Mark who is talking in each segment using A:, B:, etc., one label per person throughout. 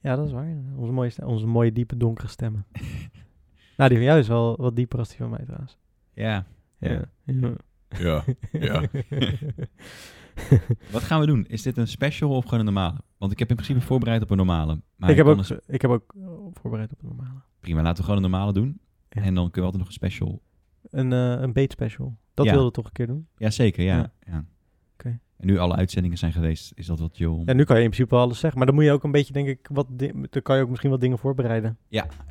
A: Ja, dat is waar. Onze mooie, stem- onze mooie diepe, donkere stemmen. nou, die van jou is wel wat dieper als die van mij trouwens.
B: Ja. Ja.
A: ja.
B: Ja. Ja. Wat gaan we doen? Is dit een special of gewoon een normale? Want ik heb in principe voorbereid op een normale. Maar
A: ik, heb
B: kan
A: ook,
B: een-
A: ik heb ook eh, voorbereid op een normale.
B: Prima, laten we gewoon een normale doen.
A: Ja.
B: En dan kunnen we altijd nog een special.
A: Een, eh een bait special. Dat
B: Ja.
A: wilde we toch een keer doen.
B: Jazeker, ja.
A: Ja.
B: ja.
A: Oké.
B: En nu alle uitzendingen zijn geweest, is dat wat joh?
A: Ja, nu kan je in principe wel alles zeggen. Maar dan moet je ook een beetje, denk ik, wat di- dan kan je ook misschien wat dingen voorbereiden.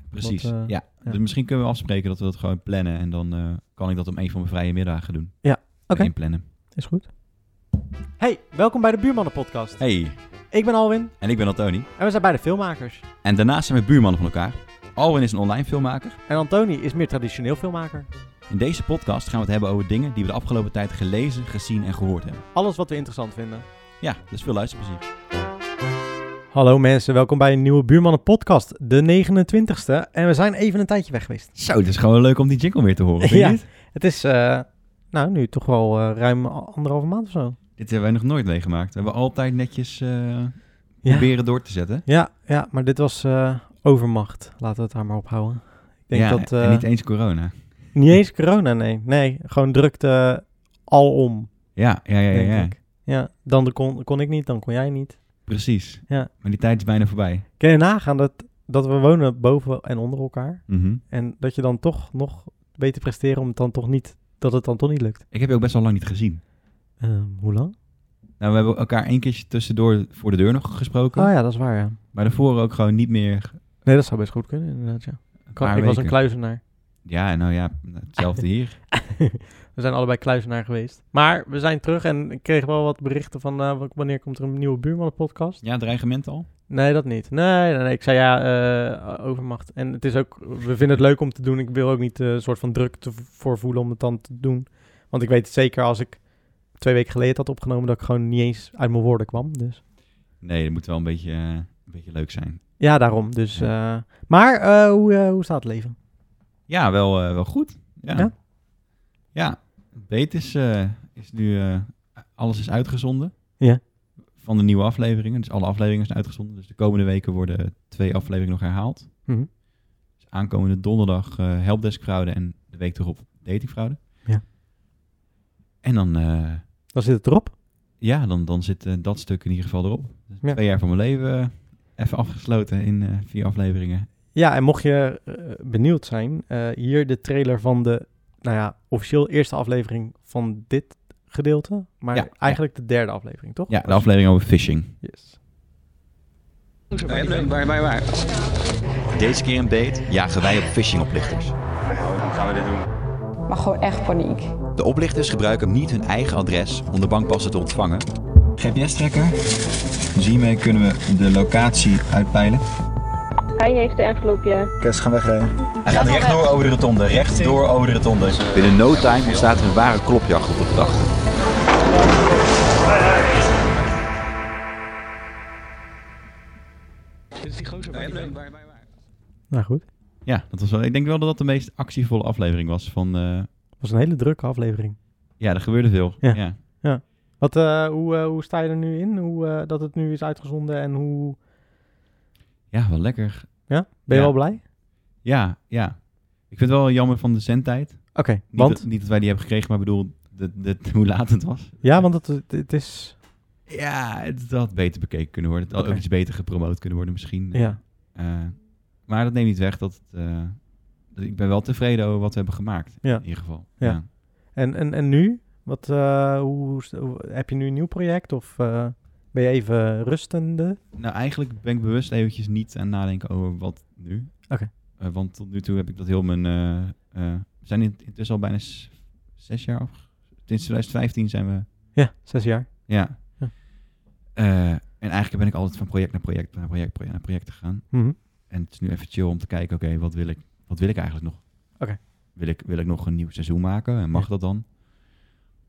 B: Precies,
A: Want, eh,
B: ja.
A: ja.
B: Dus misschien kunnen we afspreken dat we dat gewoon plannen. En dan eh, kan ik dat om een van mijn vrije middagen doen.
A: Ja, oké.
B: Inplannen.
A: Is goed. Hey, welkom bij de Buurmannen Podcast.
B: Hey,
A: Ik ben Alwin
B: en ik ben Antoni.
A: en we zijn beide filmmakers.
B: En daarnaast zijn we buurmannen van elkaar. Alwin is een online filmmaker.
A: En Antoni is meer traditioneel filmmaker.
B: In deze podcast gaan we het hebben over dingen die we de afgelopen tijd gelezen, gezien en gehoord hebben.
A: Alles wat we interessant vinden.
B: Ja, dus veel luisterplezier.
A: Hallo mensen, welkom bij een nieuwe Buurmannen Podcast, de 29ste. En we zijn even een tijdje weg geweest.
B: Zo, het is gewoon leuk om die jingle weer te horen, vind je
A: Ja.
B: niet?
A: Het is, eh, nou, nu toch wel eh, ruim a- anderhalve maand of zo.
B: Dit hebben wij nog nooit meegemaakt. We hebben altijd netjes eh,
A: Ja,
B: proberen door te zetten.
A: ja, ja maar dit was eh, overmacht. Laten we het daar maar op houden. Ik denk
B: ja,
A: dat,
B: en
A: eh,
B: niet eens corona.
A: Niet eens corona, nee. Nee, gewoon drukte alom,
B: Ja, ja, ja,
A: denk
B: ja, ja.
A: ik. Ja, dan de kon, kon ik niet, dan kon jij niet.
B: precies.
A: Ja.
B: Maar die tijd is bijna voorbij.
A: Kun je nagaan dat, dat we wonen boven en onder elkaar?
B: Mhm.
A: En dat je dan toch nog weet te presteren om het dan toch niet, dat het dan toch niet lukt.
B: Ik heb je ook best wel lang niet gezien.
A: Ehm, hoe lang?
B: Nou, we hebben elkaar één keertje tussendoor voor de deur nog gesproken.
A: Oh ja, dat is waar, ja.
B: Maar daarvoor ook gewoon niet meer
A: Nee, dat zou best goed kunnen, inderdaad, ja.
B: een
A: Ik,
B: paar
A: ik was een
B: weken.
A: kluizenaar.
B: Ja, nou ja, hetzelfde hier.
A: We zijn allebei kluizenaar geweest. Maar we zijn terug en ik kreeg wel wat berichten van eh, wanneer komt er een nieuwe buurmannenpodcast.
B: Ja, dreigement al.
A: Nee, dat niet. Nee, nee, nee. Ik zei ja, eh, overmacht. En het is ook, we vinden het leuk om te doen. Ik wil ook niet eh, een soort van druk te v- voor voelen om het dan te doen. Want ik weet het zeker als ik twee weken geleden het had opgenomen, dat ik gewoon niet eens uit mijn woorden kwam. Dus
B: Nee, dat moet wel een beetje, eh, een beetje leuk zijn.
A: ja, daarom. Dus, eh, maar eh, hoe, eh, hoe staat het leven?
B: Ja, wel, eh, wel goed. Ja.
A: Ja?
B: Ja, Beet is, eh, is nu... eh, alles is uitgezonden.
A: Ja.
B: Van de nieuwe afleveringen. Dus alle afleveringen zijn uitgezonden. Dus de komende weken worden twee afleveringen nog herhaald.
A: Mhm.
B: Dus aankomende donderdag eh helpdesk fraude en de week erop dating fraude.
A: Ja.
B: En dan, eh,
A: Dan zit het erop.
B: ja, dan, dan zit eh, dat stuk in ieder geval erop. Dus
A: Ja.
B: Twee jaar van mijn leven eh, even afgesloten in eh, vier afleveringen.
A: Ja, en mocht je eh, benieuwd zijn, eh, hier de trailer van de, nou ja, officieel eerste aflevering van dit gedeelte. Maar
B: Ja, ja.
A: eigenlijk de derde aflevering, toch?
B: Ja, de aflevering over phishing.
A: Yes.
C: Waar, waar, waar?
B: Deze keer een beet jagen wij op phishingoplichters.
D: Maar gewoon echt paniek.
B: De oplichters gebruiken niet hun eigen adres om de bankpassen te ontvangen.
C: GPS-trekker. Dus hiermee kunnen we de locatie uitpeilen.
E: Hij heeft de envelop, ja.
C: Kes, gaan wegrijden.
B: Hij gaat rechtdoor over de rotonde, rechtdoor over de rotonde. Binnen no time ontstaat er een ware klopjacht op de verdachte.
A: Nou goed.
B: Ja, dat was wel, ik denk wel dat dat de meest actievolle aflevering was. Van, eh,
A: Het was een hele drukke aflevering.
B: ja, er gebeurde veel.
A: Ja.
B: Ja.
A: Wat, eh, hoe, eh, hoe sta je er nu in? Hoe eh, dat het nu is uitgezonden en hoe.
B: Ja, wel lekker.
A: Ja? Ben je
B: Ja.
A: wel blij?
B: Ja, ja. Ik vind het wel jammer van de zendtijd. Niet,
A: Oké, want.
B: dat, niet dat wij die hebben gekregen, maar ik bedoel de, de, hoe laat het was.
A: ja, want het, het, het is.
B: Ja, het het had beter bekeken kunnen worden. Het had
A: Oké.
B: ook iets beter gepromoot kunnen worden misschien.
A: Ja.
B: Eh, maar dat neemt niet weg dat het, eh, dat ik ben wel tevreden over wat we hebben gemaakt.
A: Ja.
B: In ieder geval.
A: Ja. En, en, en nu? Wat, eh, hoe, hoe st- hoe- heb je nu een nieuw project of eh, ben je even rustende?
B: Nou, eigenlijk ben ik bewust eventjes niet aan het nadenken over wat nu.
A: Oké.
B: Eh, want tot nu toe heb ik dat heel mijn... eh, eh, we zijn in- intussen al bijna s- zes jaar af. Sinds 2015 zijn we...
A: Ja, zes jaar.
B: Ja.
A: Ja.
B: Eh, en eigenlijk ben ik altijd van project naar project naar project, project naar project gegaan.
A: Mhm.
B: En het is nu even chill om te kijken, oké, wat wil ik? Wat wil ik eigenlijk nog?
A: Oké.
B: Wil, ik, wil ik nog een nieuw seizoen maken? En mag
A: Ja.
B: dat dan?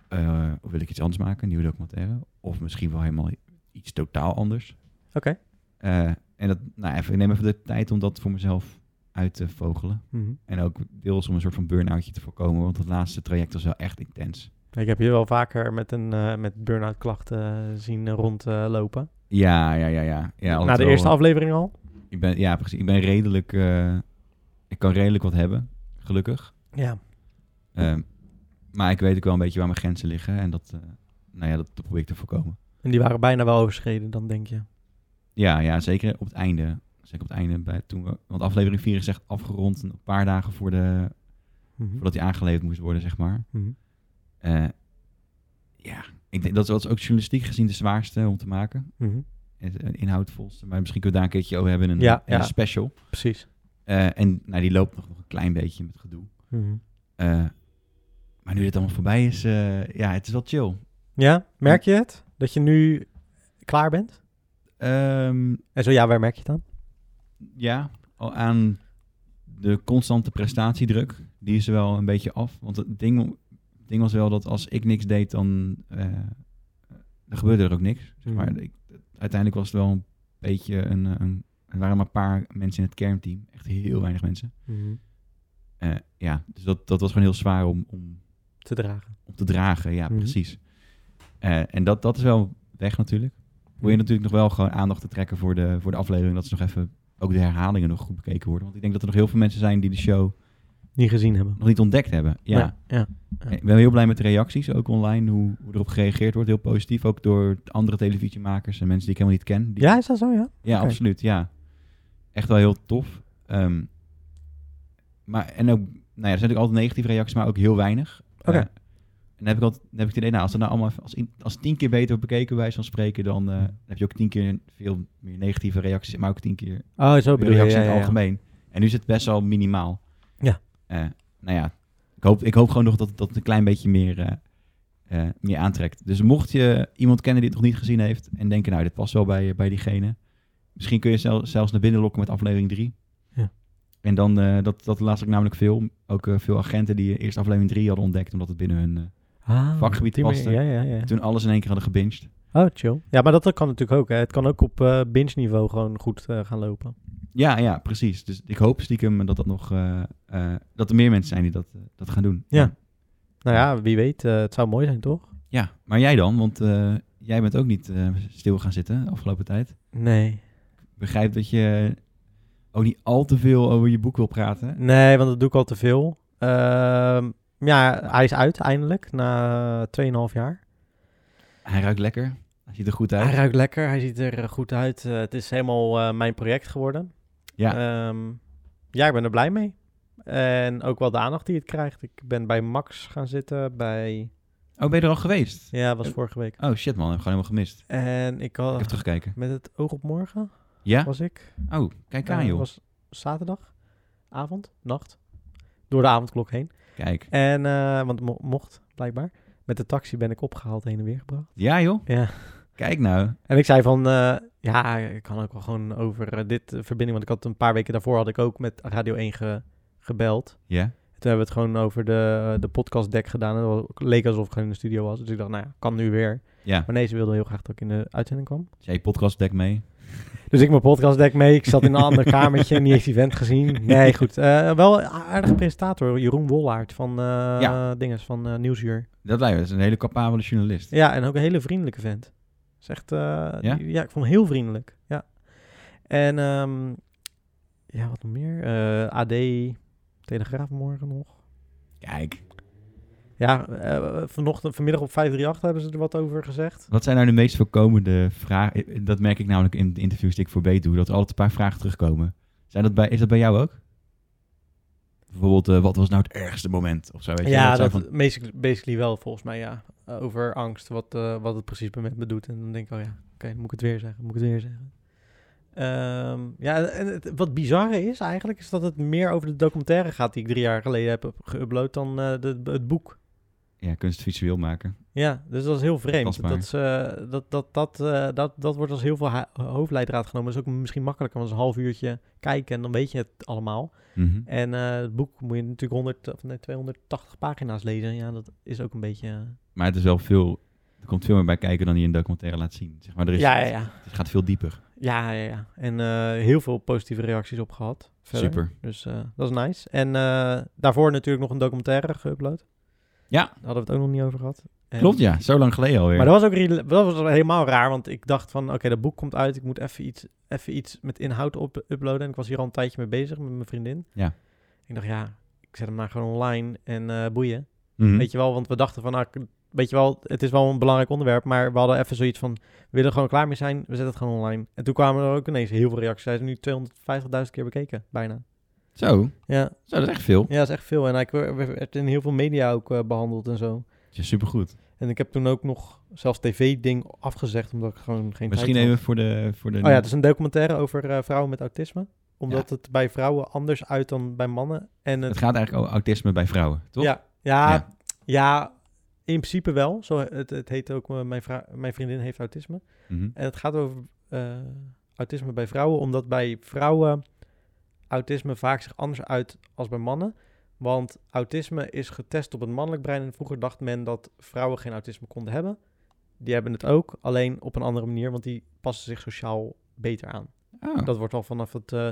B: Eh, of wil ik iets anders maken? Een nieuwe documentaire? Of misschien wel helemaal iets totaal anders?
A: Oké.
B: Eh, en dat, nou, even, ik neem even de tijd om dat voor mezelf uit te vogelen.
A: Mhm.
B: En ook deels om een soort van burn-outje te voorkomen. Want het laatste traject was wel echt intens.
A: Ik heb je wel vaker met, een, eh, met burn-out klachten zien rondlopen.
B: Ja, ja, ja, ja. ja
A: Na de eerste aflevering al?
B: Ik ben, ja, precies. Ik ben redelijk... eh, ik kan redelijk wat hebben, gelukkig.
A: Ja.
B: Ehm, maar ik weet ook wel een beetje waar mijn grenzen liggen. En dat, eh, nou ja, dat, dat probeer ik te voorkomen.
A: En die waren bijna wel overschreden, dan denk je.
B: Ja, ja, zeker op het einde. Zeker op het einde. Bij, toen we, want aflevering 4 is echt afgerond een paar dagen voor de,
A: Mhm.
B: voordat hij aangeleverd moest worden, zeg maar.
A: Mhm.
B: Eh, ja, ik denk dat was ook journalistiek gezien de zwaarste om te maken.
A: Mhm.
B: Het eh, inhoudvolste. Maar misschien kunnen we daar een keertje over hebben. in Een,
A: Ja,
B: in een
A: ja.
B: special.
A: Precies.
B: Eh, en nou, die loopt nog een klein beetje met gedoe.
A: Mhm.
B: Eh, maar nu dit allemaal voorbij is, eh, ja, het is wel chill.
A: Ja, merk je het? Dat je nu klaar bent?
B: Ehm,
A: En zo ja, waar merk je het aan?
B: Ja, al aan de constante prestatiedruk. Die is er wel een beetje af. Want het ding, het ding was wel dat als ik niks deed, dan eh, er gebeurde er ook niks. Zeg maar
A: Mhm.
B: ik, uiteindelijk was het wel een beetje een, eh, een... Er waren maar een paar mensen in het kernteam. Echt heel weinig mensen.
A: Mhm.
B: Eh, ja, dus dat, dat was gewoon heel zwaar om, om,
A: Te dragen.
B: om te dragen. Ja,
A: Mhm.
B: precies. Eh, en dat, dat is wel weg natuurlijk. Probeer natuurlijk nog wel gewoon aandacht te trekken voor de, voor de aflevering. Dat ze nog even, ook de herhalingen nog goed bekeken worden. Want ik denk dat er nog heel veel mensen zijn die de show
A: Niet gezien hebben.
B: nog niet ontdekt hebben. Ja.
A: Ja.
B: Ik ben heel blij met de reacties, ook online, hoe, hoe erop gereageerd wordt. Heel positief, ook door andere televisiemakers en mensen die ik helemaal niet ken. Die-
A: ja, is dat zo, ja?
B: ja,
A: Oké.
B: absoluut. Ja. Echt wel heel tof. Ehm, maar, en ook, nou ja, er zijn natuurlijk altijd negatieve reacties, maar ook heel weinig.
A: Oké.
B: Eh, en dan heb ik altijd, dan heb ik het idee, nou, als dat nou allemaal, even- als, in- als tien keer beter wordt bekeken bij zo'n spreken, dan eh, heb je ook tien keer veel meer negatieve reacties, maar ook tien keer
A: Oh, zo
B: de
A: bedoel je.
B: reacties
A: ja,
B: in
A: ja, ja.
B: het algemeen. En nu is het best wel minimaal.
A: Ja.
B: Eh, nou ja, ik hoop, ik hoop gewoon nog dat, dat het een klein beetje meer, eh, eh, meer aantrekt. Dus mocht je iemand kennen die het nog niet gezien heeft en denken, nou, dit past wel bij, bij diegene. Misschien kun je zelf, zelfs naar binnen lokken met aflevering 3.
A: Ja.
B: En dan, eh, dat, dat laatst ook namelijk veel. Ook eh, veel agenten die eerst aflevering 3 hadden ontdekt, omdat het binnen hun... eh,
A: Ah,
B: Vakgebied
A: die meer-
B: paste.
A: Ja, ja, ja.
B: Toen alles in één keer hadden gebinged.
A: Oh, chill. Ja, maar dat kan natuurlijk ook. Hè. Het kan ook op eh binge-niveau gewoon goed eh, gaan lopen.
B: Ja, ja, precies. Dus ik hoop stiekem dat, dat, nog, eh, eh, dat er meer mensen zijn die dat, eh, dat gaan doen.
A: Ja. Nou ja, wie weet. eh, het zou mooi zijn, toch?
B: Ja, maar jij dan? Want eh, jij bent ook niet eh, stil gaan zitten de afgelopen tijd.
A: Nee.
B: Ik begrijp dat je ook niet al te veel over je boek wil praten.
A: Nee, want dat doe ik al te veel. Ehm, ja, hij is uit eindelijk, na 2,5 jaar.
B: Hij ruikt lekker. Hij ziet er goed uit.
A: Hij ruikt lekker, hij ziet er eh, goed uit. Eh, het is helemaal eh, mijn project geworden.
B: Ja.
A: Ehm, ja, ik ben er blij mee. En ook wel de aandacht die het krijgt. Ik ben bij Max gaan zitten, bij...
B: Oh, ben je er al geweest?
A: Ja, was vorige week.
B: Oh shit man, heb ik gewoon helemaal gemist. Ik
A: En ik
B: heb
A: had...
B: teruggekeken.
A: Met het oog op morgen
B: Ja?
A: was ik.
B: Oh, kijk
A: Eh,
B: aan joh.
A: was zaterdag, avond, nacht. Door de avondklok heen.
B: Kijk.
A: En, eh, want mo- mocht, blijkbaar. Met de taxi ben ik opgehaald, heen en weer gebracht.
B: Ja joh.
A: Ja.
B: Kijk nou.
A: En ik zei van, eh, ja, ik kan ook wel gewoon over eh, dit eh, verbinding. Want ik had een paar weken daarvoor had ik ook met Radio 1 ge- gebeld.
B: Ja.
A: Toen hebben we het gewoon over de, de podcastdek gedaan. En het leek alsof ik gewoon in de studio was. Dus ik dacht, nou ja, kan nu weer.
B: Ja.
A: Maar nee, ze wilde heel graag dat ik in de uitzending kwam.
B: Dus jij je podcastdek mee.
A: Dus ik mijn podcastdek mee. Ik zat in een ander kamertje, niet eens die vent gezien. Nee, goed. Eh, wel een aardige presentator, Jeroen Wollaert van eh dinges, van eh, Nieuwsuur.
B: Dat lijkt me. Dat is een hele capabele journalist.
A: Ja, en ook een hele vriendelijke vent. Zegt, ja?
B: Ja?
A: eh, ja, ik vond hem heel vriendelijk. Ja. En ehm, ja, wat nog meer? Eh, AD, Telegraaf morgen nog.
B: Kijk.
A: Ja, eh, vanochtend, vanmiddag op 538 hebben ze er wat over gezegd.
B: Wat zijn nou de meest voorkomende vragen? Dat merk ik namelijk in de interviews die ik voor B doe. Dat er altijd een paar vragen terugkomen. Zijn dat bij, is dat bij jou ook? Bijvoorbeeld, eh, wat was nou het ergste moment? Of zo, weet je?
A: ja,
B: zijn
A: dat
B: van-
A: basically, basically wel volgens mij, ja. Eh, over angst, wat, eh, wat het precies met me doet. En dan denk ik, oh ja, oké, dan moet ik het weer zeggen, moet ik het weer zeggen. Ehm, ja, en het, wat bizarre is eigenlijk, is dat het meer over de documentaire gaat die ik drie jaar geleden heb up- geüpload dan eh, de, het boek.
B: ja, kunst visueel maken.
A: Ja, dus dat is heel vreemd.
B: Tastbaar.
A: Dat, ze, dat, dat, dat, eh, dat, dat wordt als heel veel ha- hoofdleidraad genomen. Dat is ook misschien makkelijker, want dat is een half uurtje kijken en dan weet je het allemaal.
B: Mhm.
A: En eh, het boek moet je natuurlijk 100, of nee, 280 pagina's lezen. Ja, dat is ook een beetje... eh,
B: Maar het is wel veel... Er komt veel meer bij kijken dan die een documentaire laat zien. Zeg maar, er is,
A: ja, ja, ja.
B: Het gaat veel dieper.
A: Ja, ja, ja. En eh, heel veel positieve reacties op gehad. verder.
B: Super.
A: Dus eh, dat is nice. En eh, daarvoor natuurlijk nog een documentaire geüpload.
B: Ja.
A: Daar hadden we het ook nog niet over gehad. En-
B: Klopt, ja. Zo lang geleden alweer.
A: Maar dat was ook rela- dat was helemaal raar, want ik dacht van, oké, dat boek komt uit, ik moet even iets, even iets met inhoud op uploaden. En ik was hier al een tijdje mee bezig met mijn vriendin.
B: Ja.
A: Ik dacht, ja, ik zet hem maar gewoon online en eh, boeien.
B: Mhm.
A: Weet je wel, want we dachten van, nou, ik- weet je wel, het is wel een belangrijk onderwerp, maar we hadden even zoiets van, we willen er gewoon klaar mee zijn, we zetten het gewoon online. En toen kwamen er ook ineens heel veel reacties. Hij is nu 250.000 keer bekeken, bijna.
B: Zo.
A: Ja,
B: Zo, dat is echt veel.
A: ja, dat is echt veel. En hij werd in heel veel media ook eh, behandeld en zo.
B: Ja, supergoed.
A: En ik heb toen ook nog zelfs tv-ding afgezegd, omdat ik gewoon geen
B: Misschien
A: tijd had.
B: even voor de... Voor de
A: Oh ja, het is een documentaire over eh, vrouwen met autisme. Omdat het bij vrouwen anders uit dan bij mannen. En
B: Het
A: het,
B: gaat eigenlijk over autisme bij vrouwen, toch?
A: Ja, ja,
B: Ja.
A: ja. in principe wel. Zo, het, het heet ook, eh, mijn, vrou- mijn vriendin heeft autisme.
B: Mhm.
A: En het gaat over eh, autisme bij vrouwen, omdat bij vrouwen autisme vaak zich anders uit als bij mannen. Want autisme is getest op het mannelijk brein en vroeger dacht men dat vrouwen geen autisme konden hebben. Die hebben het ook, alleen op een andere manier, want die passen zich sociaal beter aan.
B: Oh,
A: Dat wordt al vanaf het... eh,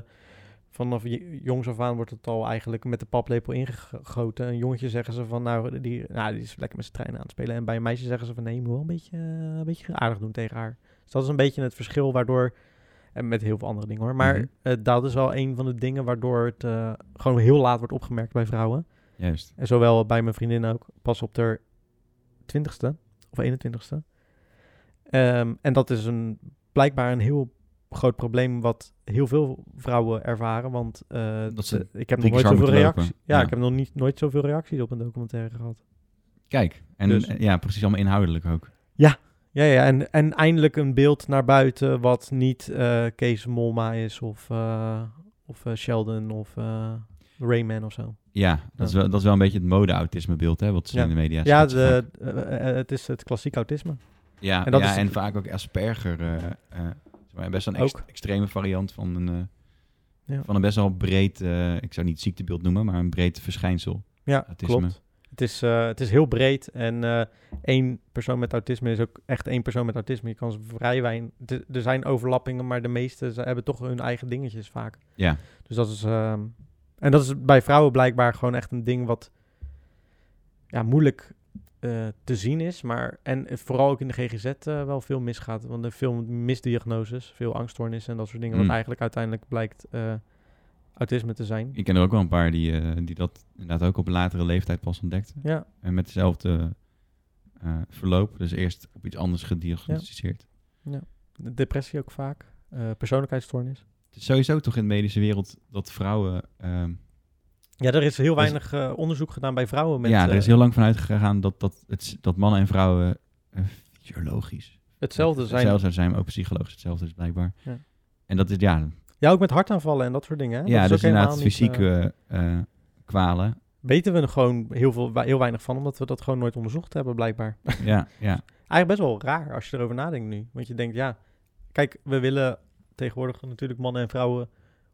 A: Vanaf j- jongs af aan wordt het al eigenlijk met de paplepel ingegoten. Een jongetje zeggen ze van, nou die, nou, die is lekker met zijn trein aan het spelen. En bij een meisje zeggen ze van, nee, je moet wel een beetje, eh, een beetje aardig doen tegen haar. Dus dat is een beetje het verschil waardoor... En met heel veel andere dingen hoor. Maar
B: Mhm.
A: eh, dat is wel een van de dingen waardoor het eh, gewoon heel laat wordt opgemerkt bij vrouwen.
B: juist.
A: En zowel bij mijn vriendin ook, pas op haar twintigste of 21ste. Ehm, en dat is een, blijkbaar een heel groot probleem wat heel veel vrouwen ervaren. Want eh,
B: Dat ze
A: eh, ik heb nog
B: drie keer
A: nooit
B: zo
A: zoveel
B: moeten lopen.
A: reacties. Ja,
B: Ja.
A: ik heb nog niet, nooit zoveel reacties op een documentaire gehad.
B: Kijk. En
A: Dus-
B: eh, ja, precies allemaal inhoudelijk ook.
A: Ja, ja en, en eindelijk een beeld naar buiten wat niet eh, Kees Molma is of, eh, of eh, Sheldon of eh, Rayman of zo.
B: Ja, dat, is
A: Ja.
B: wel, dat is wel een beetje het mode-autisme beeld, hè, wat ze
A: Ja.
B: in de media
A: Ja,
B: schetsen vaak.
A: de, eh, eh, het is het klassiek autisme.
B: Ja, en,
A: En dat
B: ja,
A: is-
B: en vaak ook Asperger. eh, eh, zeg maar, best wel een ext-
A: Ook.
B: extreme variant van een, eh,
A: Ja.
B: van een best wel breed, eh, ik zou niet ziektebeeld noemen, maar een breed verschijnsel.
A: Ja,
B: Autisme.
A: klopt. Het is, eh, het is heel breed en eh één persoon met autisme is ook echt één persoon met autisme. Je kan ze vrij weinig... de- Er zijn overlappingen, maar de meesten ze hebben toch hun eigen dingetjes vaak.
B: Ja,
A: Dus dat is... ehm, en dat is bij vrouwen blijkbaar gewoon echt een ding wat ja, moeilijk eh, te zien is. Maar, en het vooral ook in de GGZ eh, wel veel misgaat. Want er veel misdiagnoses, veel angststoornissen en dat soort dingen.
B: Mm.
A: Wat eigenlijk uiteindelijk blijkt eh, autisme te zijn.
B: ik ken er ook wel een paar die, eh, die dat inderdaad ook op een latere leeftijd pas ontdekten.
A: Ja,
B: En met hetzelfde eh, verloop, dus eerst op iets anders gediagnosticeerd.
A: depressie ook vaak. eh, persoonlijkheidsstoornis.
B: Het is sowieso toch in de medische wereld dat vrouwen... ehm,
A: Ja, er is heel
B: Dus-
A: weinig eh, onderzoek gedaan bij vrouwen met
B: ja, er
A: eh,
B: is heel lang vanuit gegaan dat, dat, het, dat mannen en vrouwen eh, fysiologisch
A: hetzelfde zijn.
B: Hetzelfde zou zijn, maar ook psychologisch hetzelfde is blijkbaar.
A: Ja.
B: En dat is, ja,
A: Ja, ook met hartaanvallen en dat soort dingen. Hè?
B: ja
A: dat
B: dus
A: ook helemaal
B: inderdaad
A: niet, eh,
B: fysieke eh, kwalen.
A: weten we er gewoon heel, veel, wa- heel weinig van, omdat we dat gewoon nooit onderzocht hebben, blijkbaar.
B: ja, ja,
A: Eigenlijk best wel raar als je erover nadenkt nu. Want je denkt, ja, kijk, we willen tegenwoordig natuurlijk mannen en vrouwen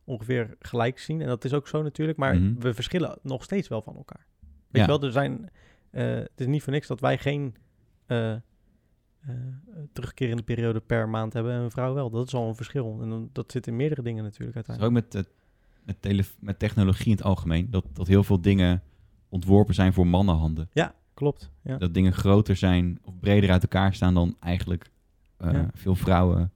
A: ongeveer gelijk zien. En dat is ook zo natuurlijk, maar
B: Mhm.
A: we verschillen nog steeds wel van elkaar. Weet
B: Ja.
A: je wel, er zijn, eh, het is niet voor niks dat wij geen eh, eh, terugkerende periode per maand hebben en een vrouw wel. Dat is al een verschil. En dan, dat zit in meerdere dingen natuurlijk
B: Dus
A: uiteindelijk.
B: ook met, eh, met, tele- met technologie in het algemeen, dat, dat heel veel dingen ontworpen zijn voor mannenhanden.
A: Ja, klopt. Ja.
B: Dat dingen groter zijn of breder uit elkaar staan dan eigenlijk eh,
A: Ja.
B: veel vrouwen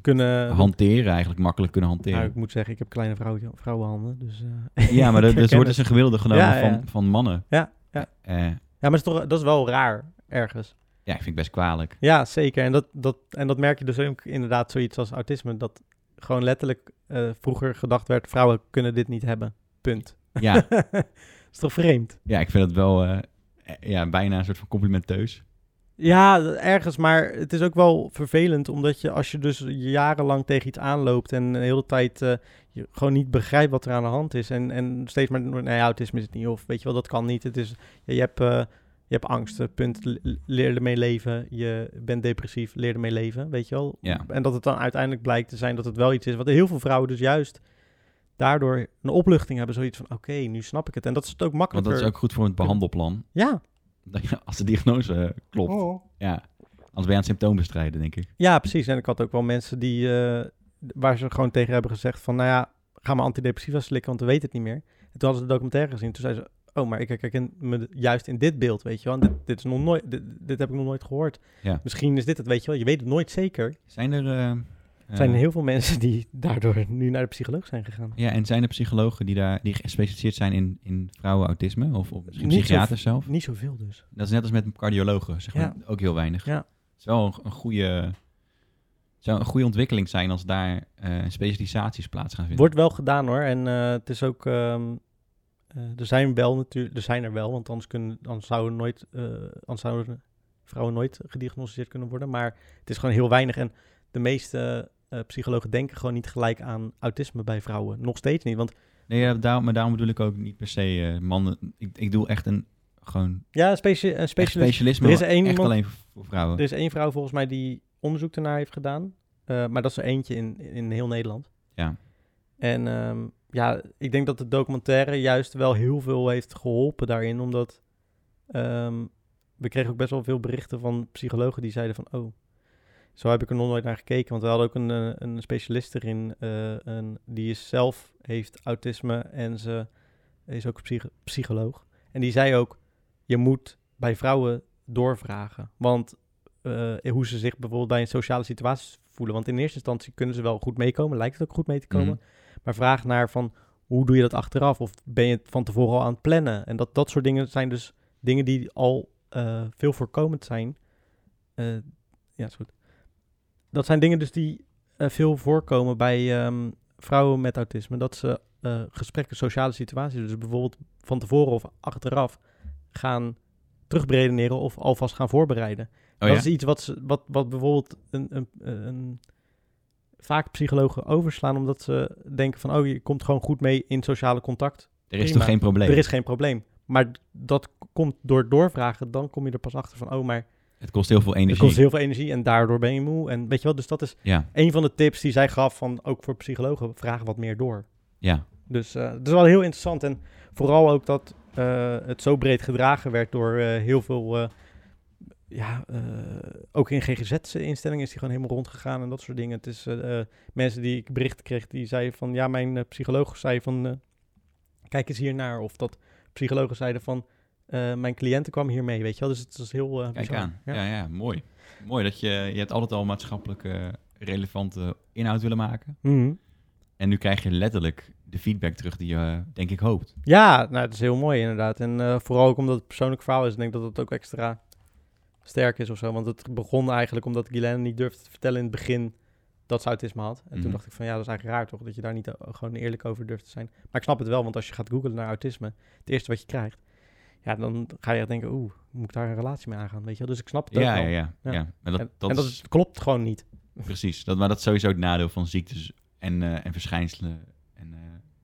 A: Kunnen,
B: hanteren, eigenlijk makkelijk kunnen
A: nou,
B: hanteren.
A: ik moet zeggen, ik heb kleine vrouwtje- vrouwenhanden. Dus, eh,
B: ja, maar dat,
A: ik
B: dat
A: herken
B: wordt dus een gemiddelde genomen
A: Ja, ja.
B: Van, van mannen.
A: Ja, ja.
B: Eh,
A: ja, maar het is toch, dat is wel raar ergens.
B: ja, ik vind het best kwalijk.
A: Ja, zeker. En dat, dat, en dat merk je dus ook inderdaad zoiets als autisme. Dat gewoon letterlijk eh, vroeger gedacht werd, vrouwen kunnen dit niet hebben. Punt.
B: Ja,
A: is toch vreemd?
B: Ja, ik vind het wel eh, eh, ja, bijna een soort van complimenteus.
A: Ja, d- ergens, maar het is ook wel vervelend, omdat je als je dus jarenlang tegen iets aanloopt en de hele tijd eh, je gewoon niet begrijpt wat er aan de hand is en, en steeds maar, nee, autisme is het niet, of weet je wel, dat kan niet. Het is, ja, je, hebt, eh, je hebt angst, eh, punt, L- leer ermee leven, je bent depressief, leer ermee leven, weet je wel.
B: Ja.
A: En dat het dan uiteindelijk blijkt te zijn dat het wel iets is, wat heel veel vrouwen dus juist daardoor een opluchting hebben, zoiets van, oké, nu snap ik het. En dat is het ook
B: Want
A: makkelijker.
B: dat is ook goed voor het behandelplan.
A: Ja,
B: Dat je- Als de diagnose eh, klopt.
A: Oh.
B: Ja. Anders ben je aan het symptoom bestrijden, denk ik.
A: Ja, precies. En ik had ook wel mensen die, eh, waar ze gewoon tegen hebben gezegd van, nou ja, ga maar antidepressiva slikken, want we weten het niet meer. En toen hadden ze de documentaire gezien. Toen zei ze, oh, maar ik herken me juist in dit beeld, weet je wel. En dit, dit, is nog nooit, dit, dit heb ik nog nooit gehoord.
B: Ja.
A: Misschien is dit het, weet je wel. Je weet het nooit zeker.
B: Zijn er... eh, eh,
A: Er zijn heel veel mensen die daardoor nu naar de psycholoog zijn gegaan.
B: Ja, en zijn er psychologen die, daar, die gespecialiseerd zijn in, in vrouwen autisme? Of, of misschien
A: Niet
B: psychiaters zelf?
A: Niet zoveel dus.
B: Dat is net als met cardiologen, zeg maar.
A: Ja.
B: Ook heel weinig.
A: Ja.
B: Het is wel een, een goede... het zou een goede ontwikkeling zijn als daar eh, specialisaties plaats gaan vinden.
A: Wordt wel gedaan hoor. En eh, het is ook. ehm, eh, er zijn wel natuurlijk. Er zijn er wel, want anders, kunnen, anders zouden nooit. eh, anders zouden vrouwen nooit gediagnosticeerd kunnen worden. Maar het is gewoon heel weinig. En de meeste eh, psychologen denken gewoon niet gelijk aan autisme bij vrouwen. Nog steeds niet. Want
B: Nee, ja, daarom, maar daarom bedoel ik ook niet per se eh, mannen. Ik, ik doe echt een gewoon
A: ja, speci eh,
B: echt
A: specialist.
B: specialisme.
A: er is
B: maar
A: één
B: echt
A: iemand-
B: alleen voor vrouwen.
A: Er is één vrouw volgens mij die onderzoek daarnaar heeft gedaan. Eh, maar dat is er eentje in, in heel Nederland.
B: Ja.
A: En ehm, ja, ik denk dat de documentaire juist wel heel veel heeft geholpen daarin. Omdat ehm, we kregen ook best wel veel berichten van psychologen die zeiden van... Oh, zo heb ik er nog nooit naar gekeken. Want we hadden ook een, eh, een specialist erin. eh, een, die is zelf heeft autisme en ze is ook psych- psycholoog. En die zei ook, je moet bij vrouwen doorvragen. Want eh, hoe ze zich bijvoorbeeld bij een sociale situatie voelen. Want in eerste instantie kunnen ze wel goed meekomen. Lijkt het ook goed mee te komen. Maar vraag naar van hoe doe je dat achteraf? Of ben je het van tevoren al aan het plannen? En dat, dat soort dingen zijn dus dingen die al eh, veel voorkomend zijn. Eh, ja, is goed. Dat zijn dingen dus die eh, veel voorkomen bij ehm, vrouwen met autisme. Dat ze eh, gesprekken, sociale situaties, dus bijvoorbeeld van tevoren of achteraf gaan terugberedeneren of alvast gaan voorbereiden.
B: Oh
A: dat
B: ja?
A: is iets wat, ze, wat, wat bijvoorbeeld een, een, een, vaak psychologen overslaan, omdat ze denken van, oh, je komt gewoon goed mee in sociale contact.
B: er is
A: prima.
B: toch geen probleem?
A: Er is geen probleem. Maar dat komt door doorvragen, dan kom je er pas achter van, oh, maar
B: Het kost heel veel energie.
A: het kost heel veel energie en daardoor ben je moe. En weet je wel, dus dat is
B: Ja,
A: een van de tips die zij gaf van, ook voor psychologen, vraag wat meer door.
B: ja.
A: Dus eh het is wel heel interessant. En vooral ook dat eh, het zo breed gedragen werd door eh, heel veel. eh, ja, eh, ook in GGZ-instellingen is die gewoon helemaal rondgegaan en dat soort dingen. Het is eh, eh, mensen die ik berichten kreeg, die zeiden van ja, mijn eh, psycholoog zei van eh, kijk eens hiernaar. Of dat psychologen zeiden van eh, mijn cliënten kwam hiermee, weet je wel. Dus het is heel. eh,
B: Kijk
A: bizar.
B: aan.
A: Ja.
B: Ja. ja, mooi. Mooi dat je, je hebt altijd al maatschappelijk eh, relevante inhoud willen maken.
A: Mhm.
B: En nu krijg je letterlijk de feedback terug die je, eh, denk ik, hoopt.
A: Ja, nou, het is heel mooi inderdaad. En eh, vooral ook omdat het een persoonlijk verhaal is. Ik denk dat het ook extra sterk is of zo. Want het begon eigenlijk omdat Guylaine niet durfde te vertellen in het begin dat ze autisme had. En toen
B: Mhm.
A: dacht ik van ja, dat is eigenlijk raar toch? Dat je daar niet eh, gewoon eerlijk over durft te zijn. Maar ik snap het wel, want als je gaat googlen naar autisme, het eerste wat je krijgt, ja, dan ga je echt denken, oeh, moet ik daar een relatie mee aangaan? Weet je wel? Dus ik snap het ook
B: Ja,
A: wel.
B: ja, ja.
A: Ja.
B: ja. Maar dat,
A: en
B: dat,
A: en dat
B: is,
A: is- klopt gewoon niet.
B: precies. Dat, maar dat is sowieso het nadeel van ziektes en, eh, en verschijnselen en eh,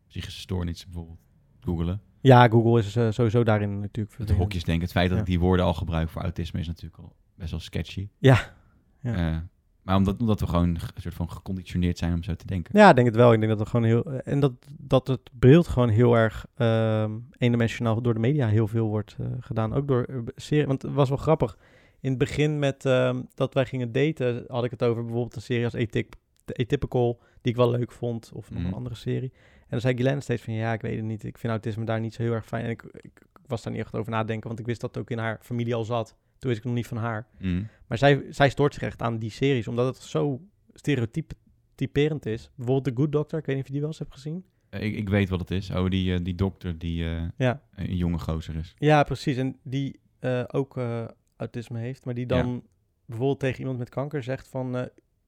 B: psychische stoornissen bijvoorbeeld. Googelen.
A: Ja, Google is eh, sowieso daarin natuurlijk.
B: Het
A: vervelend.
B: hokjes denken. Het feit dat
A: Ja.
B: ik die woorden al gebruik voor autisme is natuurlijk al best wel sketchy.
A: Ja. Ja.
B: Eh, maar omdat, omdat we gewoon ge- een soort van geconditioneerd zijn om zo te denken.
A: Ja, ik denk het wel. Ik denk dat het gewoon heel. eh, En dat, dat het beeld gewoon heel erg ehm, eendimensionaal door de media heel veel wordt eh, gedaan. Ook door eh, serie. Want het was wel grappig. In het begin met ehm, dat wij gingen daten, had ik het over bijvoorbeeld een serie als Atyp de Atypical, die ik wel leuk vond, of nog
B: Mhm.
A: een andere serie. En dan zei Guylaine steeds van, ja, ik weet het niet, ik vind autisme daar niet zo heel erg fijn. En ik, ik was daar niet echt over nadenken, want ik wist dat het ook in haar familie al zat. Toen wist ik nog niet van haar.
B: Mm.
A: Maar zij, zij stoort zich echt aan die series, omdat het zo stereotyp typerend is. Bijvoorbeeld The Good Doctor, ik weet niet of je die wel eens hebt gezien.
B: Eh, ik, ik weet wat het is. Oh, die, eh, die dokter die eh,
A: Ja.
B: een jonge gozer is.
A: Ja, precies. En die eh, ook eh, autisme heeft, maar die dan bijvoorbeeld tegen iemand met kanker zegt van... eh,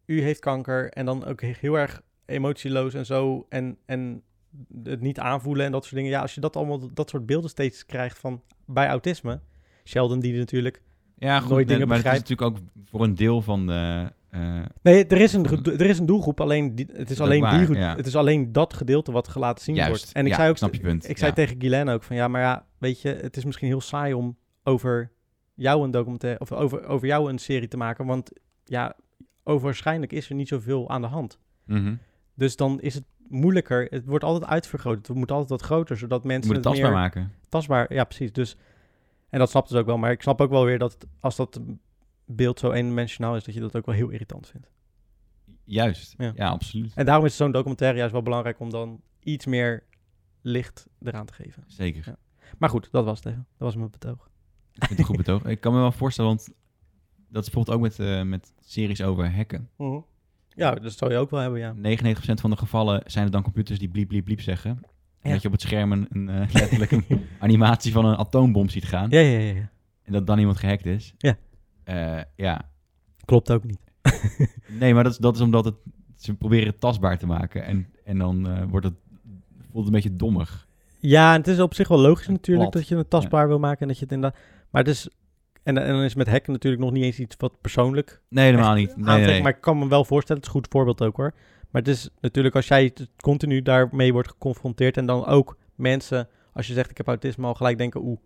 A: u heeft kanker en dan ook he- heel erg emotieloos en zo en, en het niet aanvoelen en dat soort dingen. Ja, als je dat allemaal, dat soort beelden steeds krijgt van bij autisme... Sheldon die natuurlijk...
B: Ja, goed.
A: Nooit
B: nee,
A: dingen
B: maar het is
A: begrijpen.
B: natuurlijk ook voor een deel van de... eh,
A: Nee, er is een, gedo- er is een doelgroep, alleen die, het, is
B: ook
A: alleen
B: waar,
A: die, groep-
B: ja.
A: het is alleen dat gedeelte wat gelaten zien
B: juist.
A: wordt. En ik
B: Ja,
A: zei ook,
B: snap je punt.
A: Ik zei
B: Ja.
A: tegen Guylaine ook van ja, maar ja, weet je, het is misschien heel saai om over jou een documentaire of over, over jou een serie te maken, want ja, overwaarschijnlijk is er niet zoveel aan de hand.
B: Mhm.
A: Dus dan is het moeilijker. Het wordt altijd uitvergroot. We moeten altijd wat groter, zodat
B: Je
A: mensen
B: moet het tastbaar
A: meer
B: maken.
A: tastbaar. Ja, precies. Dus en dat snapt dus ook wel. Maar ik snap ook wel weer dat het- als dat beeld zo eendimensionaal is, dat je dat ook wel heel irritant vindt.
B: Juist.
A: Ja.
B: Ja, absoluut.
A: En daarom is zo'n documentaire juist wel belangrijk om dan iets meer licht eraan te geven.
B: Zeker.
A: Ja. Maar goed, dat was het. even. Dat was mijn betoog.
B: Ik vind het een goed betoog. Ik kan me wel voorstellen, want dat is bijvoorbeeld ook met, eh, met series over hacken.
A: Mhm. Ja, dat zou je ook wel hebben, ja.
B: 99% van de gevallen zijn het dan computers die bliep, bliep, bliep zeggen. En
A: Ja.
B: dat je op het scherm een, een, eh, letterlijk een animatie van een atoombom ziet gaan.
A: Ja, ja, ja. ja.
B: En dat dan iemand gehackt is.
A: Ja.
B: Eh, ja.
A: Klopt ook niet.
B: Nee, maar dat is, dat is omdat het, ze proberen het tastbaar te maken. En, en dan eh, wordt het, voelt het een beetje dommig.
A: Ja, en het is op zich wel logisch
B: En
A: natuurlijk
B: plat.
A: dat je het tastbaar wil maken en dat je het inderdaad... Maar het is... En, en dan is met hacken natuurlijk nog niet eens iets wat persoonlijk
B: Nee, helemaal niet. Nee,
A: aantrekt,
B: nee, nee.
A: Maar ik kan me wel voorstellen, het is een goed voorbeeld ook hoor. Maar het is natuurlijk als jij t- continu daarmee wordt geconfronteerd en dan ook mensen, als je zegt ik heb autisme, al gelijk denken, oeh,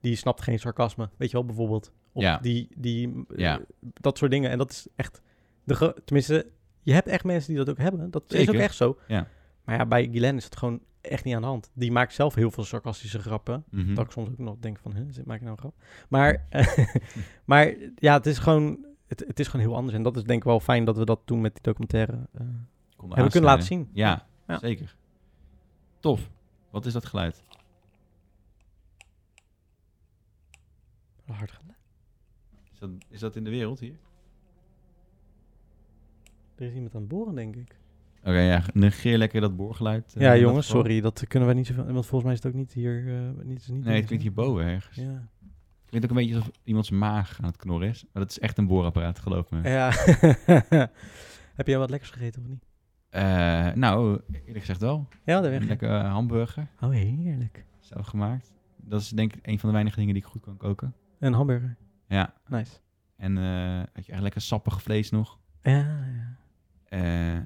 A: die snapt geen sarcasme. Weet je wel, bijvoorbeeld. Of
B: Ja.
A: die, die eh,
B: Ja.
A: dat soort dingen. En dat is echt, de gro- tenminste, je hebt echt mensen die dat ook hebben. Dat is
B: Zeker.
A: ook echt zo.
B: Ja.
A: Maar ja, bij Guylaine is het gewoon echt niet aan de hand. Die maakt zelf heel veel sarcastische grappen.
B: Mhm.
A: Dat ik soms ook nog denk van, hè, zit- maak ik nou een grap? Maar, Hm. maar ja, het is gewoon... Het, het is gewoon heel anders. En dat is denk ik wel fijn dat we dat doen met die documentaire. eh,
B: Konden
A: hebben kunnen laten
B: aansnijden.
A: zien.
B: Ja,
A: Ja.
B: zeker. Tof. Wat is dat geluid?
A: Hard geluid.
B: Is dat, is dat in de wereld hier?
A: Er is iemand aan het boren, denk ik.
B: Oké, ja, negeer lekker dat boorgeluid. eh,
A: ja,
B: in dat
A: jongens,
B: geval.
A: sorry. Dat kunnen wij niet zoveel... Want volgens mij is het ook niet hier... eh, niet, is niet
B: Nee, het klinkt hierboven ergens.
A: Ja.
B: Het klinkt ook een beetje alsof iemand zijn maag aan het knorren is. Maar dat is echt een boorapparaat, geloof me.
A: ja. Heb jij wat lekkers gegeten of niet?
B: Eh, nou, eerlijk gezegd wel.
A: Ja, daar
B: Een
A: weg.
B: lekkere hamburger,
A: Oh, heerlijk.
B: zelf gemaakt. Dat is denk ik een van de weinige dingen die ik goed kan koken.
A: Een hamburger.
B: Ja,
A: Nice.
B: en eh, had je echt lekker sappig vlees nog.
A: Ja, ja.
B: Eh,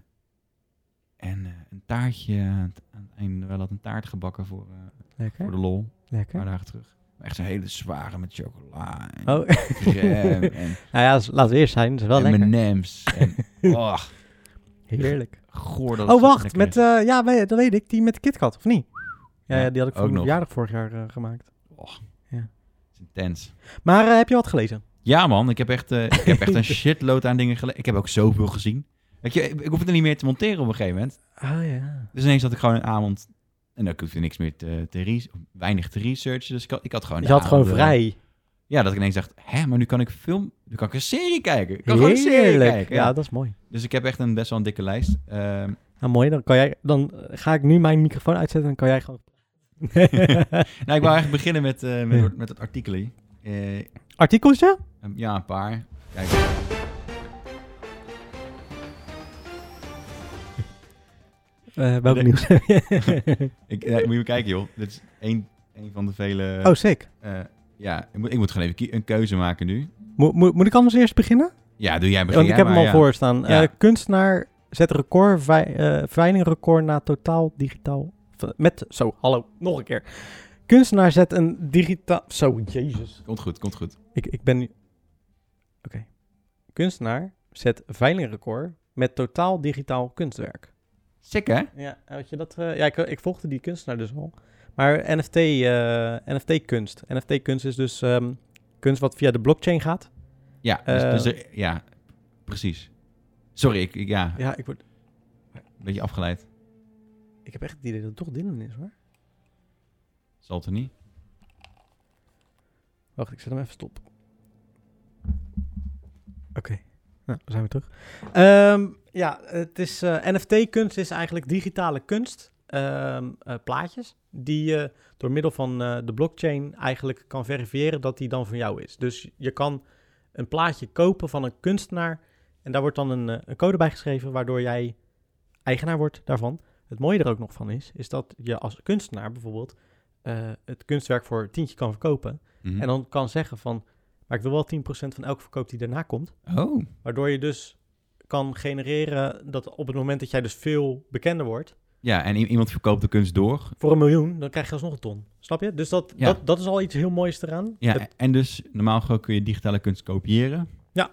B: en eh, een taartje, aan het- aan het einde wel had een taart gebakken voor, eh, voor
A: Lekker.
B: de lol. Een
A: Lekker.
B: paar dagen terug. Maar echt een hele zware met chocola en
A: Oh.
B: crème en,
A: nou ja, laten we eerst zijn. Het is wel
B: en
A: lekker.
B: M&M's. En, oh,
A: Heerlijk.
B: goor dat het
A: Oh,
B: zo
A: wacht.
B: lekker
A: Met,
B: is.
A: eh, ja, we- dat weet ik. Die met de KitKat, of niet? Ja,
B: Ja,
A: ja, die had ik voor
B: ook
A: mijn
B: nog.
A: verjaardag vorig jaar eh, gemaakt.
B: Het is intens.
A: Maar eh, heb je wat gelezen?
B: Ja man, ik heb echt, eh, ik heb echt een shitload aan dingen gelezen. Ik heb ook zoveel gezien. Weet je, ik, ik hoef het er niet meer te monteren op een gegeven moment.
A: Ah, ja.
B: Dus ineens had ik gewoon een avond... En ook hoefde niks meer te, te re- weinig te researchen. Dus ik had, ik had gewoon
A: Je
B: de
A: had gewoon
B: avonden-
A: vrij.
B: Ja, dat ik ineens dacht, hè, maar nu kan ik film... Nu kan ik een serie kijken. Ik kan gewoon een serie
A: Heerlijk.
B: kijken. Ja.
A: Ja, dat is mooi.
B: Dus ik heb echt een best wel een dikke lijst. Ehm,
A: Nou, mooi. Dan, kan jij, dan eh, ga ik nu mijn microfoon uitzetten en dan kan jij gewoon...
B: nou, ik wou eigenlijk beginnen met, eh, met,
A: Ja.
B: met het artikelie. Eh,
A: Artikeltje?
B: Ehm, Ja, een paar. Kijk.
A: Eh welk
B: Nee.
A: nieuws?
B: Ik, eh, moet je maar kijken, joh. Dit is één, één van de vele...
A: oh, sick.
B: eh, ja, ik moet, ik moet gewoon even kie- een keuze maken nu.
A: Mo mo- moet ik anders eerst beginnen?
B: Ja, doe jij begin
A: Want ik
B: jij
A: heb hem al
B: maar, ja.
A: voor staan. Eh,
B: Ja.
A: kunstenaar zet record, vei- eh, veilingrecord na totaal digitaal. v- Met, zo, hallo, nog een keer. Kunstenaar zet een digitaal. Zo, jezus.
B: Komt goed, komt goed.
A: Ik, ik ben nu. Oké. Kunstenaar zet veilingrecord met totaal digitaal kunstwerk.
B: Sick, hè?
A: Ja, had je dat? eh, ja, ik, ik volgde die kunstenaar dus al. Maar NFT, eh, NFT kunst. NFT kunst is dus ehm, kunst wat via de blockchain gaat.
B: Ja, dus,
A: Eh.
B: dus er- ja, precies. Sorry, ik, ik- ja,
A: Ja, ik word.
B: een beetje afgeleid.
A: Ik heb echt het idee dat het toch Dylan is, hoor.
B: Zal het er niet?
A: Wacht, ik zet hem even stop. Oké, nou, we zijn weer terug. Ehm, ja, het is eh, NFT-kunst is eigenlijk digitale kunst, ehm, eh, plaatjes, die je door middel van eh, de blockchain eigenlijk kan verifiëren dat die dan van jou is. Dus je kan een plaatje kopen van een kunstenaar en daar wordt dan een, eh, een code bij geschreven waardoor jij eigenaar wordt daarvan. Het mooie er ook nog van is, is dat je als kunstenaar bijvoorbeeld eh, het kunstwerk voor tientje kan verkopen.
B: Mhm.
A: En dan kan zeggen van, maar ik wil wel 10% van elke verkoop die daarna komt.
B: Oh,
A: Waardoor je dus kan genereren dat op het moment dat jij dus veel bekender wordt,
B: ja, en i- iemand verkoopt de kunst door.
A: voor een miljoen, dan krijg je alsnog een ton. Snap je? Dus dat,
B: Ja.
A: dat, dat is al iets heel moois eraan.
B: Ja,
A: Het-
B: en dus normaal gewoon kun je digitale kunst kopiëren.
A: Ja.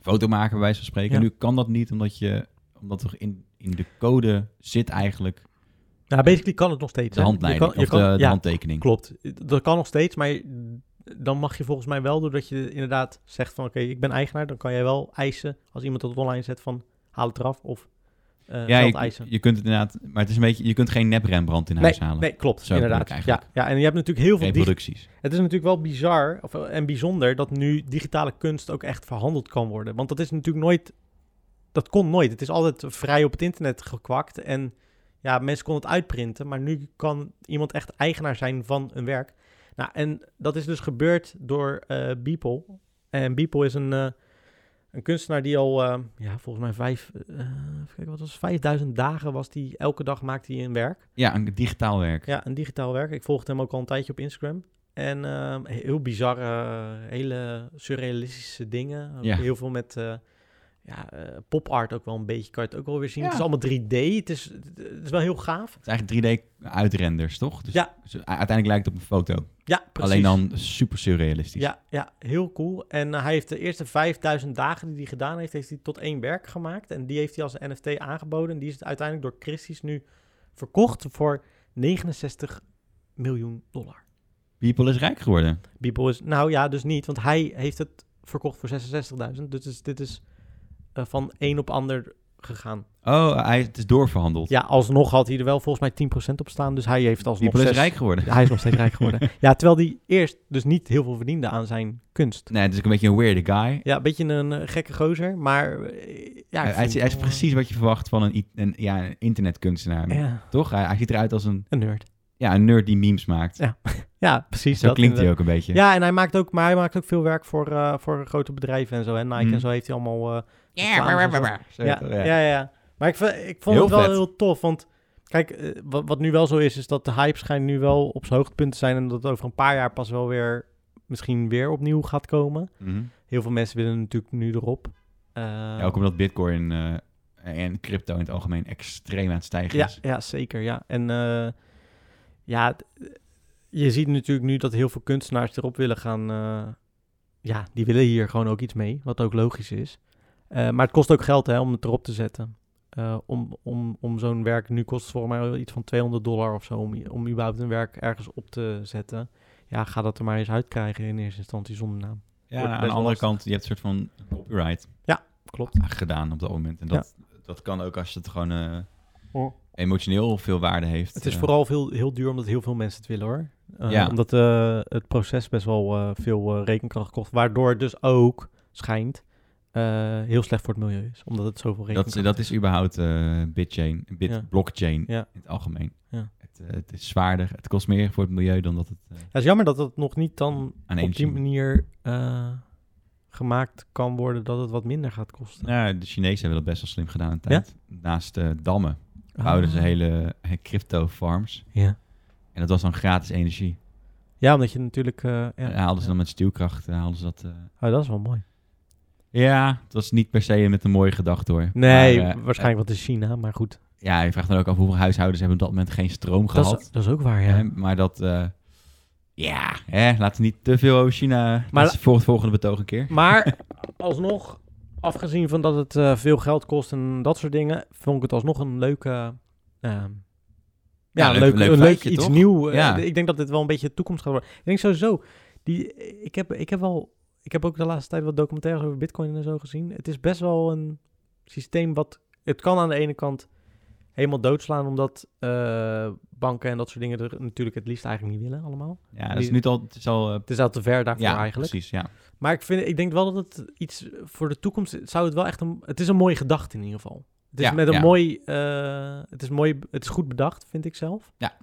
B: Foto maken, bij wijze van spreken.
A: Ja.
B: Nu kan dat niet, omdat, je, omdat er in, in de code zit eigenlijk
A: nou, basically kan het nog steeds.
B: de
A: hè? Je
B: handleiding
A: kan- je
B: of
A: kan-
B: de, de
A: ja,
B: handtekening.
A: Klopt. Dat kan nog steeds, maar dan mag je volgens mij wel, doordat je inderdaad zegt van, oké, ik ben eigenaar, dan kan jij wel eisen, als iemand dat online zet, van, haal het eraf of... eh, eh
B: ja,
A: geld
B: je,
A: eisen.
B: je kunt het inderdaad, maar het is een beetje, je kunt geen nep Rembrandt in
A: nee,
B: huis halen.
A: nee, klopt,
B: Zo bedoel ik
A: inderdaad. Ja,
B: eigenlijk.
A: ja, en je hebt natuurlijk heel veel... digi-
B: Reproducties.
A: Het is natuurlijk wel bizar of, eh, en bijzonder dat nu digitale kunst ook echt verhandeld kan worden. Want dat is natuurlijk nooit... Dat kon nooit. Het is altijd vrij op het internet gekwakt en ja, mensen konden het uitprinten. Maar nu kan iemand echt eigenaar zijn van een werk. Nou, en dat is dus gebeurd door eh Beeple. En Beeple is een... eh, een kunstenaar die al, eh, ja, volgens mij vijf, eh, even kijken, wat was het? 5000 dagen was die, elke dag maakte hij een werk.
B: Ja, een digitaal werk.
A: Ja, een digitaal werk. Ik volgde hem ook al een tijdje op Instagram. En eh, heel bizarre, eh, hele surrealistische dingen. Ook
B: Ja.
A: Heel veel met eh ja, eh, pop art ook wel een beetje, kan je het ook wel weer zien.
B: Ja.
A: Het is allemaal 3D, het is, het is wel heel gaaf.
B: Het is eigenlijk 3D-uitrenders, toch? Dus
A: Ja.
B: dus u- uiteindelijk lijkt het op een foto.
A: Ja, precies.
B: Alleen dan super surrealistisch.
A: Ja, ja, heel cool. En eh, hij heeft de eerste 5000 dagen die hij gedaan heeft, heeft hij tot één werk gemaakt. En die heeft hij als een NFT aangeboden. En die is uiteindelijk door Christie's nu verkocht voor 69 miljoen dollar.
B: People is rijk geworden.
A: Beeple is, nou ja, dus niet, want hij heeft het verkocht voor 66.000. Dus is- dit is eh, van één op ander gegaan.
B: Oh, hij, het is doorverhandeld.
A: Ja, alsnog had hij er wel volgens mij 10% op staan. Dus hij heeft alsnog...
B: People is
A: zes-
B: rijk geworden.
A: Hij is nog steeds rijk geworden. Ja, terwijl hij eerst dus niet heel veel verdiende aan zijn kunst.
B: Nee, het is ook een beetje een weirde guy.
A: Ja, een beetje een eh, gekke gozer, maar eh, ja. ik
B: hij,
A: vind
B: hij is, hij is
A: hem, eh,
B: precies wat je verwacht van een, i- een, ja, een internetkunstenaar.
A: Ja,
B: Toch? Hij, hij ziet eruit als een,
A: een nerd.
B: ja, een nerd die memes maakt.
A: Ja, Ja, precies.
B: Zo
A: dat
B: klinkt hij
A: inderdaad.
B: ook een beetje.
A: Ja, en hij maakt ook, maar hij maakt ook veel werk voor, eh, voor grote bedrijven en zo. En Nike
B: Mm.
A: en zo heeft hij allemaal. eh,
B: Ja,
A: reclames en zo.
B: Zo,
A: ja, ja, ja, ja. Maar ik, vind- ik vond
B: Heel
A: het wel
B: vet.
A: heel tof, want kijk, eh, wat, wat nu wel zo is, is dat de hype schijnt nu wel op zijn hoogtepunt te zijn en dat het over een paar jaar pas wel weer misschien weer opnieuw gaat komen.
B: Mhm.
A: Heel veel mensen willen natuurlijk nu erop. Eh,
B: Ja, ook omdat bitcoin eh, en crypto in het algemeen extreem aan het stijgen
A: Ja,
B: is.
A: ja zeker. Ja. En eh, ja, d- je ziet natuurlijk nu dat heel veel kunstenaars erop willen gaan. eh, ja, die willen hier gewoon ook iets mee, wat ook logisch is. Eh, maar het kost ook geld hè, om het erop te zetten. Eh, om om, om zo'n werk, nu kost het volgens mij wel iets van 200 dollar of zo, om, om überhaupt een werk ergens op te zetten. Ja, ga dat er maar eens uitkrijgen in eerste instantie zonder naam.
B: Ja,
A: Wordt
B: aan de
A: best wel
B: andere
A: nou, lastig.
B: kant, je hebt een soort van copyright
A: Klopt.
B: gedaan op dat moment. En dat, dat kan ook als het gewoon eh,
A: Oh.
B: emotioneel veel waarde heeft.
A: Het is
B: Eh,
A: vooral heel, heel duur omdat heel veel mensen het willen hoor. Eh,
B: Ja.
A: Omdat eh, het proces best wel eh, veel eh, rekenkracht kost. Waardoor het dus ook, schijnt, eh, heel slecht voor het milieu is. Omdat het zoveel
B: dat,
A: rekenkracht
B: is- dat is überhaupt eh bitchain, bit,
A: Ja.
B: blockchain
A: Ja.
B: in het algemeen.
A: Ja.
B: Het, eh, het is zwaarder, het kost meer voor het milieu dan dat het eh,
A: Ja, het is jammer dat het nog niet dan
B: aan
A: op die
B: energie-
A: manier eh, gemaakt kan worden dat het wat minder gaat kosten.
B: Nou, de Chinezen hebben dat best wel slim gedaan in tijd. Naast eh, dammen bouwden ze
A: Ah.
B: hele eh, crypto-farms.
A: Ja.
B: En dat was dan gratis energie.
A: ja, omdat je natuurlijk... eh, ja,
B: En haalden ze
A: ja.
B: dan met stuwkracht, eh, haalden ze dat... eh,
A: Oh, dat is wel mooi.
B: Ja, het was niet per se met een mooie gedachte hoor.
A: Nee,
B: Maar, eh,
A: waarschijnlijk wat in China, maar goed.
B: eh, ja, je vraagt dan ook af hoeveel huishoudens hebben op dat moment geen stroom
A: Dat
B: gehad.
A: is, dat is ook waar, ja.
B: Hè, maar dat... eh, ja, hè, laten we niet te veel over China...
A: Maar
B: Maar voor het volgende betoog een keer.
A: Maar alsnog, afgezien van dat het eh, veel geld kost en dat soort dingen, vond ik het alsnog een leuke. ehm, ja,
B: leuk-
A: een leuk,
B: leuk
A: een leuk
B: feitje,
A: iets
B: toch?
A: nieuw. Eh,
B: Ja.
A: ik denk dat dit wel een beetje de toekomst gaat worden. Ik denk sowieso, die, ik, heb, ik heb wel. Ik heb ook de laatste tijd wat documentaires over Bitcoin en zo gezien. Het is best wel een systeem wat. Het kan aan de ene kant helemaal doodslaan, omdat eh, banken en dat soort dingen er natuurlijk het liefst eigenlijk niet willen, allemaal.
B: Ja, dat is nu al... Het is al eh,
A: Het is al te ver daarvoor
B: ja,
A: eigenlijk.
B: precies, ja.
A: Maar ik, vind, ik denk wel dat het iets voor de toekomst zou het wel echt een. Het is een mooie gedachte in ieder geval. Het is
B: Ja,
A: met een
B: ja.
A: mooi. eh, het is mooi. Het is goed bedacht, vind ik zelf.
B: Ja.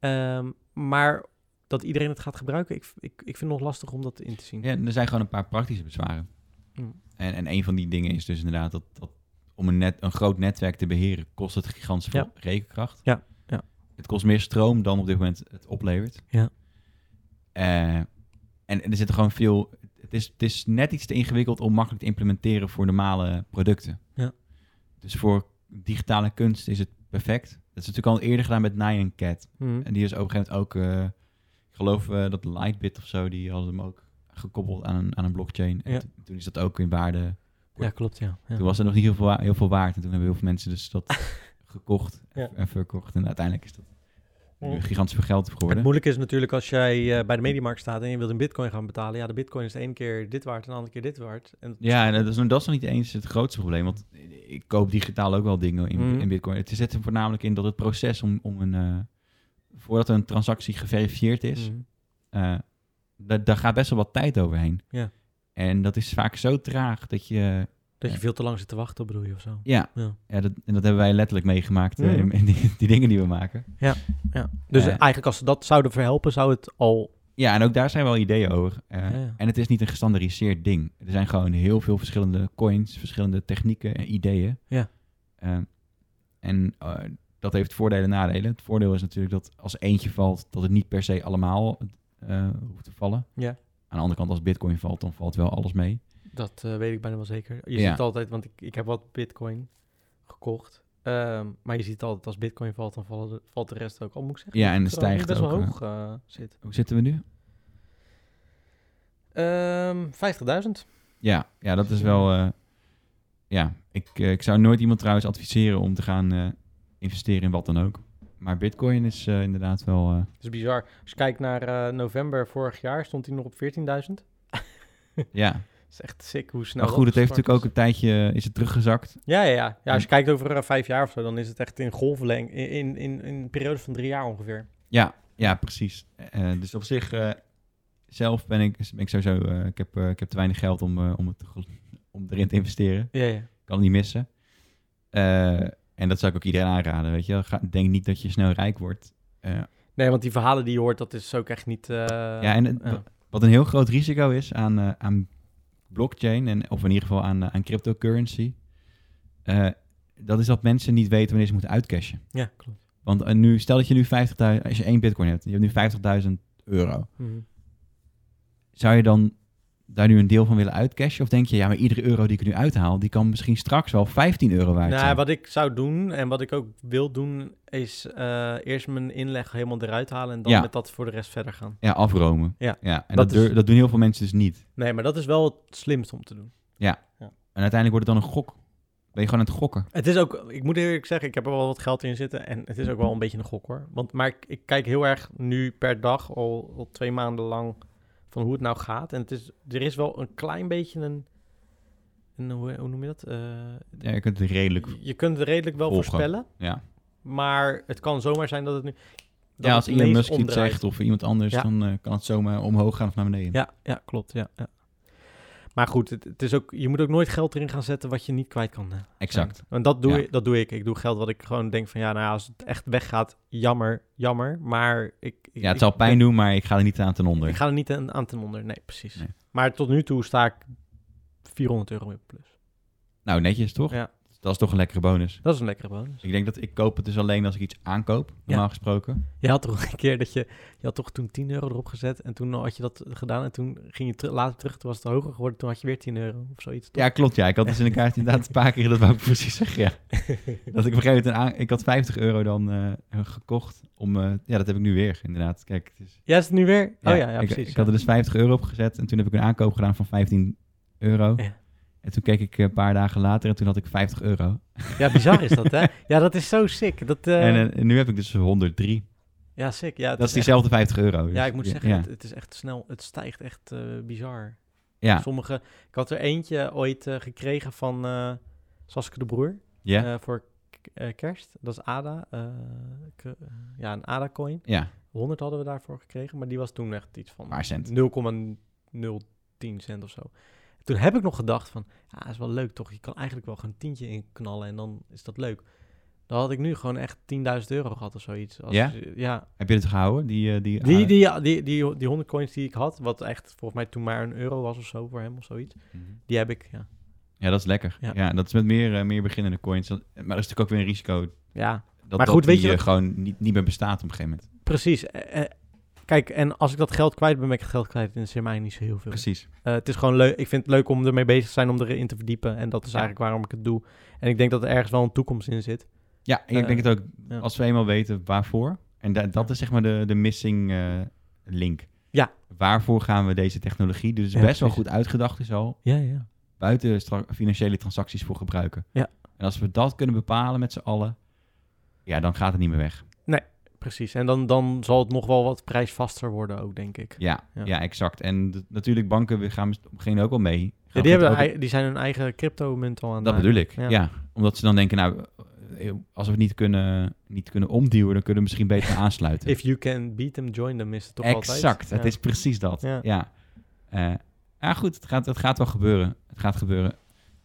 A: Ehm, maar dat iedereen het gaat gebruiken, ik, ik, ik vind het nog lastig om dat in te zien.
B: Ja, er zijn gewoon een paar praktische bezwaren.
A: Mm.
B: En, en een van die dingen is dus inderdaad dat, dat om een, net, een groot netwerk te beheren kost het gigantisch veel rekenkracht.
A: Ja, ja.
B: Het kost meer stroom dan op dit moment het oplevert.
A: Ja.
B: Eh, en, en er zitten gewoon veel... Het is, het is net iets te ingewikkeld om makkelijk te implementeren voor normale producten.
A: Ja.
B: Dus voor digitale kunst is het perfect. Dat is natuurlijk al eerder gedaan met Nyan Cat.
A: Mhm.
B: En die is op een gegeven moment ook, eh, ik geloof eh, dat Lightbit of zo, die hadden hem ook gekoppeld aan een, aan een blockchain. En
A: Ja.
B: to- toen is dat ook in waarde.
A: ja, klopt. Ja. ja.
B: Toen was er nog niet heel veel, wa- heel veel waard. En toen hebben heel veel mensen dus dat gekocht en-
A: Ja.
B: en verkocht. En uiteindelijk is dat nu gigantisch veel geld op
A: Het
B: geworden.
A: moeilijke is natuurlijk als jij eh, bij de mediamarkt staat en je wilt in bitcoin gaan betalen. Ja, de bitcoin is de ene keer dit waard en de andere keer dit waard. En
B: Ja, en dat is, dat is nog niet eens het grootste probleem. Want ik koop digitaal ook wel dingen in,
A: Mhm.
B: in Bitcoin. Het zit er voornamelijk in dat het proces om, om een. eh, voordat een transactie geverifieerd is,
A: Mm.
B: eh, da- daar gaat best wel wat tijd overheen.
A: Ja.
B: En dat is vaak zo traag dat je.
A: dat je
B: Ja.
A: veel te lang zit te wachten, bedoel je of zo.
B: Ja,
A: Ja.
B: ja dat, en dat hebben wij letterlijk meegemaakt eh,
A: Mhm.
B: in, in die, die dingen die we maken.
A: Ja. Dus
B: Eh.
A: eigenlijk als ze dat zouden verhelpen, zou het al...
B: Ja, en ook daar zijn wel ideeën over. Eh,
A: Ja, ja.
B: En het is niet een gestandardiseerd ding. Er zijn gewoon heel veel verschillende coins, verschillende technieken en ideeën.
A: Ja.
B: Eh, en eh, dat heeft voordelen en nadelen. Het voordeel is natuurlijk dat als eentje valt, dat het niet per se allemaal eh, hoeft te vallen.
A: Ja.
B: Aan de andere kant, als bitcoin valt, dan valt wel alles mee.
A: Dat eh, weet ik bijna wel zeker. Je
B: Ja.
A: ziet altijd, want ik, ik heb wat bitcoin gekocht. Ehm, maar je ziet altijd als bitcoin valt, dan vallen de- valt de rest ook al, moet ik zeggen.
B: Ja, en het
A: Terwijl het nu
B: stijgt
A: best
B: ook.
A: wel
B: eh,
A: hoog eh, zit.
B: hoe zitten we nu?
A: Ehm 50.000.
B: Ja, ja dat is wel... eh, ja, ik, eh, ik zou nooit iemand trouwens adviseren om te gaan eh, investeren in wat dan ook. Maar bitcoin is eh, inderdaad wel... eh,
A: Dat is bizar. Als je kijkt naar eh, november vorig jaar, stond hij nog op 14.000.
B: ja,
A: Dat is echt sick hoe snel
B: Maar goed,
A: dat
B: het heeft natuurlijk ook
A: gestart
B: een tijdje eh, is het teruggezakt.
A: is. Ja, ja, ja. ja als je
B: En-
A: kijkt over eh, vijf jaar of zo, dan is het echt in golfleng, in, in, in, in een periode van drie jaar ongeveer.
B: Ja, ja, precies. Eh, dus op zich, eh, zelf ben ik, ben ik sowieso, eh, ik, heb, eh, ik heb te weinig geld om, eh, om, het te gel- om erin te investeren.
A: Ja, ja.
B: Ik kan het niet missen. Eh, en dat zou ik ook iedereen aanraden, weet je. wel. Ga- Denk niet dat je snel rijk wordt. Eh,
A: Nee, want die verhalen die je hoort, dat is ook echt niet... eh,
B: ja, en het-
A: ja.
B: wat een heel groot risico is aan, eh, aan blockchain, en, of in ieder geval aan, eh, aan cryptocurrency, eh, dat is dat mensen niet weten wanneer ze moeten uitcashen.
A: ja, klopt.
B: Want eh, nu, stel dat je nu 50.000, als je één bitcoin hebt, en je hebt nu 50.000 euro.
A: Mhm.
B: Zou je dan daar nu een deel van willen uitcashen? Of denk je, ja, maar iedere euro die ik er nu uithaal, die kan misschien straks wel 15 euro waard
A: Nou,
B: zijn?
A: wat ik zou doen en wat ik ook wil doen, is eh, eerst mijn inleg helemaal eruit halen en dan
B: Ja.
A: met dat voor de rest verder gaan.
B: Ja, afromen.
A: Ja,
B: en
A: dat is-
B: dat, dur- dat doen heel veel mensen dus niet.
A: Nee, maar dat is wel het slimst om te doen.
B: En uiteindelijk wordt het dan een gok. Ben je gewoon aan het gokken.
A: Het is ook, ik moet eerlijk zeggen, ik heb er wel wat geld in zitten en het is ook wel een beetje een gok hoor. Want, maar ik, ik kijk heel erg nu per dag, al, al twee maanden lang, van hoe het nou gaat. En het is, er is wel een klein beetje een, een hoe, hoe noem je dat? Eh,
B: Ja, je kunt het redelijk...
A: je kunt het redelijk wel
B: Volgen.
A: voorspellen,
B: Ja,
A: maar het kan zomaar zijn dat het nu... dat
B: ja als
A: het
B: Elon
A: ineens
B: Musk iets
A: omdraait.
B: zegt of iemand anders,
A: Ja.
B: dan eh, kan het zomaar omhoog gaan of naar beneden.
A: Ja, ja klopt, ja, ja. Maar goed, het, het is ook, je moet ook nooit geld erin gaan zetten wat je niet kwijt kan. eh,
B: Exact.
A: Want dat doe,
B: Ja.
A: ik, dat doe ik. Ik doe geld wat ik gewoon denk van ja, nou ja, als het echt weggaat, jammer, jammer. Maar ik. ik
B: Ja, het zal pijn doen, maar ik ga er niet aan ten
A: Ik,
B: onder.
A: ik ga er niet aan, aan ten onder. Nee, precies.
B: Nee.
A: Maar tot nu toe sta ik 400 euro in plus.
B: Nou, netjes toch?
A: Ja.
B: Dat is toch een lekkere bonus.
A: Dat is een lekkere bonus.
B: Ik denk dat ik koop het dus alleen als ik iets aankoop, normaal gesproken.
A: Je had toch een keer dat je. Je had toch toen 10 euro erop gezet. En toen had je dat gedaan. En toen ging je ter- later terug. Toen was het hoger geworden. Toen had je weer 10 euro of zoiets. toch?
B: Ja, klopt. Ja, ik had dus in de kaart inderdaad een paar keer, dat wou ik precies zeggen. Ja. Dat ik op een gegeven moment, een aan- ik had 50 euro dan eh, gekocht om, eh, ja, dat heb ik nu weer inderdaad. Kijk, het is,
A: Ja, is het nu weer? oh ja, ja
B: ik,
A: precies. ja.
B: Ik had er dus 50 euro op gezet en toen heb ik een aankoop gedaan van 15 euro.
A: Ja.
B: En toen keek ik eh, een paar dagen later en toen had ik 50 euro.
A: Ja, bizar is dat, hè? Ja, dat is zo sick. Dat, eh,
B: En, eh, en nu heb ik dus 103.
A: ja, sick. Ja, het
B: Dat is
A: echt-
B: diezelfde 50 euro. dus-
A: Ja, ik moet zeggen,
B: ja,
A: Het, het is echt snel. Het stijgt echt eh, bizar.
B: ja,
A: Sommige, ik had er eentje ooit eh, gekregen van eh Saske de Broer
B: ja,
A: eh, voor k- eh, kerst. Dat is ADA. eh, k- eh, ja, een ADA-coin.
B: ja.
A: 100 hadden we daarvoor gekregen, maar die was toen echt iets van
B: Maar cent.
A: 0,010 cent of zo. Toen heb ik nog gedacht van, ja, is wel leuk toch? Je kan eigenlijk wel gewoon een tientje in knallen en dan is dat leuk. Dan had ik nu gewoon echt 10.000 euro gehad of zoiets. Als,
B: Ja?
A: Ja,
B: Heb je het gehouden? Die, eh, die,
A: die, die, die, die, die 100 coins die ik had, wat echt volgens mij toen maar een euro was of zo voor hem of zoiets,
B: Mhm.
A: die heb ik, ja.
B: Ja, dat is lekker.
A: Ja.
B: Ja, dat is met meer, eh, meer beginnende coins. Dat- maar dat is natuurlijk ook weer een risico.
A: Ja,
B: Dat,
A: Maar goed,
B: dat
A: weet je
B: die, eh,
A: wat-
B: gewoon niet, niet meer bestaat op een gegeven moment.
A: precies. Eh, eh, kijk, en als ik dat geld kwijt ben, ben ik het geld kwijt en dat is in mij niet zo heel veel.
B: Precies.
A: Eh, het is gewoon leuk, ik vind het leuk om ermee bezig te zijn, om erin te verdiepen en dat is
B: Ja.
A: eigenlijk waarom ik het doe. En ik denk dat er ergens wel een toekomst in zit.
B: Ja, en ik
A: Eh,
B: denk het ook.
A: ja.
B: Als we eenmaal weten waarvoor. En da- dat is zeg maar de, de missing eh, link.
A: Ja.
B: Waarvoor gaan we deze technologie, die dus
A: Ja,
B: best wel
A: precies.
B: goed uitgedacht is al,
A: Ja, ja.
B: buiten stra- financiële transacties voor gebruiken.
A: Ja.
B: En als we dat kunnen bepalen met z'n allen, ja, dan gaat het niet meer weg.
A: precies. En dan, dan zal het nog wel wat prijsvaster worden ook, denk ik.
B: Ja,
A: Ja.
B: ja. exact. En d- natuurlijk, banken we gaan op een gegeven moment ook wel mee. Gaan
A: Ja,
B: op
A: die,
B: het-
A: hebben,
B: ook-
A: ei- die zijn hun eigen crypto-munt al aan
B: Dat
A: het
B: bedoel ik,
A: Ja.
B: ja. Omdat ze dan denken, nou, eh, als we het niet kunnen, niet kunnen omduwen, dan kunnen we misschien beter
A: maken.
B: aansluiten.
A: If you can beat them, join them is het toch altijd?
B: exact, het
A: Ja.
B: is precies dat.
A: Ja.
B: Ja, ja. Eh, ja goed, het gaat, het gaat wel gebeuren. Het gaat gebeuren.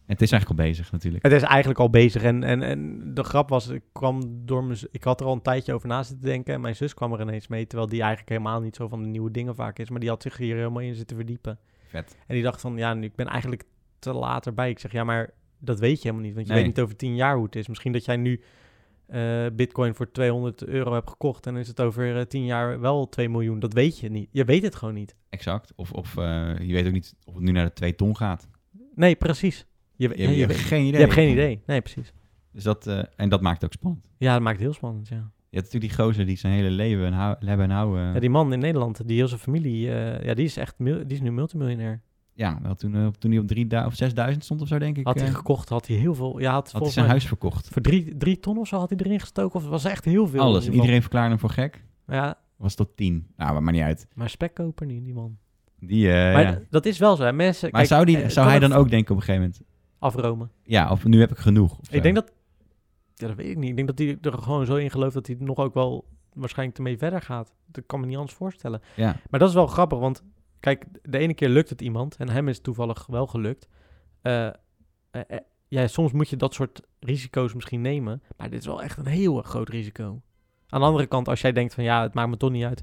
B: Het is eigenlijk al bezig natuurlijk.
A: Het is eigenlijk al bezig. En, en, en de grap was, ik kwam door mijn... z- Ik had er al een tijdje over na zitten denken. En mijn zus kwam er ineens mee. Terwijl die eigenlijk helemaal niet zo van de nieuwe dingen vaak is. Maar die had zich hier helemaal in zitten verdiepen.
B: Vet.
A: En die dacht van, ja, nu- ik ben eigenlijk te laat erbij. Ik zeg, ja, maar dat weet je helemaal niet. Want je
B: Nee.
A: weet niet over tien jaar hoe het is. Misschien dat jij nu eh, bitcoin voor 200 euro hebt gekocht... en is het over eh, tien jaar wel 2 miljoen. Dat weet je niet. Je weet het gewoon niet.
B: Exact. Of, of eh, je weet ook niet of het nu naar de 2 ton gaat.
A: Nee, precies. Je,
B: Je, hebt-
A: je
B: je
A: weet-
B: hebt geen idee.
A: je hebt geen idee. Nee, precies.
B: Dus dat, eh, en dat maakt het ook spannend.
A: Ja, dat maakt het heel spannend, ja.
B: Je hebt natuurlijk die gozer die zijn hele leven en hou, hebben en houden.
A: Ja, die man in Nederland, die heel zijn familie, eh, ja, die is echt, mil- die is nu multimiljonair.
B: Ja, wel toen, eh, toen hij op 3000 of 6000 stond of zo, denk ik.
A: Had hij
B: eh,
A: gekocht, had hij heel veel, ja, had,
B: had hij
A: volgens
B: zijn
A: mij
B: huis verkocht.
A: voor drie, drie ton of zo had hij erin gestoken, of het was echt heel veel.
B: Alles.
A: in ieder geval.
B: Iedereen verklaarde hem voor gek.
A: Ja,
B: Was tot 10. Nou, maar maakt niet uit.
A: maar spekkoper niet, die man.
B: Die, eh,
A: maar
B: ja.
A: d- dat is wel zo, hè. mensen...
B: maar
A: kijk,
B: zou, die,
A: eh,
B: zou
A: kan
B: hij
A: het
B: dan ook denken op een gegeven moment?
A: Afromen.
B: Ja, of nu heb ik genoeg. of zo?
A: Ik denk dat, ja, dat weet ik niet, ik denk dat hij er gewoon zo in gelooft dat hij nog ook wel waarschijnlijk ermee verder gaat. Dat kan me niet anders voorstellen.
B: Ja,
A: Maar dat is wel grappig, want kijk, de ene keer lukt het iemand en hem is toevallig wel gelukt. Eh, eh, eh, ja, soms moet je dat soort risico's misschien nemen, maar dit is wel echt een heel erg groot risico. Aan de andere kant, als jij denkt van ja, het maakt me toch niet uit,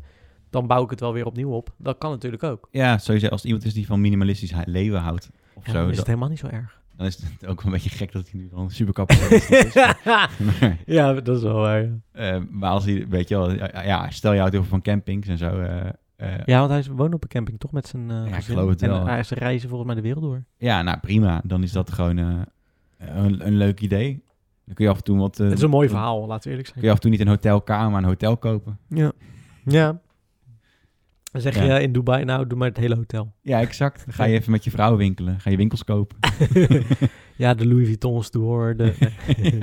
A: dan bouw ik het wel weer opnieuw op. Dat kan natuurlijk ook.
B: ja sowieso. Als het iemand is die van minimalistisch he- leven houdt of
A: Ja,
B: zo,
A: dan is
B: dan,
A: het helemaal niet zo erg.
B: dan is het ook wel een beetje gek dat hij nu dan superkapitalist is. maar,
A: ja, dat is wel waar. Ja,
B: eh, maar als hij, weet je wel, ja, ja, stel je houdt heel veel van campings en zo. eh, eh, ja.
A: Ja, want hij is- woont op een camping toch met zijn eh
B: ik
A: gezin?
B: geloof het
A: En,
B: wel.
A: eh, hij- ze reizen volgens mij de wereld door.
B: nou prima. Dan is dat gewoon eh, een, een leuk idee. Dan kun je af en toe wat... eh,
A: Het is een mooi
B: dan
A: verhaal, laten we eerlijk zijn.
B: Kun je af en toe niet een hotelkamer, maar een hotel kopen.
A: Ja. Ja. Dan zeg je
B: Ja.
A: eh, in Dubai, nou, doe maar het hele hotel.
B: Ja, exact. Dan ga je even met je vrouw winkelen. Ga je winkels kopen.
A: ja, de Louis Vuitton's door. De...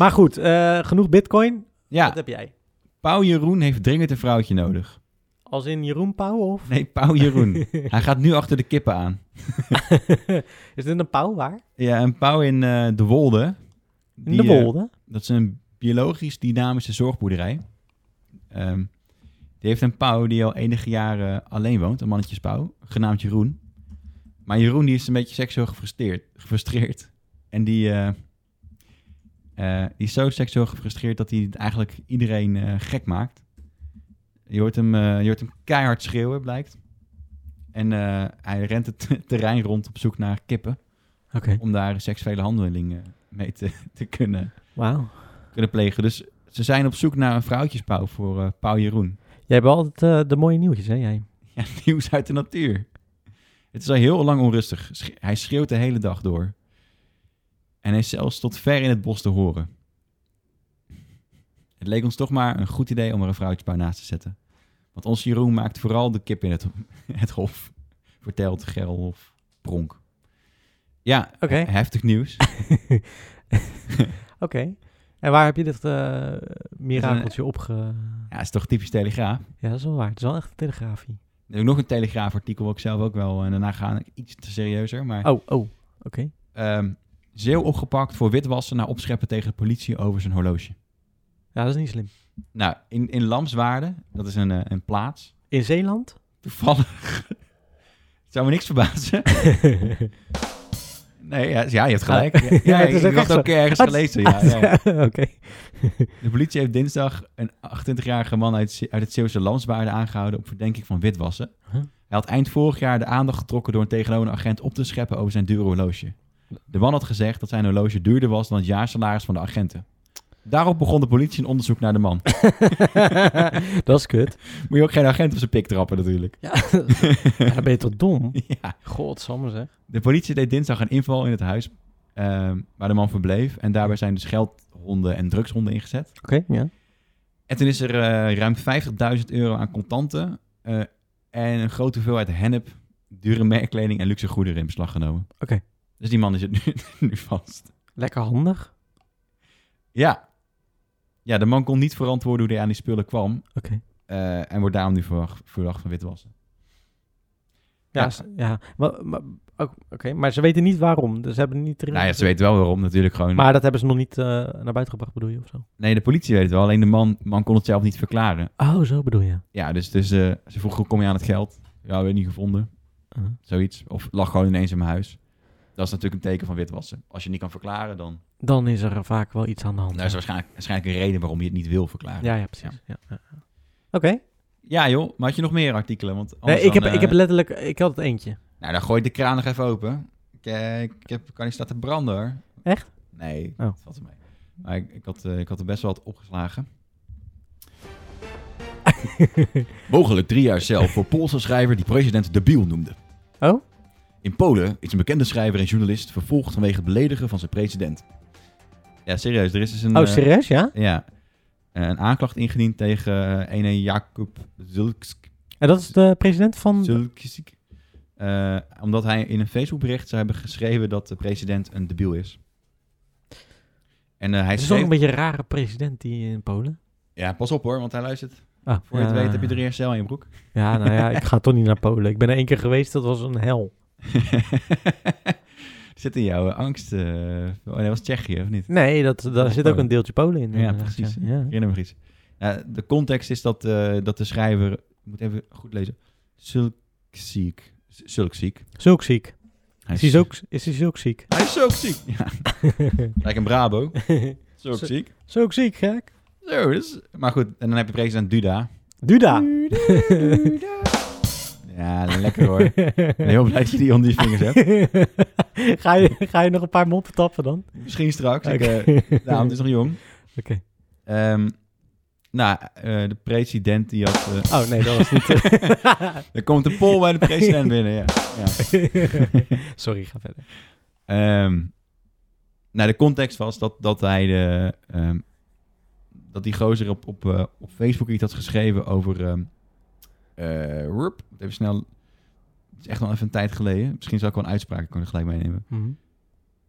A: maar goed, eh, genoeg bitcoin.
B: Ja,
A: Wat heb jij?
B: Pauw Jeroen heeft dringend een vrouwtje nodig.
A: Als in Jeroen Pauw of?
B: Nee, Pauw Jeroen. Hij gaat nu achter de kippen aan.
A: is dit een pauw waar?
B: Ja, en Pauw in eh, De Wolde.
A: In
B: die,
A: de
B: eh,
A: Wolde?
B: dat is een biologisch dynamische zorgboerderij. Ehm, die heeft een pauw die al enige jaren alleen woont. Een mannetjespauw, genaamd Jeroen. Maar Jeroen die is een beetje seksueel gefrustreerd. gefrustreerd. En die, eh, eh, die is zo seksueel gefrustreerd dat hij eigenlijk iedereen eh, gek maakt. Je hoort, hem, eh, je hoort hem keihard schreeuwen, blijkt. En eh, hij rent het terrein rond op zoek naar kippen.
A: Oké.
B: Om daar seksuele handelingen mee te, te kunnen
A: Wauw.
B: kunnen plegen. Dus ze zijn op zoek naar een vrouwtjespauw voor eh Pauw Jeroen.
A: Jij hebt altijd eh, de mooie nieuwtjes, hè jij?
B: Ja, nieuws uit de natuur. Het is al heel lang onrustig. Sch- hij schreeuwt de hele dag door. En hij is zelfs tot ver in het bos te horen. Het leek ons toch maar een goed idee om er een vrouwtjespauw naast te zetten. Want onze Jeroen maakt vooral de kip in het, het hof. Vertelt Gerl of Pronk. Ja,
A: Oké.
B: heftig nieuws.
A: Oké. En waar heb je dit eh mirakeltje opge...
B: Ja, is toch typisch Telegraaf.
A: Ja, dat is wel waar. Het is wel echt een telegrafie.
B: Er is ook nog een Telegraaf-artikel, wat ik zelf ook wel. En daarna ga ik iets te serieuzer. Maar
A: Oh, oh. Oké.
B: Ehm, Zeeuw opgepakt voor witwassen na opscheppen tegen de politie over zijn horloge.
A: Ja, dat is niet slim.
B: Nou, in, in Lamswaarde, dat is een, eh, een plaats.
A: In Zeeland?
B: Toevallig. Het zou me niks verbazen. Nee, ja, ja, je hebt gelijk. Ja,
A: Ja, het Ah. is
B: ik-
A: ook
B: ik had
A: echt zo.
B: ook ergens gelezen. Ja, ja.
A: Ah, Oké.
B: De politie heeft dinsdag een 28-jarige man uit, Ze- uit het Zeeuwse Lamswaarde aangehouden op verdenking van witwassen.
A: Huh?
B: Hij had eind vorig jaar de aandacht getrokken door een tegenover agent op te scheppen over zijn dure horloge. De man had gezegd dat zijn horloge duurder was dan het jaarsalaris van de agenten. Daarop begon de politie een onderzoek naar de man.
A: dat is kut.
B: Moet je ook geen agent op zijn pik trappen natuurlijk.
A: Ja, dan ben je toch dom?
B: Ja.
A: Godsamme zeg.
B: De politie deed dinsdag een inval in het huis ehm, waar de man verbleef. En daarbij zijn dus geldhonden en drugshonden ingezet.
A: Oké, ja.
B: En toen is er eh, ruim 50.000 euro aan contanten eh, en een grote hoeveelheid hennep, dure merkkleding en luxe goederen in beslag genomen.
A: Oké.
B: Dus die man is het nu, nu vast.
A: Lekker handig.
B: Ja. Ja, de man kon niet verantwoorden hoe hij aan die spullen kwam.
A: Oké.
B: eh, en wordt daarom nu verwacht, verdacht van witwassen.
A: Ja,
B: Ja.
A: s- ja. Maar, maar, ook- Oké, maar ze weten niet waarom. Dus ze hebben niet erin
B: Nou ja, ze
A: gezeten.
B: weten wel waarom natuurlijk gewoon.
A: Maar dat hebben ze nog niet eh, naar buiten gebracht, bedoel je, of zo?
B: Nee, de politie weet het wel. Alleen de man, man kon het zelf niet verklaren.
A: Oh, zo bedoel je.
B: Ja, dus, dus eh, ze vroeg hoe kom je aan het geld? Ja, weet niet gevonden.
A: Uh-huh.
B: Zoiets. Of lag gewoon ineens in mijn huis. Dat is natuurlijk een teken van witwassen. Als je niet kan verklaren, dan...
A: Dan is er vaak wel iets aan de hand.
B: Daar is waarschijnlijk, waarschijnlijk een reden waarom je het niet wil verklaren.
A: ja, ja, precies. Ja. ja, ja. Oké.
B: Ja, joh. Maar had je nog meer artikelen? Want
A: Nee,
B: anders
A: ik, heb,
B: dan,
A: ik
B: eh,
A: heb letterlijk... Ik had het eentje.
B: Nou, dan gooi ik de kraan nog even open. Ik, eh, ik heb, kan niet staan te branden hoor.
A: Echt?
B: Nee,
A: Oh.
B: dat valt er mee. Maar ik, ik, had, eh, ik had er best wel wat opgeslagen. Mogelijk drie jaar cel voor Poolse schrijver die president debiel noemde.
A: Oh?
B: In Polen is een bekende schrijver en journalist vervolgd vanwege het beledigen van zijn president. Ja, serieus. Er is dus een...
A: Oh,
B: eh,
A: serieus, ja?
B: ja. Een aanklacht ingediend tegen eh, ene Jakub Zulksk.
A: En dat is de president van...
B: Zulkisk. Eh, omdat hij in een Facebookbericht zou hebben geschreven dat de president een debiel is. En eh, hij
A: Het is toch
B: schreef...
A: een beetje een rare president die in Polen.
B: Ja, pas op hoor, want hij luistert.
A: Ah,
B: Voor je het
A: ja.
B: weet heb je er eerst cel in je broek.
A: Ja, nou ja, ik ga toch niet naar Polen. Ik ben er één keer geweest, dat was een hel.
B: Zit in jouw eh, angst... eh, oh, nee, dat was Tsjechië, of niet?
A: Nee, dat, daar
B: is
A: zit ook
B: Polen.
A: een deeltje Polen in.
B: Ja,
A: inderdaad,
B: precies.
A: Ja.
B: Ik herinner me nog iets. Ja, de context is dat, eh, dat de schrijver... Ik moet even goed lezen. Zulkisk. Zulkisk.
A: Zulk ziek.
B: Hij
A: Is hij zulk, is hij zulk ziek?
B: Hij is ziek. Ja. Lijkt een Brabo. Zulkisk.
A: zulk ziek, gek.
B: Zo, dus... Maar goed, en dan heb je president Duda.
A: Duda.
B: Ja, lekker hoor. Ik ben heel blij dat je die onder je vingers hebt.
A: ga, je, ga je nog een paar motten tappen dan?
B: Misschien straks. Ik,
A: Oké.
B: eh, nou, het is nog jong.
A: Oké.
B: Ehm, nou, eh, de president die had... eh,
A: Oh nee, dat was niet.
B: er komt een poll bij de president binnen, ja. ja.
A: Sorry, ga verder.
B: Ehm, nou, de context was dat, dat hij de... ehm, dat die gozer op, op, eh, op Facebook iets had geschreven over... ehm eh, rup, even snel... Het is echt wel even een tijd geleden. Misschien zou ik wel een uitspraak kunnen gelijk meenemen.
A: Mhm.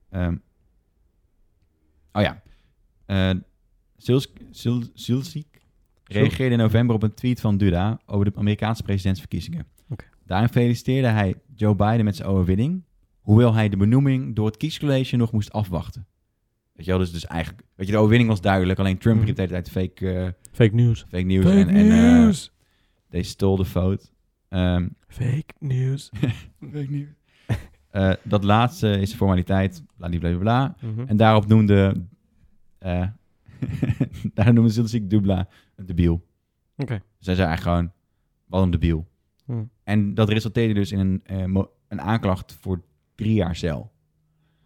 B: Ehm, oh ja. Eh Zils- Zil- Zilsik reageerde in november op een tweet van Duda over de Amerikaanse presidentsverkiezingen.
A: Oké.
B: Daarin feliciteerde hij Joe Biden met zijn overwinning, hoewel hij de benoeming door het kiescollege nog moest afwachten. Weet je wel, dus, dus eigenlijk, weet je, de overwinning was duidelijk, alleen Trump
A: Mhm.
B: riep de hele tijd fake, eh,
A: Fake news.
B: fake news en, en eh, they stole the vote. Ehm,
A: Fake news.
B: eh, dat laatste is formaliteit, bla bla bla bla. En daarop noemde... eh daar noemde Zilziek Dubla een debiel.
A: Oké.
B: Zij zei eigenlijk gewoon, wat een debiel.
A: Hmm.
B: En dat resulteerde dus in een, eh, mo- een aanklacht voor drie jaar cel.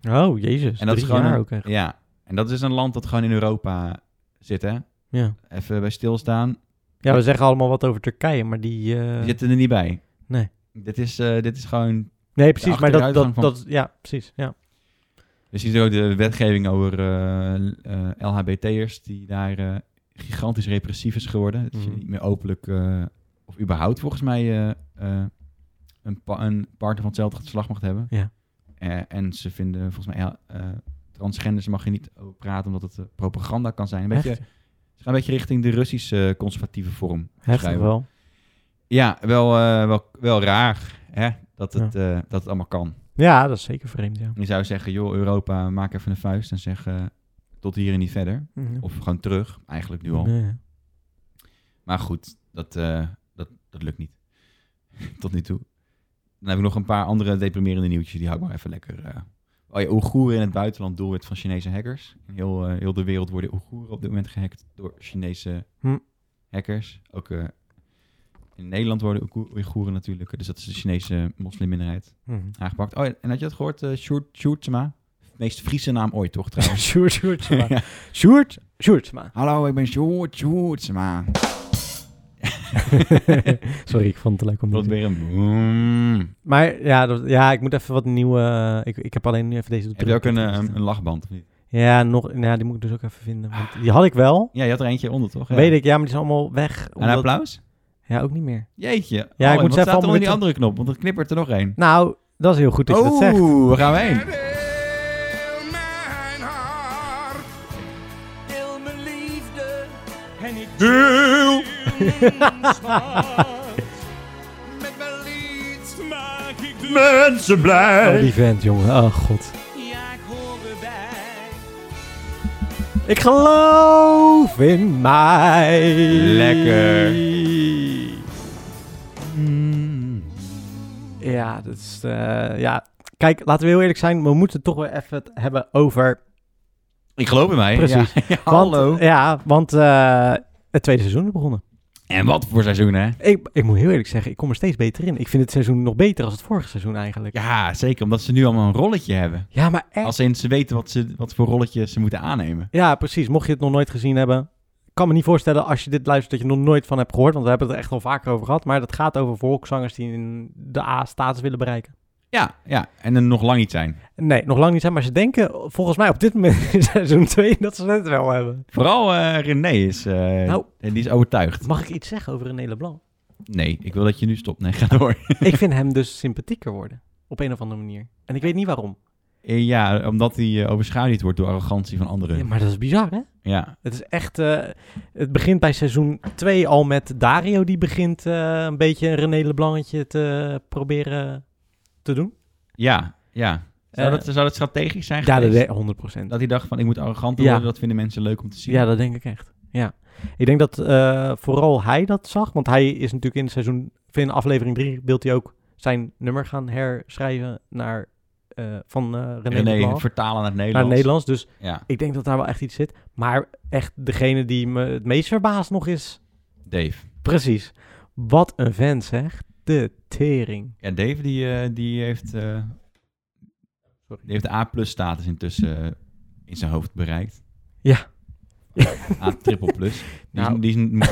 A: Oh, jezus.
B: En dat
A: Drie
B: is gewoon
A: jaar
B: een-
A: ook echt.
B: Ja, en dat is een land dat gewoon in Europa zit, hè.
A: Ja.
B: Even bij stilstaan.
A: ja, we zeggen allemaal wat over Turkije, maar die... eh,
B: Die zitten er niet bij.
A: Nee.
B: Dit is, eh, dit is gewoon...
A: Nee, precies.
B: de
A: Maar dat, dat,
B: achteruitgang van-
A: dat... Ja, precies. Ja.
B: Dus je ziet ook de wetgeving over eh, l- eh, LHBT'ers... die daar eh, gigantisch repressief is geworden. Dat je
A: Mhm.
B: niet meer openlijk... eh, of überhaupt volgens mij... eh, eh, een, pa- een partner van hetzelfde geslacht mag hebben.
A: Ja.
B: Eh, en ze vinden volgens mij... ja, eh, transgenders mag je niet over praten... omdat het eh, propaganda kan zijn. Een beetje,
A: Heftig.
B: ze gaan een beetje richting de Russische eh, conservatieve vorm.
A: Heftig
B: schrijven.
A: wel.
B: Ja, wel, eh, wel, wel raar hè? Dat, het, eh, dat het allemaal kan.
A: Ja, dat is zeker vreemd, ja.
B: Je zou zeggen, joh, Europa, maak even een vuist en zeg eh, tot hier en niet verder. Of gewoon terug, eigenlijk nu al.
A: Mhm. Nee.
B: Maar goed, dat, eh, dat, dat lukt niet. tot nu toe. Dan heb ik nog een paar andere deprimerende nieuwtjes, die hou ik maar even lekker... eh. Oh ja, Oeigoeren in het buitenland doelwit van Chinese hackers. In heel, eh, heel de wereld worden Oeigoeren op dit moment gehackt door Chinese
A: Hm.
B: hackers. Ook eh, in Nederland worden Oeigoe- Oeigoeren natuurlijk, dus dat is de Chinese moslimminderheid.
A: Mhm.
B: aangepakt. Oh, ja, en had je dat gehoord? eh Sjoerd Sjoerdsma? Meest Friese naam ooit, toch trouwens?
A: Sjoerd, Sjoerdsma. Sjoerd, Sjoerdsma.
B: Hallo, ik ben Sjoerd Sjoerdsma.
A: Sorry, ik vond het leuk om te
B: Dat
A: doen.
B: weer een boem.
A: Maar ja, dat, ja, ik moet even wat nieuwe... eh, ik, ik heb alleen nu even deze
B: Heb je ook een, eh,
A: drukken.
B: een, een lachband? of niet?
A: Ja, nog, nou, ja, die moet ik dus ook even vinden. Want die had ik wel.
B: Ja, je had er eentje onder, toch? Ja.
A: Weet ik, ja, maar die zijn allemaal weg.
B: Een
A: omdat-
B: applaus?
A: Ja, ook niet meer.
B: Jeetje. Ja,
A: moet
B: ik
A: ze even
B: moet staat er onder
A: allemaal
B: die
A: weer-
B: andere knop? Want er knippert er nog één.
A: Nou, dat is heel goed dat je
B: Oh.
A: dat zegt.
B: Oeh, waar gaan we heen?
D: Deel mijn hart, deel mijn liefde, Heel! Met mijn lied maak ik de mensen
A: Oh,
D: blij.
A: die vent, jongen. Oh, god.
D: Ja, ik hoor erbij.
A: Ik geloof in mij.
B: Lekker.
A: Mm. Ja, dat is... eh, ja, kijk, laten we heel eerlijk zijn. We moeten toch wel even het hebben over...
B: Ik geloof in mij.
A: Precies.
B: Ja. Ja,
A: Want,
B: hallo.
A: Ja, want eh, het tweede seizoen is begonnen.
B: En wat voor seizoen, hè?
A: Ik, ik moet heel eerlijk zeggen, ik kom er steeds beter in. Ik vind het seizoen nog beter als het vorige seizoen eigenlijk.
B: Ja, zeker. Omdat ze nu allemaal een rolletje hebben.
A: Ja, maar echt.
B: Als in, ze weten wat, ze, wat voor rolletje ze moeten aannemen.
A: Ja, precies. Mocht je het nog nooit gezien hebben. Ik kan me niet voorstellen als je dit luistert dat je er nog nooit van hebt gehoord. Want we hebben het er echt al vaker over gehad. Maar dat gaat over volkszangers die in de A-status willen bereiken.
B: Ja, ja. En dan nog lang niet zijn.
A: Nee, nog lang niet zijn. Maar ze denken volgens mij op dit moment in seizoen 2 dat ze het wel hebben.
B: Vooral eh, René is, eh,
A: Nou.
B: die is overtuigd.
A: Mag ik iets zeggen over René Leblanc?
B: Nee, ik wil dat je nu stopt. Nee, ga door.
A: ik vind hem dus sympathieker worden. Op een of andere manier. En ik weet niet waarom.
B: Eh, ja, omdat hij eh, overschaduwd wordt door arrogantie van anderen.
A: Ja,
B: Ja.
A: maar dat is bizar, hè? Het is echt... eh, het begint bij seizoen 2 al met Dario. Die begint eh, een beetje een René Leblangetje te proberen te doen.
B: Ja, ja. Zou,
A: Eh,
B: dat, zou dat strategisch zijn
A: Ja, dat
B: geweest?
A: de- 100 procent.
B: Dat hij dacht van, ik moet arrogant
A: Ja.
B: worden, dat vinden mensen leuk om te zien.
A: Ja, dat denk ik echt. Ja. Ik denk dat eh, vooral hij dat zag. Want hij is natuurlijk in het seizoen, of in aflevering 3 beeldt hij ook zijn nummer gaan herschrijven naar, eh, van eh René,
B: René,
A: Leblanc
B: vertalen naar het
A: naar het
B: Nederlands.
A: Nederlands. Dus
B: Ja,
A: ik denk dat daar wel echt iets zit. Maar echt degene die me het meest verbaast nog is.
B: Dave.
A: Precies. Wat een fan zeg. De tering.
B: Ja, Dave die, eh, die heeft, eh, die heeft de A-plus status intussen eh, in zijn hoofd bereikt.
A: Ja.
B: A-triple plus. Die, is-
A: Nou.
B: die, is-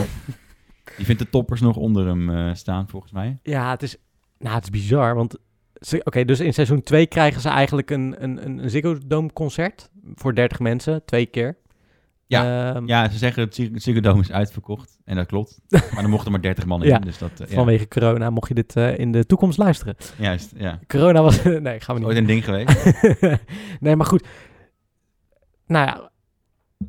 B: die vindt de toppers nog onder hem eh, staan, volgens mij.
A: Ja, het is, nou, het is bizar, want... ze- Oké, dus in seizoen 2 krijgen ze eigenlijk een, een, een, een Ziggo Dome concert voor 30 mensen, twee keer. Ehm,
B: Ja, ze zeggen dat Zig- Ziggo Dome is uitverkocht. En dat klopt. Maar dan mochten maar 30 man in.
A: Ja,
B: Dus dat, eh, ja.
A: Vanwege corona mocht je dit eh, in de toekomst luisteren.
B: Juist, ja.
A: Corona was... nee, gaan
B: Is
A: we
B: ooit
A: niet.
B: een ding geweest.
A: nee, maar goed. Nou ja,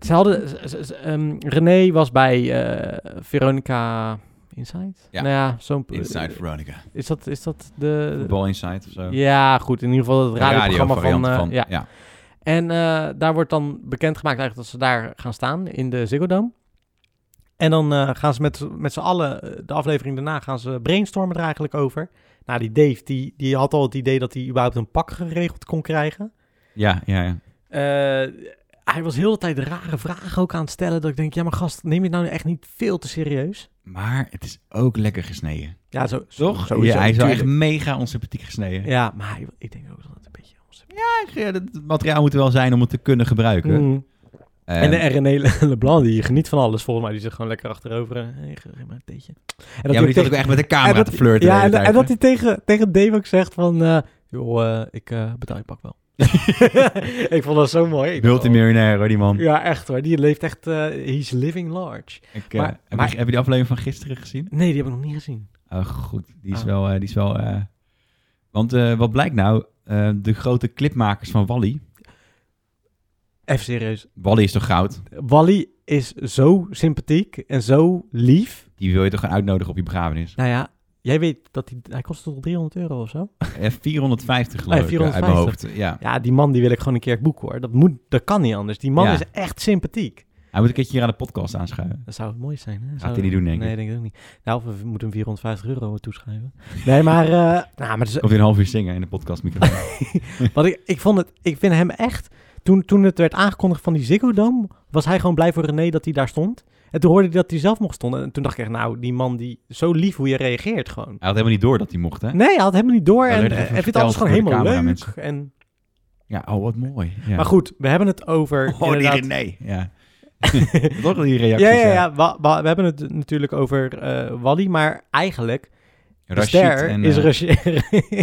A: ze hadden... ze- ze- ze- ehm, René was bij eh, Veronica Inside?
B: Ja.
A: Nou ja, zo'n...
B: Inside Veronica.
A: Is dat, is dat de...
B: Voetbal Inside of zo.
A: Ja, goed. In ieder geval het
B: Een
A: radioprogramma
B: radiovariant
A: van... eh, ja.
B: van ja.
A: En eh, daar wordt dan bekendgemaakt eigenlijk dat ze daar gaan staan in de Ziggo Dome. En dan eh, gaan ze met, met z'n allen, eh, de aflevering daarna, gaan ze brainstormen er eigenlijk over. Nou, die Dave, die, die had al het idee dat hij überhaupt een pak geregeld kon krijgen.
B: Ja, ja, ja.
A: Eh, hij was heel de tijd rare vragen ook aan het stellen. Dat ik denk, ja maar gast, neem je het nou echt niet veel te serieus?
B: Maar het is ook lekker gesneden.
A: Ja, zo,
B: Toch?
A: Sowieso,
B: ja, hij is wel echt
A: tuurlijk.
B: mega onsympathiek gesneden.
A: Ja, maar hij- ik denk ook dat het een beetje... onzinnig
B: Ja, dat- Het materiaal moet er wel zijn om het te kunnen gebruiken.
A: is.
B: Eh,
A: En de René Le- Leblanc, die geniet van alles. Volgens mij, die zit gewoon lekker achterover. eh, Hey, geef maar een theetje. En dat
B: ja,
A: hij
B: maar
A: ook
B: die zat ook
A: tegen-
B: echt met de
A: en
B: camera
A: dat-
B: te flirten.
A: Ja, en,
B: de hele
A: en
B: tijd,
A: dat
B: hè.
A: hij tegen, tegen Dave ook zegt van... eh, joh, eh, ik eh, betaal je pak wel. ik vond dat zo mooi. Ik dacht,
B: Multimiljonair hoor, die man.
A: oh. Ja, echt hoor. Die leeft echt... eh, he's living large.
B: Ik, eh,
A: Maar-
B: heb,
A: maar-
B: Je, heb je die aflevering van gisteren gezien?
A: Nee, die heb ik nog niet gezien.
B: Oh, goed. Die is
A: Ah.
B: wel... eh, die is wel eh, Want eh, wat blijkt nou? Eh, de grote clipmakers van Wally.
A: Even serieus.
B: Wally is toch goud?
A: Wally is zo sympathiek en zo lief.
B: Die wil je toch gaan uitnodigen op je begrafenis?
A: Nou ja, jij weet dat hij... Hij kost toch 300 euro of zo?
B: Eh, 450 geloof
A: Eh,
B: ik eh, uit mijn
A: 450.
B: hoofd. Ja.
A: Ja, die man die wil ik gewoon een keer boeken hoor. Dat, moet, dat kan niet anders. Die man
B: Ja.
A: is echt sympathiek.
B: Hij moet een keertje hier aan de podcast aanschuiven.
A: Dat zou het mooi zijn. Hè? Zou...
B: hij niet doen, denk ik.
A: Nee, denk ik ook niet. Nou, of we moeten hem 450 euro toeschrijven. Nee, maar, eh, nou, maar het is-
B: Of hij een half uur zingen in de podcastmicrofoon.
A: wat ik, ik vond het, ik vind hem echt, toen, toen het werd aangekondigd van die Ziggo Dome, was hij gewoon blij voor René dat hij daar stond. En toen hoorde hij dat hij zelf mocht stonden. En toen dacht ik echt, nou, die man die, zo lief hoe je reageert gewoon.
B: hij had helemaal niet door dat hij mocht, hè?
A: Nee, hij had helemaal niet door
B: Ja,
A: en,
B: werd er
A: eh,
B: even
A: hij vindt
B: verteld
A: alles gewoon
B: door de
A: helemaal leuk.
B: cameramensen.
A: En,
B: Ja, oh, wat mooi. Ja.
A: Maar goed, we hebben het over...
B: Oh, die
A: inderdaad-
B: René. Ja. Toch al die reacties.
A: ja, ja, ja. wa- wa- we hebben het natuurlijk over eh Wally, maar eigenlijk
B: Rashid
A: de ster
B: en,
A: is
B: eh,
A: Rashid.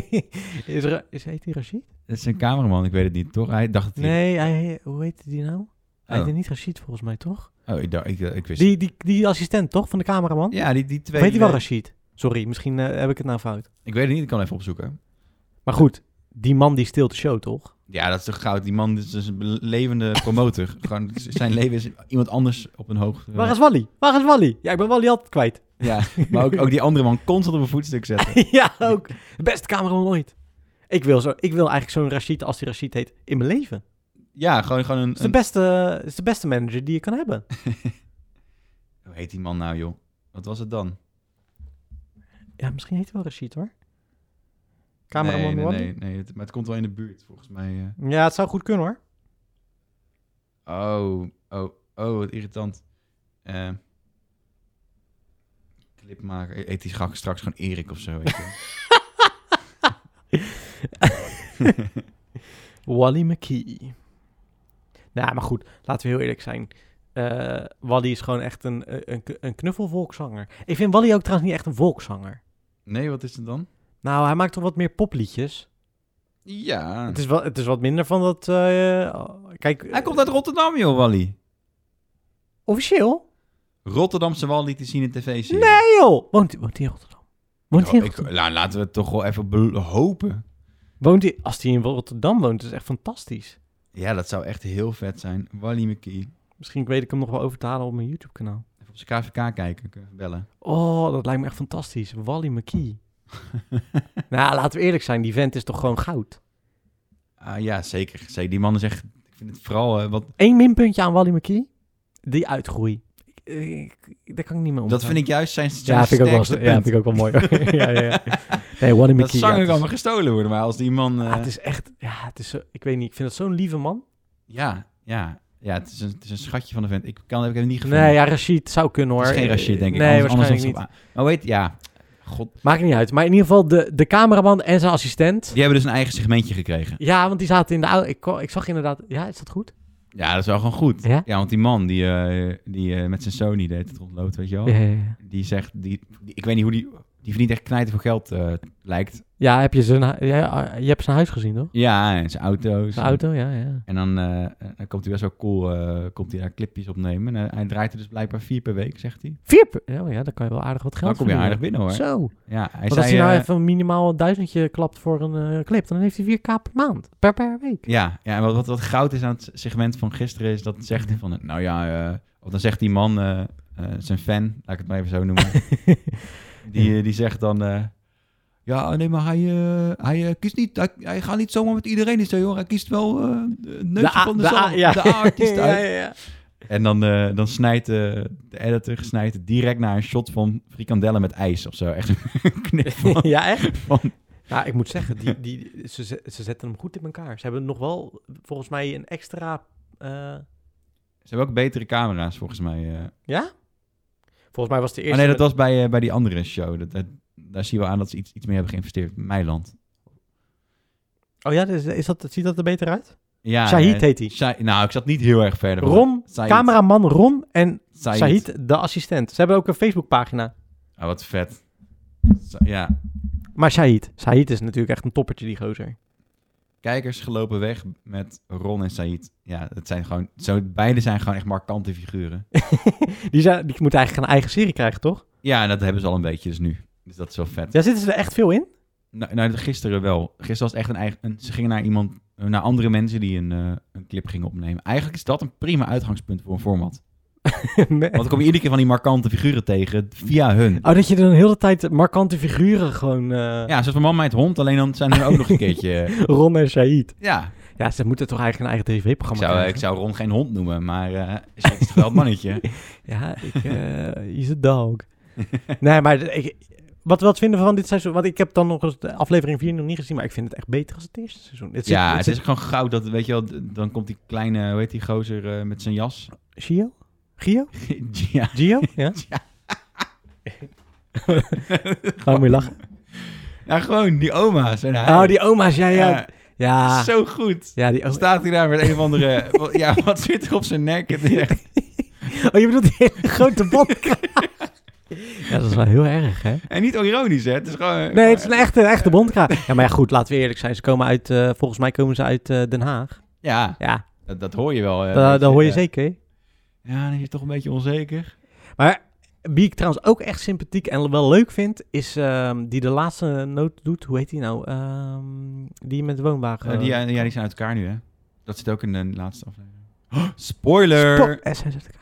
A: is, Ra- is, heet hij Rashid?
B: Dat is een cameraman, ik weet het niet, toch? Hij dacht dat hij...
A: Nee, hij, hoe heet die nou? Hij
B: Oh.
A: heette niet Rashid volgens mij, toch?
B: Oh, ik, dacht- ik, ik wist
A: Die, die, die assistent, toch? Van de cameraman?
B: Ja, die, die
A: Of
B: twee...
A: heet hij wel
B: die-
A: eh, Rashid? Sorry, misschien eh, heb ik het nou fout.
B: Ik weet het niet, ik kan even opzoeken.
A: Maar goed, die man die steelt de show, toch?
B: Ja, dat is toch goud. Die man is dus een levende promotor. Gewoon, zijn leven is iemand anders op een hoogte.
A: Waar is Wally? Waar is Wally? Ja, ik ben Wally altijd kwijt.
B: Ja, maar ook, ook die andere man constant op een voetstuk zetten.
A: ja, ook. De beste cameraman ooit. Ik wil, zo, ik wil eigenlijk zo'n Rashid, als die Rashid heet, in mijn leven.
B: Ja, gewoon, gewoon een...
A: Het is, de
B: een-
A: beste, is de beste manager die je kan hebben.
B: Hoe heet die man nou, joh? Wat was het dan?
A: Ja, misschien heet hij wel Rashid, hoor. Cameraman
B: nee, nee,
A: Wally?
B: nee, nee, het- maar het komt wel in de buurt, volgens mij. eh.
A: Ja, het zou goed kunnen, hoor.
B: Oh, oh, oh, wat irritant. Eh, clipmaker. Eet die gak straks gewoon Erik of zo. weet je.
A: Wally McKee. Nou, maar goed, laten we heel eerlijk zijn. Eh, Wally is gewoon echt een, eh, een, een knuffelvolkszanger. Ik vind Wally ook trouwens niet echt een volkszanger.
B: nee, wat is het dan?
A: Nou, hij maakt toch wat meer popliedjes.
B: Ja.
A: Het, is wel, het is wat minder van dat... eh, kijk,
B: Hij komt uit Rotterdam, joh, Wally.
A: officieel?
B: Rotterdamse Wally te zien in tv-serie.
A: Nee joh! Woont, woont hij in Rotterdam? Woont hij in
B: Oh, ik,
A: Rotterdam?
B: nou, laten we het toch wel even bel- hopen.
A: Woont hij, als hij in Rotterdam woont, is het echt fantastisch.
B: Ja, dat zou echt heel vet zijn. Wally McKee.
A: Misschien weet ik hem nog wel over te halen op mijn YouTube-kanaal.
B: Even op zijn KVK kijken, kunnen we bellen.
A: Oh, dat lijkt me echt fantastisch. Wally McKee. nou, laten we eerlijk zijn. Die vent is toch gewoon goud?
B: Ah, ja, zeker, zeker. Die man is echt... Ik vind het vooral... eh, wat,
A: Eén minpuntje aan Wally McKee. Die uitgroei. Ik, ik- ik- daar kan ik niet meer om.
B: dat vind ik juist zijn, zijn
A: Ja, vind ik ook wel,
B: sterkste
A: ja,
B: punt.
A: vind ik ook wel mooi. ja, ja, ja. Nee, Wally
B: Dat
A: McKee. ja,
B: zanger
A: het
B: kan
A: is-
B: maar gestolen worden, maar als die man... eh,
A: ah, het is echt... Ja, het is zo, ik weet niet. Ik vind dat zo'n lieve man.
B: Ja, ja. Ja, het is, een, het is een schatje van de vent. Ik kan heb ik hem niet gevonden.
A: Nee, ja, Rashid zou kunnen hoor.
B: het is geen Rashid, denk ik.
A: Nee,
B: Anders- anders
A: waarschijnlijk
B: had
A: niet.
B: ze op- Maar weet, ja. God,
A: Maakt niet uit. Maar in ieder geval de, de cameraman en zijn assistent.
B: die hebben dus een eigen segmentje gekregen.
A: Ja, want die zaten in de auto. Ik, ko- ik zag inderdaad... Ja, is dat goed?
B: Ja, dat is wel gewoon goed.
A: Ja?
B: want die man die, eh, die eh, met zijn Sony deed het rondloopt, weet je wel.
A: Ja, ja, ja.
B: Die zegt, die, die- ik weet niet hoe die, die verdient echt knijten voor geld eh, lijkt.
A: Ja, heb je, zijn, hu- ja, je hebt zijn huis gezien, toch?
B: Ja, en zijn auto's.
A: Zijn auto, ja, ja.
B: En dan, eh, dan komt hij best wel cool, eh, komt hij daar clipjes opnemen. En eh, hij draait er dus blijkbaar vier per week, zegt hij.
A: Vier... per- Ja, maar ja, daar kan je wel aardig wat
B: Dan
A: geld
B: kom je aardig
A: verdienen.
B: binnen hoor.
A: Zo.
B: Ja, hij
A: Want
B: zei,
A: als hij nou
B: eh,
A: even minimaal een duizendje klapt voor een eh, clip, dan heeft hij 4k per maand, per, per week.
B: Ja, ja en wat, wat, wat goud is aan het segment van gisteren is dat zegt hij van, nou ja, eh, of dan zegt die man, eh, eh, zijn fan, laat ik het maar even zo noemen, die, eh, die zegt dan, eh, ja, nee, maar hij, eh, hij eh, kiest niet, hij, hij gaat niet zomaar met iedereen eens, hoor, hij kiest wel eh de neusje
A: A-
B: van de,
A: de A-
B: zaal,
A: ja.
B: de A-artiest uit.
A: ja, ja.
B: En dan, eh, dan snijdt eh, de editor snijdt het direct naar een shot van frikandellen met ijs of zo, echt een knip van,
A: ja, echt?
B: van-
A: Nou, ik moet zeggen, die, die, ze, ze- ze zetten hem goed in elkaar. Ze hebben nog wel, volgens mij, een extra... eh,
B: Ze hebben ook betere camera's volgens mij. eh.
A: ja? Volgens mij was de
B: Maar
A: eerste...
B: nee, dat was bij, eh, bij die andere show. Dat, dat- daar zie je wel aan dat ze iets, iets meer hebben geïnvesteerd. Meiland.
A: Oh ja, dus is dat, ziet dat er beter uit?
B: Ja,
A: Shahid
B: eh,
A: heet hij.
B: Sha- nou, ik zat niet heel erg verder. hoor.
A: Ron,
B: Said.
A: cameraman Ron en
B: Said.
A: Sahid, de assistent. Ze hebben ook een Facebookpagina.
B: Ah, wat vet. Sa- ja,
A: Maar Sahid, Sahid is natuurlijk echt een toppertje, die gozer.
B: kijkers gelopen weg met Ron en Said. Ja, dat zijn gewoon... Zo, beide zijn gewoon echt markante figuren.
A: Die, zijn, die moet eigenlijk een eigen serie krijgen, toch?
B: ja, en dat hebben ze al een beetje dus nu. Dus dat is wel vet.
A: Ja, zitten ze er echt veel in?
B: Nou, nou, gisteren wel. Gisteren was het echt een eigen... een- ze gingen naar iemand... Naar andere mensen die een, eh, een clip gingen opnemen. Eigenlijk is dat een prima uitgangspunt voor een format.
A: Nee.
B: Want dan kom je iedere keer van die markante figuren tegen via hun.
A: Oh, dat je dan heel de tijd markante figuren gewoon... eh,
B: Ja, zoals van man, meid, hond. Alleen dan zijn er ook nog een keertje... eh,
A: Ron en Said.
B: Ja,
A: Ja, ze moeten toch eigenlijk een eigen
B: ik
A: tv-programma
B: zou, ik zou Ron geen hond noemen, maar eh ze is toch wel het mannetje.
A: Ja, ik, eh he's a dog. nee, maar ik, wat, wat vinden we van dit seizoen? Want ik heb dan nog eens de aflevering 4 nog niet gezien, maar ik vind het echt beter als het eerste seizoen. Het zit-
B: Ja,
A: het
B: het
A: zit-
B: is gewoon goud dat, weet je wel, d- dan komt die kleine, hoe heet die gozer eh, met zijn jas?
A: Gio? Gio?
B: ja.
A: Gio? Ja? Ga ik meer lachen?
B: Nou, gewoon die oma's en hij.
A: Oh, die oma's, ja, ja. Ah. Oh.
B: Ja,
A: Ja,
B: Zo goed.
A: ja die
B: Dan
A: oma's.
B: Staat hij daar met een of andere, wat- ja, wat zit er op zijn nek? Het is echt-
A: Oh, je bedoelt die hele grote bondkraag. ja, dat is wel heel erg, hè?
B: En niet ironisch, hè? Het is gewoon... eh,
A: Nee, het is een echte, echte bondkraag. Ja, maar ja, goed, laten we eerlijk zijn. Ze komen uit, eh, volgens mij komen ze uit eh, Den Haag.
B: Ja,
A: Ja,
B: dat, dat hoor je wel. eh,
A: dat,
B: weet
A: dat hoor je
B: eh.
A: zeker.
B: Ja, dan is je toch een beetje onzeker.
A: Maar Wie ik trouwens ook echt sympathiek en wel leuk vind, is ehm, die de laatste noot doet. Hoe heet die nou? Ehm, die met de woonwagen. Eh,
B: Ja, die, ja, die zijn uit elkaar nu, hè? Dat zit ook in de laatste aflevering. Oh, spoiler!
A: Spo- eh, zijn ze uit elkaar?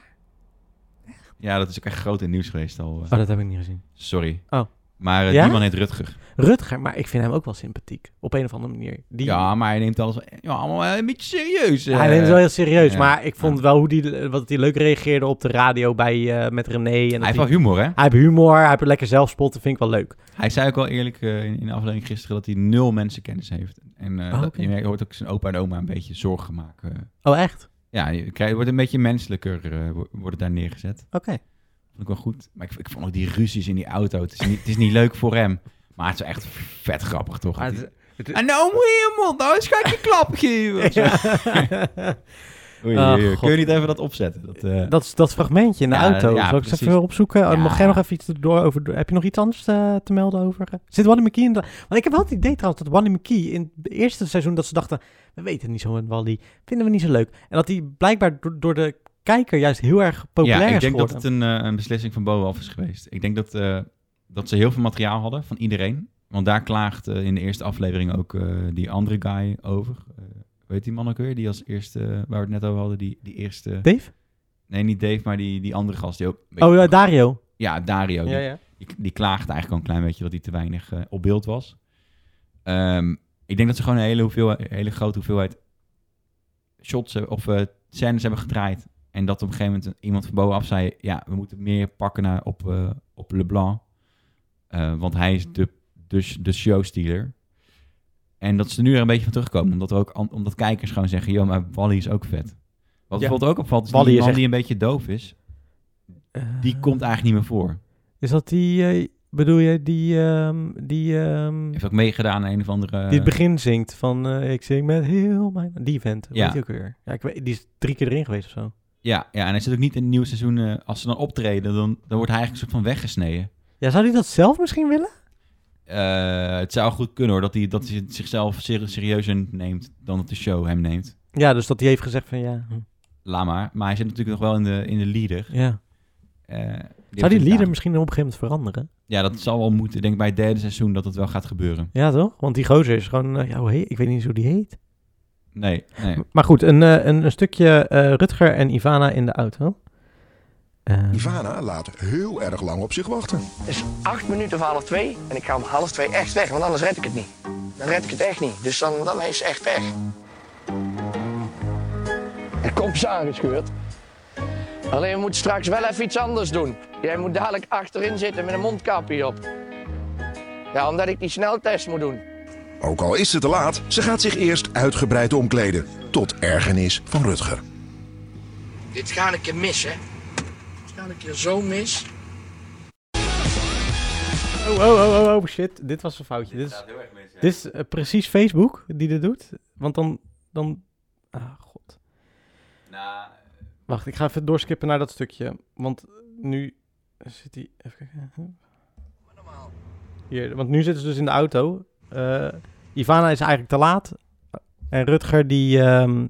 B: ja, dat is ook echt groot in het nieuws geweest al. eh.
A: Oh, dat heb ik niet gezien.
B: Sorry.
A: Oh.
B: Maar eh,
A: Ja?
B: die man heet Rutger.
A: Rutger, maar ik vind hem ook wel sympathiek. Op een of andere manier. Die,
B: Ja, maar hij neemt alles ja, allemaal eh, een beetje serieus. eh.
A: hij neemt het wel heel serieus,
B: ja.
A: maar ik vond wel hoe die, eh, wat hij leuk reageerde op de radio bij, eh, met René. En dat
B: Hij heeft
A: hij,
B: wel humor, hè?
A: hij heeft humor, hij heeft lekker zelfspotten, vind ik wel leuk.
B: Hij zei ook wel eerlijk eh, in, in de aflevering gisteren dat hij nul mensenkennis heeft. En eh,
A: Oh,
B: dat-
A: oké.
B: je merkt- hoort ook zijn opa en oma een beetje zorgen maken. eh.
A: Oh, echt?
B: Ja, je krijgt, wordt een beetje menselijker, eh, wo- wordt het daar neergezet.
A: Oké.
B: Vond ik wel goed. Maar ik, ik vond ook die ruzies in die auto. Het is niet, het is niet leuk voor hem. Maar het is echt vet grappig, toch?
A: Maar
B: Dat
A: het-
B: hij- En nou moet je je mond, nou eens ga ik je klap geven. Of zo. Oei,
A: Ah,
B: oei, oei.
A: God.
B: Kun je niet even dat opzetten? Dat, eh,
A: Dat, is- dat fragmentje in de
B: Ja,
A: auto.
B: ja,
A: Zal ik eens
B: precies.
A: even opzoeken? Oh, Mag
B: Ja.
A: jij nog even iets door over... door- Heb je nog iets anders eh, te melden over? eh, Zit Wally McKee in de... Want ik heb wel het idee trouwens dat Wally McKee in het eerste seizoen... dat ze dachten, we weten het niet zo met Wally. Vinden we niet zo leuk. En dat hij blijkbaar door, door de kijker juist heel erg populair
B: ja, ik
A: is
B: denk dat
A: geworden.
B: het een, eh, een beslissing van bovenaf is geweest. Ik denk dat, eh, dat ze heel veel materiaal hadden van iedereen. Want daar klaagt eh, in de eerste aflevering ook eh, die andere guy over. weet die man ook weer? Die als eerste, eh, waar we het net over hadden, die, die eerste...
A: Dave?
B: Nee, niet Dave, maar die, die andere gast. Die ook,
A: Oh, ja, Dario.
B: ja, Dario. die-
A: ja.
B: die, die klaagde eigenlijk al een klein beetje dat hij te weinig eh, op beeld was. Ehm, ik denk dat ze gewoon een hele, hoeveelheid, hele grote hoeveelheid shots hebben- of eh scènes hebben gedraaid. En dat op een gegeven moment iemand van bovenaf zei... ja, we moeten meer pakken naar, op, eh, op LeBlanc. Eh, want hij is de, de, de showstealer. En dat ze er nu er een beetje van terugkomen. Omdat, er ook, an- omdat kijkers gewoon zeggen... joh, maar Wally is ook vet. Wat
A: Ja.
B: bijvoorbeeld ook opvalt... is
A: Wally
B: die
A: is
B: man
A: echt-
B: die een beetje doof is... die
A: Eh,
B: komt eigenlijk niet meer voor.
A: Is dat die... eh, bedoel je die... ehm, die, ehm,
B: Heeft ook meegedaan aan een of andere...
A: die het begin zingt van... eh, ik zing met heel mijn... Die vent.
B: Ja.
A: Weet je ook weer? Ja, ik weet, die is drie keer erin geweest of zo.
B: Ja, ja, en hij zit ook niet in het nieuwe seizoen. eh, als ze dan optreden, dan, dan wordt hij eigenlijk een soort van weggesneden.
A: Ja, zou hij dat zelf misschien willen?
B: Eh, het zou goed kunnen hoor, dat hij, dat hij het zichzelf ser- serieuzer neemt dan dat de show hem neemt.
A: Ja, dus dat hij heeft gezegd van ja.
B: Laat maar. Maar hij zit natuurlijk nog wel in de, in de leader.
A: ja.
B: Eh, die heeft
A: Zou die
B: een
A: leader
B: taak.
A: misschien op een gegeven moment veranderen?
B: Ja, dat zal wel moeten. Ik denk bij het derde seizoen dat dat wel gaat gebeuren.
A: Ja, toch? Want die gozer is gewoon, eh, ja, hoe heet, ik weet niet eens hoe die heet.
B: Nee, nee.
A: Maar goed, een, eh, een, een stukje eh, Rutger en Ivana in de auto. Eh,
F: Ivana laat heel erg lang op zich wachten.
G: Het is acht minuten voor half twee en ik ga om half twee echt weg, want anders red ik het niet. Dan red ik het echt niet, dus dan, dan is het echt weg. Er komt ze aangescheurd. Alleen we moeten straks wel even iets anders doen. Jij moet dadelijk achterin zitten met een mondkapje op. Ja, omdat ik die sneltest moet doen.
F: Ook al is ze te laat, ze gaat zich eerst uitgebreid omkleden. Tot ergernis van Rutger.
G: Dit ga ik keer mis, hè. Dit ga ik keer zo mis.
A: Oh, oh, oh, oh, oh, shit. Dit was een foutje. Dit is, dit is eh, precies Facebook die dit doet. Want dan, dan... Ah, god. Wacht, ik ga even doorskippen naar dat stukje. Want nu zit hij... Even kijken. Hier, want nu zitten ze dus in de auto. Eh, Ivana is eigenlijk te laat. En Rutger, die ehm,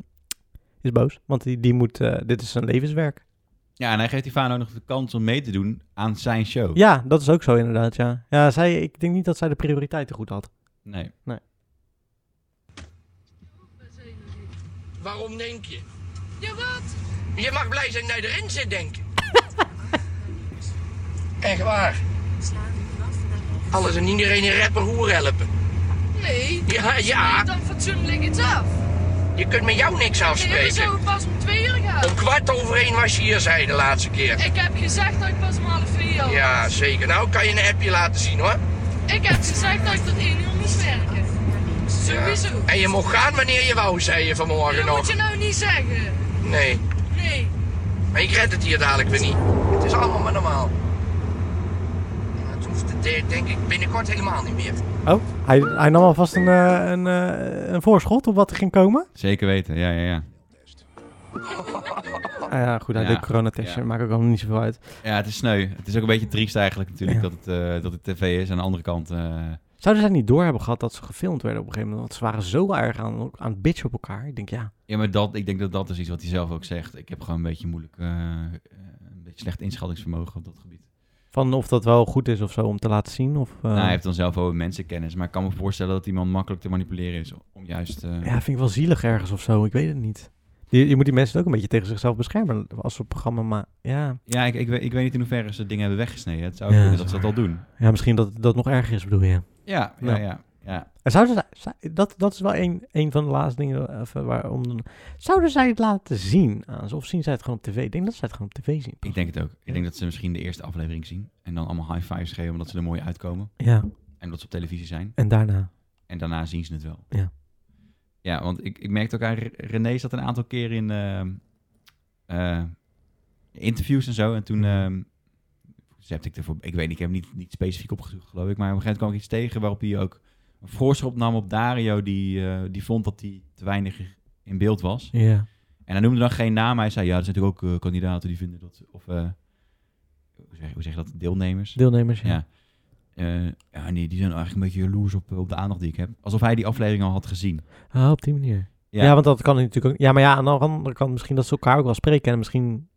A: is boos. Want die, die moet... eh, dit is zijn levenswerk.
B: Ja, en hij geeft Ivano ook nog de kans om mee te doen aan zijn show.
A: Ja, dat is ook zo inderdaad, ja. Ja, zij, ik denk niet dat zij de prioriteiten goed had.
B: Nee.
G: Waarom denk je? Ja, wat? Je mag blij zijn dat je erin zit, denk ik. Echt waar. Alles en iedereen een rapper hoer helpen.
H: Nee,
G: Ja, ja,
H: dan fatsoenlijk iets af.
G: je kunt met jou niks
H: Nee, we
G: afspreken.
H: zouden pas om twee uur gaan.
G: Om kwart over één was je hier, zei je de laatste keer.
H: Ik heb gezegd dat ik pas om half vier al
G: Ja,
H: was.
G: zeker. Nou kan je een appje laten zien, hoor.
H: Ik heb gezegd dat ik tot één uur moest werken. Sowieso.
G: En je mocht gaan wanneer je wou, zei je vanmorgen
H: Dat moet
G: nog.
H: je nou niet zeggen.
G: Nee,
H: Nee.
G: maar ik red het hier dadelijk weer niet. Het is allemaal maar normaal. Ja, Het hoeft, denk ik, binnenkort helemaal niet meer.
A: Oh, hij, hij nam alvast een, eh, een, eh, een voorschot op wat er ging komen.
B: Zeker weten, ja, ja, ja.
A: Ah ja, goed, hij
B: Ja,
A: deed coronatestje.
B: ja.
A: Maakt ook allemaal niet zoveel uit.
B: Ja, het is sneu. Het is ook een beetje triest eigenlijk natuurlijk
A: Ja.
B: dat, het, eh, dat het tv is. Aan de andere kant... eh,
A: Zouden zij niet door hebben gehad dat ze gefilmd werden op een gegeven moment? Want ze waren zo erg aan, aan het bitchen op elkaar. Ik denk, ja.
B: Ja, maar dat, ik denk dat
A: Oh.
B: dat is iets wat hij zelf ook zegt. Ik heb gewoon een beetje moeilijk, eh, eh, een beetje slecht inschattingsvermogen op dat gebied.
A: Van of dat wel goed is of zo om te laten zien. Of, eh,
B: Nou, hij heeft dan zelf ook mensenkennis. Maar ik kan me voorstellen dat iemand makkelijk te manipuleren is om juist... eh,
A: Ja, vind ik wel zielig ergens of zo. Ik weet het niet. Je, je moet die mensen ook een beetje tegen zichzelf beschermen als ze programma maken. Ja.
B: Ja, ik, ik, weet, ik weet niet in hoeverre ze dingen hebben weggesneden. Het zou
A: Ja,
B: kunnen
A: dat
B: dat
A: is
B: ze dat al doen.
A: ja, misschien dat dat nog erger is, bedoel je.
B: Ja, ja,
A: Ja.
B: ja. ja.
A: En zouden zij, zij- dat, dat is wel een, een van de laatste dingen eh, even waarom. dan- Zouden zij het laten zien aan ze? Of zien zij het gewoon op tv? Ik denk dat zij het gewoon op tv zien.
B: Ik denk het ook. Ik denk dat ze misschien de eerste aflevering zien. En dan allemaal high fives geven omdat ze er mooi uitkomen.
A: Ja,
B: En omdat ze op televisie zijn.
A: en daarna.
B: En daarna zien ze het wel.
A: Ja.
B: Ja, want ik, ik merkte ook aan Re- René zat een aantal keer in ehm, eh, interviews en zo. En toen ehm heb ik ervoor... Ik weet niet, ik heb hem niet, niet specifiek opgezocht geloof ik. Maar op een gegeven moment kwam ik iets tegen waarop hij ook een voorschop nam op Dario. Die, eh, die vond dat hij te weinig in beeld was.
A: Ja.
B: En hij noemde dan geen naam. maar Hij zei, ja, er zijn natuurlijk ook eh, kandidaten die vinden dat... ze- Of, eh, hoe, zeg, hoe zeg je dat? Deelnemers.
A: Deelnemers, ja.
B: Ja. Eh, ja, nee, die zijn eigenlijk een beetje jaloers op, eh, op de aandacht die ik heb. Alsof hij die aflevering al had gezien.
A: Ah, op die manier.
B: Ja.
A: Ja. want dat kan natuurlijk ook... Ja, maar ja, aan de andere kant misschien dat ze elkaar ook wel spreken. En misschien...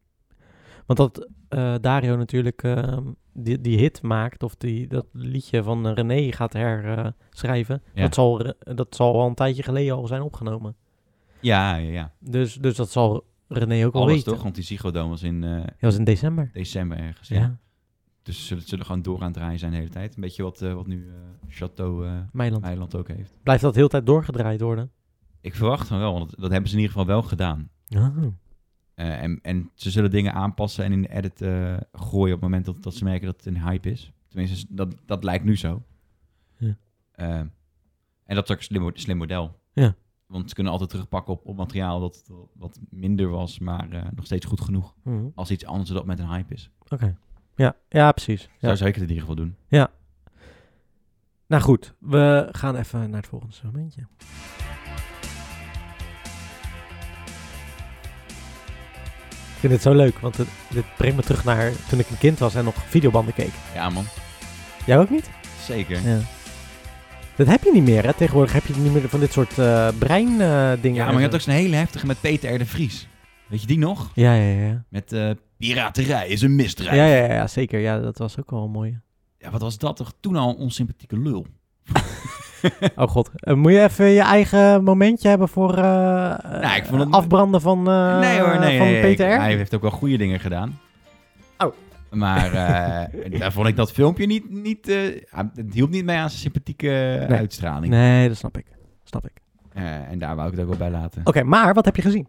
A: Want dat eh, Dario natuurlijk ehm, die, die hit maakt... of die, dat liedje van eh, René gaat herschrijven...
B: Ja.
A: dat, zal, Re- dat zal al een tijdje geleden al zijn opgenomen.
B: Ja, ja, ja.
A: Dus, dus dat zal René ook al
B: Alles
A: weten.
B: toch? Want die Ziggo was in eh,
A: Dat was in december.
B: december ergens.
A: Ja,
B: Ja. Dus ze zullen, zullen gewoon door aan het draaien zijn de hele tijd. Een beetje wat, eh, wat nu eh Chateau eh
A: Meiland.
B: Meiland ook heeft.
A: Blijft dat heel de tijd doorgedraaid worden?
B: Ik verwacht van wel, want dat, dat hebben ze in ieder geval wel gedaan.
A: Oh.
B: Eh, en, en ze zullen dingen aanpassen en in de edit eh, gooien op het moment dat, dat ze merken dat het een hype is. Tenminste, dat, dat lijkt nu zo.
A: Ja.
B: Eh, en dat is ook een slim, mo- slim model.
A: Ja.
B: Want ze kunnen altijd terugpakken op, op materiaal dat dat wat minder was, maar eh, nog steeds goed genoeg.
A: Mhm.
B: Als iets anders dat met een hype is.
A: Oké. Ja. ja, precies.
B: Zou,
A: Ja.
B: zou ik het in ieder geval doen.
A: Nou goed, we gaan even naar het volgende momentje. Ik vind het zo leuk, want het, dit brengt me terug naar toen ik een kind was en nog videobanden keek.
B: Ja man,
A: Jij ook niet?
B: zeker.
A: Ja. Dat heb je niet meer, hè? Tegenwoordig heb je niet meer van dit soort eh breindingen.
B: Ja, maar je had ook zo'n hele heftige met Peter R. de Vries. Weet je die nog?
A: Ja, ja, ja.
B: Met eh, piraterij is een misdrijf.
A: Ja, ja, ja, ja, zeker. Ja, dat was ook wel een mooie.
B: Ja, wat was dat toch toen al een onsympathieke lul?
A: Oh god. Eh, moet je even je eigen momentje hebben voor eh,
B: Nou, ik vond het-
A: afbranden van, eh
B: nee hoor, nee.
A: van
B: nee, nee.
A: PTR?
B: Ik- hij heeft ook wel goede dingen gedaan.
A: Oh.
B: Maar eh, daar vond ik dat filmpje niet... niet eh, ah, het hielp niet mee aan zijn sympathieke
A: Nee.
B: uitstraling.
A: Nee, dat snap ik. Snap ik.
B: Eh, en daar wou ik het ook wel bij laten.
A: Oké, maar wat heb je gezien?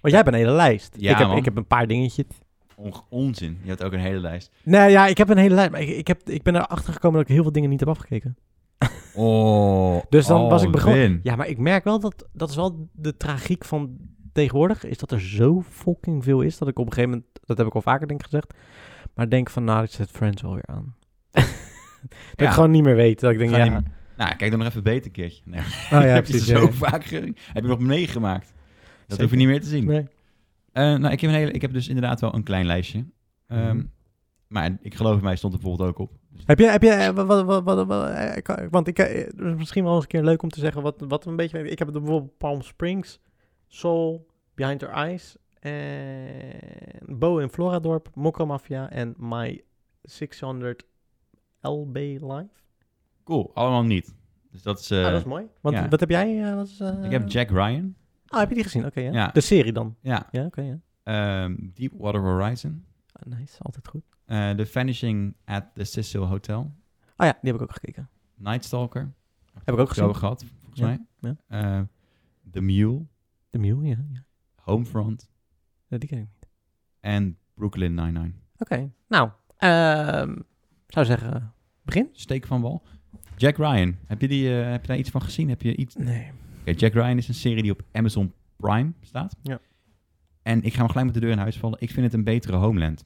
A: Want jij hebt een hele lijst.
B: Ja,
A: ik, heb,
B: man.
A: ik heb een paar dingetjes. Oh.
B: On- onzin. Je had ook een hele lijst.
A: Nee, ja, ik heb een hele lijst. Maar ik, ik, heb, ik ben erachter gekomen dat ik heel veel dingen niet heb afgekeken.
B: Oh.
A: Dus dan
B: oh,
A: was ik begonnen.
B: Wim.
A: Ja, maar ik merk wel dat dat is wel de tragiek van tegenwoordig. Is dat er zo fucking veel is dat ik op een gegeven moment, dat heb ik al vaker denk ik gezegd, maar denk van nou, ik zet Friends alweer aan. dat
B: Ja.
A: ik gewoon niet meer weet. Dat ik denk,
B: Gewoon
A: ja.
B: niet Nou, kijk dan nog even beter een keertje. Nee,
A: Oh ja,
B: heb je
A: precies.
B: zo
A: ja, ja.
B: vaak ge- Heb je nog meegemaakt. Dat
A: Zeker.
B: hoef je niet meer te zien.
A: Nee.
B: Eh, nou, ik heb, een hele, ik heb dus inderdaad wel een klein lijstje. Ehm,
A: Mhm.
B: Maar ik geloof mij stond er bijvoorbeeld ook op. Dus,
A: Heb je, heb je, eh, wat, wat, wat, wat- eh, ik- eh, want ik, eh, er is misschien wel eens een keer leuk om te zeggen wat, wat een beetje, ik heb er bijvoorbeeld Palm Springs, Soul, Behind Her Eyes, en Bo in Floradorp, Mokka Mafia en My 600 LB Live.
B: Cool, allemaal niet. Dus dat is... eh,
A: ah, dat is mooi. Want
B: ja.
A: wat heb jij? eh, wat is, eh,
B: Ik heb Jack Ryan.
A: Oh, heb je die gezien? Oké, ja.
B: Ja.
A: De serie dan?
B: Ja.
A: Ja, oké, ja.
B: ehm, Deepwater Horizon.
A: Ah, nice, altijd goed.
B: Eh, the Vanishing at the Cecil Hotel.
A: Ah ja, die heb ik ook gekeken.
B: Night Stalker.
A: Heb ik ook
B: Zo
A: gezien.
B: gehad, volgens
A: Ja,
B: mij.
A: ja.
B: Eh, the Mule.
A: De Mule, ja. ja.
B: Homefront.
A: Eh, Die ken ik niet.
B: En Brooklyn Nine-Nine.
A: Oké, nou, ehm, zou zeggen, begin?
B: Steek van wal. Jack Ryan. Heb je, die, eh, heb je daar iets van gezien? Heb je iets...
A: Nee.
B: Oké, Jack Ryan is een serie die op Amazon Prime staat.
A: Ja.
B: En ik ga hem gelijk met de deur in huis vallen. Ik vind het een betere Homeland.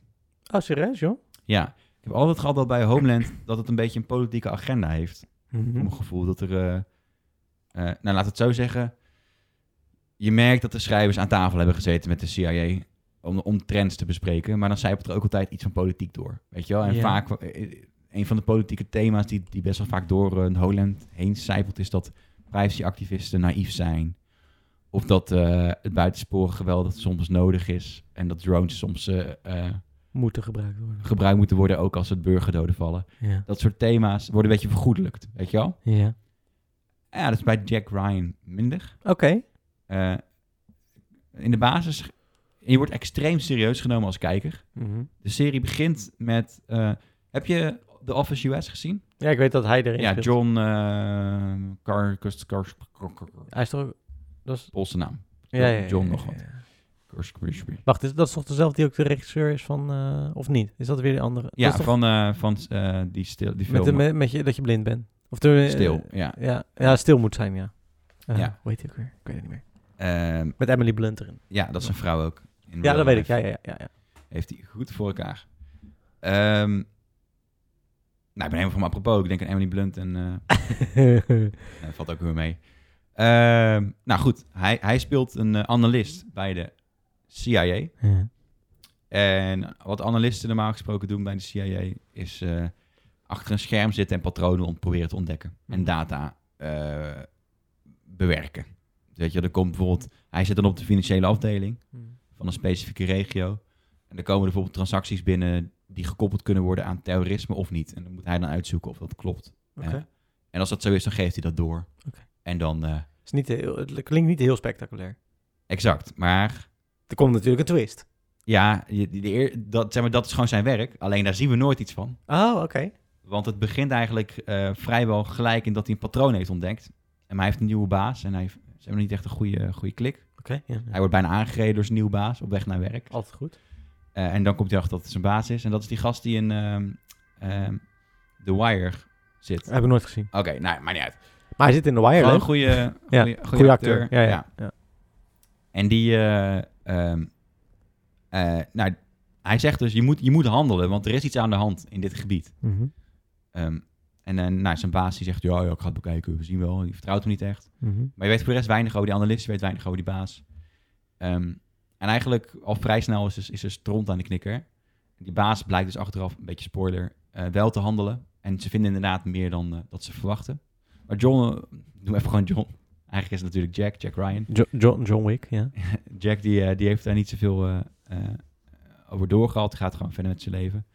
A: Oh, serieus, joh?
B: Ja. Ik heb altijd gehad dat bij Homeland dat het een beetje een politieke agenda heeft. voor mijn gevoel dat er. eh, eh, nou, laat het zo zeggen. Je merkt dat de schrijvers aan tafel hebben gezeten met de CIA. Om, om trends te bespreken. Maar dan zijpelt er ook altijd iets van politiek door. Weet je wel? En
A: Ja.
B: vaak. eh, Een van de politieke thema's die, die best wel vaak door een Holland heen zijpelt. is dat privacyactivisten naïef zijn. Of dat eh, het buitensporige geweld dat soms nodig is. En dat drones soms eh, eh,
A: moeten gebruikt worden.
B: gebruikt moeten worden, ook als het burgerdoden vallen.
A: Ja.
B: Dat soort thema's worden een beetje vergoedelijkt, weet je wel?
A: ja.
B: Ja, dat is bij Jack Ryan minder.
A: Oké.
B: Eh, in de basis, je wordt extreem serieus genomen als kijker.
A: Mhm.
B: De serie begint met, eh, heb je The Office US gezien?
A: Ja, ik weet dat hij erin
B: Ja,
A: speelt.
B: John eh Car, Kurs- Kurs- Kurs- Kurs-
A: Hij is toch ook... Dat is...
B: Poolse naam.
A: Ja, ja, ja,
B: John
A: ja,
B: nog
A: ja,
B: wat.
A: ja.
B: Kurs- Kurs- Kurs.
A: Wacht, is dat toch dezelfde die ook de regisseur is van... eh, of niet? Is dat weer de andere? Dat
B: Ja,
A: is toch
B: van, eh, van eh, die, stil, die
A: met, de,
B: film.
A: met, met je, dat je blind bent. Of de,
B: Stil, ja.
A: ja. Ja, stil moet zijn, ja. Eh,
B: Ja.
A: Hoe heet die ook weer? Ik weet het niet meer.
B: Ehm,
A: Met Emily Blunt erin.
B: ja, dat is een vrouw ook. In
A: Ja,
B: real
A: dat weet ik.
B: life.
A: Ja, ja, ja. ja.
B: heeft hij goed voor elkaar. Ehm, nou, ik ben helemaal van me apropos. Ik denk aan Emily Blunt en eh, eh, valt ook weer mee. Ehm, nou goed, hij, hij speelt een eh, analist bij de CIA.
A: ja.
B: En wat analisten normaal gesproken doen bij de CIA is eh, achter een scherm zitten en patronen ont- proberen te ontdekken. En data eh, bewerken. Dus Weet je, er komt bijvoorbeeld, hij zit dan op de financiële afdeling van een specifieke regio. En er komen er bijvoorbeeld transacties binnen die gekoppeld kunnen worden aan terrorisme of niet. En dan moet hij dan uitzoeken of dat klopt.
A: Oké.
B: Eh, en als dat zo is, dan geeft hij dat door.
A: Oké.
B: En dan, eh,
A: Is niet heel, het klinkt niet heel spectaculair.
B: exact. Maar
A: Er komt natuurlijk een twist.
B: ja, je- die- die eer- dat, zeg maar, dat is gewoon zijn werk. Alleen daar zien we nooit iets van.
A: Oh, oké.
B: Want het begint eigenlijk eh, vrijwel gelijk in dat hij een patroon heeft ontdekt. En hij heeft een nieuwe baas en hij heeft, ze hebben niet echt een goede, goede klik.
A: Oké, ja, ja.
B: Hij wordt bijna aangereden door zijn nieuwe baas op weg naar werk.
A: Altijd goed.
B: Eh, en dan komt hij achter dat het zijn baas is. En dat is die gast die in ehm, ehm, The Wire zit.
A: Heb ik nooit gezien.
B: Oké, nou, maakt niet uit.
A: Maar hij zit in The Wire,
B: Gewoon een
A: leuk.
B: goede,
A: Ja,
B: goede,
A: Goeie acteur. Ja, ja.
B: Ja.
A: ja.
B: En die, eh, ehm, eh, nou, hij zegt dus, je moet, je moet handelen, want er is iets aan de hand in dit gebied.
A: Mhm.
B: Ehm, en eh, nou, zijn baas die zegt, ja, ja, ik ga het bekijken, we zien wel. Die vertrouwt hem niet echt.
A: Mhm.
B: Maar je weet voor de rest weinig over die analist, je weet weinig over die baas. Ehm, en eigenlijk al vrij snel is, is er stront aan de knikker. Die baas blijkt dus achteraf, een beetje spoiler, eh, wel te handelen. En ze vinden inderdaad meer dan eh, dat ze verwachten. Maar John, eh, noem even gewoon John. Eigenlijk is het natuurlijk Jack, Jack Ryan.
A: Jo- John, John Wick, ja.
B: Jack die, eh, die heeft daar niet zoveel eh, eh, over doorgehad. Die Gaat gewoon verder met zijn leven.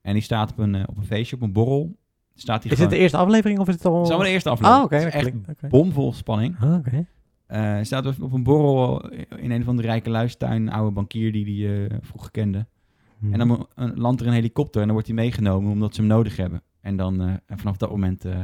B: En die staat op een, eh, op een feestje, op een borrel. Staat hij
A: Is dit
B: gewoon...
A: de eerste aflevering of is het al...
B: Het is allemaal de eerste
A: Ah,
B: aflevering.
A: oké.
B: Het
A: dat
B: is echt
A: klinkt- oké.
B: bomvol spanning.
A: Ah, oké.
B: Eh, Hij staat op- op een borrel eh, in een van de rijke luistuin. Een oude bankier die die eh, vroeger kende.
A: Hmm. Mhm.
B: En dan mo- een- landt er een helikopter en dan wordt hij meegenomen omdat ze hem nodig hebben. En dan eh, en vanaf dat moment... eh,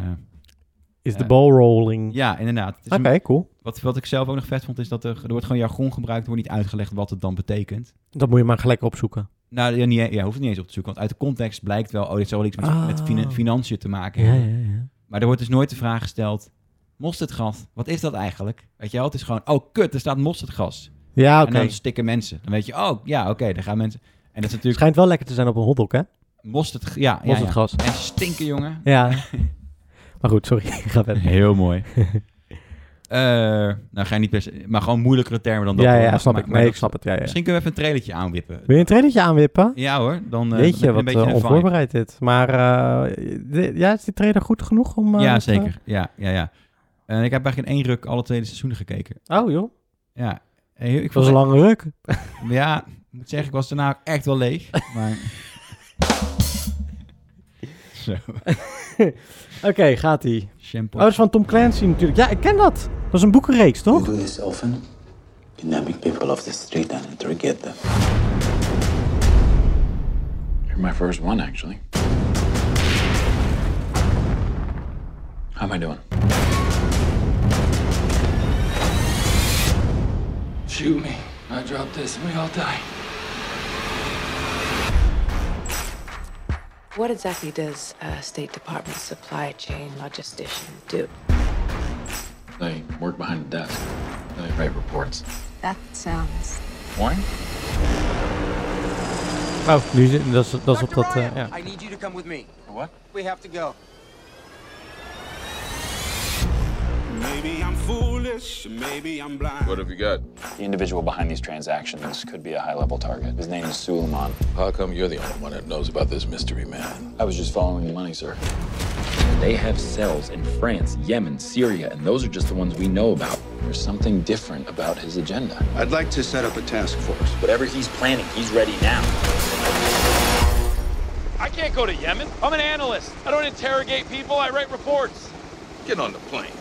A: Is de
B: eh,
A: ball rolling.
B: ja, dus inderdaad. Het is
A: Oké,
B: een-
A: cool.
B: wat, wat ik zelf ook nog vet vond is dat er, er wordt gewoon jargon gebruikt. Er wordt niet uitgelegd wat het dan betekent.
A: Dat moet je maar gelijk opzoeken.
B: Nou, ja, niet, ja, hoeft het niet eens op te zoeken. Want uit de context blijkt wel, oh, dit zou wel iets met,
A: Ah.
B: met fina- financiën te maken
A: Ja,
B: hebben.
A: ja, ja.
B: Maar er wordt dus nooit de vraag gesteld, mosterdgas, wat is dat eigenlijk? Weet je wel, het is gewoon, oh kut, er staat mosterdgas.
A: Ja, oké.
B: En dan stikken mensen. Dan weet je, oh ja, oké, daar gaan mensen. En dat is natuurlijk
A: Schijnt wel lekker te zijn op een hotdog, hè?
B: mosterd, ja, ja,
A: Was
B: ja.
A: het gas.
B: En ze stinken, jongen.
A: Ja. maar goed, sorry. Ik ga verder.
B: Heel mooi. Eh, nou, ga je niet best, maar gewoon moeilijkere termen dan dat.
A: Ja,
B: hoor.
A: ja,
B: Maar-
A: snap
B: maar-
A: ik.
B: maar
A: Nee, ik
B: dat-
A: snap het. Ja, ja.
B: Misschien kunnen we even een trailertje aanwippen.
A: Wil je een trainertje aanwippen?
B: Ja hoor, dan, eh, dan heb je
A: Jeetje,
B: een
A: wat
B: beetje
A: eh,
B: een vibe.
A: onvoorbereid dit. Maar eh, de- ja, is die trainer goed genoeg om... eh,
B: ja,
A: dat, eh,
B: zeker. Ja, ja, ja. En ik heb eigenlijk in één ruk alle tweede seizoenen gekeken.
A: oh joh,
B: Ja. Heel-
A: dat
B: Ik
A: was een
B: vond-
A: lange ruk.
B: Ja, ik moet zeggen, ik was daarna ook echt wel leeg. Maar... Zo,
A: Oké, gaat ie.
B: shampoo.
A: Oh, dat is van Tom Clancy natuurlijk. Ja, ik ken dat. Dat is een boekenreeks, toch?
I: do this often, kidnapping people off the street and interrogate them.
J: You're my first one, actually. How am I doing? Shoot me. I drop this and we all die.
H: What exactly does uh, State Department supply chain logistician do?
J: They work behind the desk. They write reports.
H: That sounds
J: Warren?
A: Oh, nu zit, dat, is, dat is op dat... eh, ja.
D: I need you to come with me.
J: What?
D: We have to go. Maybe I'm foolish, maybe I'm blind.
K: What have you got?
J: The individual behind these transactions could be a high level target. His name is Suleiman.
K: How come you're the only one that knows about this mystery man?
J: I was just following the money, sir. They have cells in France, Yemen, Syria, and those are just the ones we know about. There's something different about his agenda.
K: I'd like to set up a task force.
J: Whatever he's planning, he's ready now.
L: I can't go to Yemen. I'm an analyst. I don't interrogate people. I write reports.
K: Get on the plane.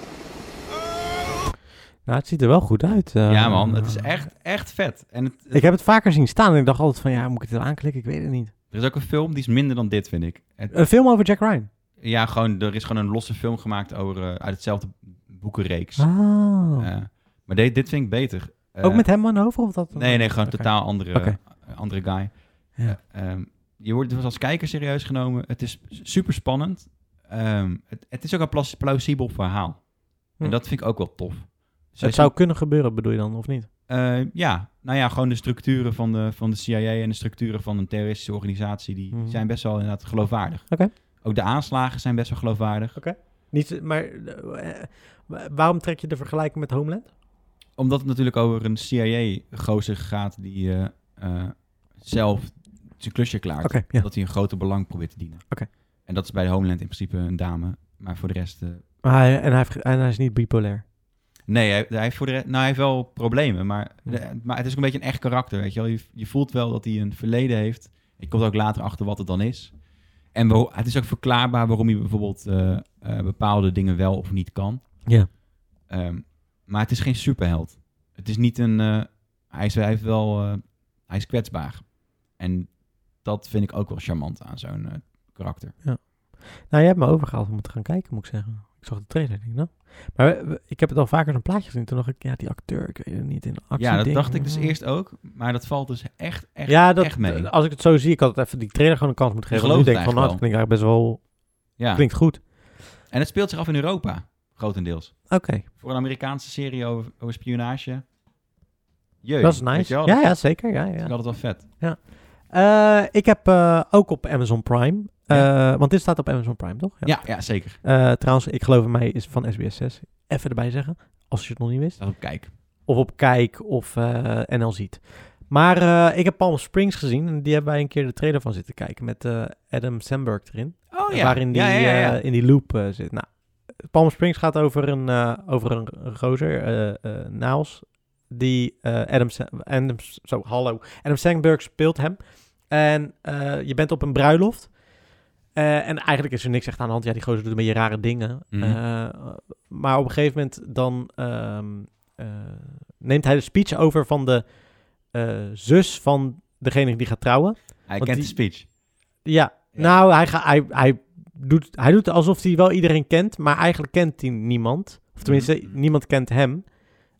A: Nou, het ziet er wel goed uit. eh.
B: ja man, het is echt, echt vet. En het,
A: Ik heb het vaker zien staan en ik dacht altijd van, ja, moet ik het wel aanklikken? Ik weet het niet.
B: er is ook een film die is minder dan dit, vind ik. Het-
A: Een film over Jack Ryan.
B: Ja, gewoon, er is gewoon een losse film gemaakt over, eh, uit hetzelfde boekenreeks.
A: Oh.
B: Eh, maar de- dit vind ik beter. Eh,
A: Ook met hem aan de hoofd? Of dat?
B: Nee, nee, gewoon
A: Oké.
B: totaal andere,
A: Oké.
B: andere guy.
A: Ja.
B: Eh, ehm, je wordt dus als kijker serieus genomen. Het is super spannend. Ehm, het, het is ook een plas- plausibel verhaal.
A: Hm.
B: En dat vind ik ook wel tof. Zij
A: Het zou kunnen gebeuren, bedoel je dan, of niet?
B: Eh, ja, nou ja, gewoon de structuren van de, van de CIA en de structuren van een terroristische organisatie, die
A: Mhm.
B: zijn best wel inderdaad geloofwaardig.
A: Oké.
B: Ook de aanslagen zijn best wel geloofwaardig.
A: Niet, maar eh, wa- waarom trek je de vergelijking met Homeland?
B: Omdat het natuurlijk over een CIA-gozer gaat die eh, eh, zelf zijn klusje klaart.
A: Oké, ja.
B: Dat hij een groter belang probeert te dienen.
A: Oké.
B: En dat is bij de Homeland in principe een dame, maar voor de rest... eh,
A: Ah, ja, en, hij heeft, ge- en hij is niet bipolair.
B: nee, hij, hij heeft voor de re- nou, hij heeft wel problemen, maar, de- maar het is ook een beetje een echt karakter, weet je wel. Je, je voelt wel dat hij een verleden heeft. Je komt ook later achter wat het dan is. En waarom- het is ook verklaarbaar waarom hij bijvoorbeeld eh, eh, bepaalde dingen wel of niet kan.
A: Ja.
B: Ehm, maar het is geen superheld. Het is niet een. eh, hij, is, hij heeft wel. eh, hij is kwetsbaar. En dat vind ik ook wel charmant aan zo'n eh, karakter.
A: Nou, jij hebt me overgehaald om het te gaan kijken, moet ik zeggen. Ik zag de trailer, denk ik nou. Maar we- we- ik heb het al vaker zo'n plaatje gezien. Toen dacht ik, ja, die acteur, ik weet het niet, in een actie
B: Ja, dat dacht ik dus eerst ook. Maar dat valt dus echt, echt,
A: ja, dat,
B: echt mee.
A: als ik het zo zie, ik had het even die trailer gewoon een kans moeten
B: Je
A: geven. want Nu denk ik
B: gelooft het
A: van, nou, dat klinkt eigenlijk best wel...
B: ja.
A: Klinkt goed.
B: En het speelt zich af in Europa, grotendeels.
A: Oké,
B: Voor een Amerikaanse serie over, over spionage. Jeu,
A: dat is
B: weet
A: nice.
B: je wel,
A: Ja,
B: dat
A: ja,
B: is-
A: zeker. Ja,
B: Dat
A: ja.
B: is altijd wel vet.
A: Eh, ik heb eh, ook op Amazon Prime. eh, Want dit staat op Amazon Prime, toch?
B: Ja, ja, zeker.
A: Eh, trouwens, ik geloof in mij is van SBS 6. Even erbij zeggen, als je het nog niet wist.
B: Dat is ook kijk.
A: Of op Kijk of eh, NL Ziet. Maar eh, ik heb Palm Springs gezien en die hebben wij een keer de trailer van zitten kijken met eh, Adam Sandberg erin.
B: Oh
A: Waarin die
B: ja, ja, ja.
A: eh, in die loop eh, zit. Nou, Palm Springs gaat over een, eh, over een een gozer, eh eh Niles, die eh, Adam, Sa- Adam, zo, hallo. Adam Sandberg speelt hem. En eh, je bent op een bruiloft. Eh, en eigenlijk is er niks echt aan de hand. Ja, die gozer doet een beetje rare dingen.
B: Mhm.
A: Eh, maar op een gegeven moment dan ehm, eh, neemt hij de speech over van de eh, zus van degene die gaat trouwen.
B: Hij
A: Want
B: kent
A: die-
B: de speech.
A: Ja,
B: Ja.
A: nou, hij, ga, hij, hij, doet, hij doet alsof hij wel iedereen kent, maar eigenlijk kent hij niemand. Of tenminste,
B: Mhm.
A: niemand kent hem.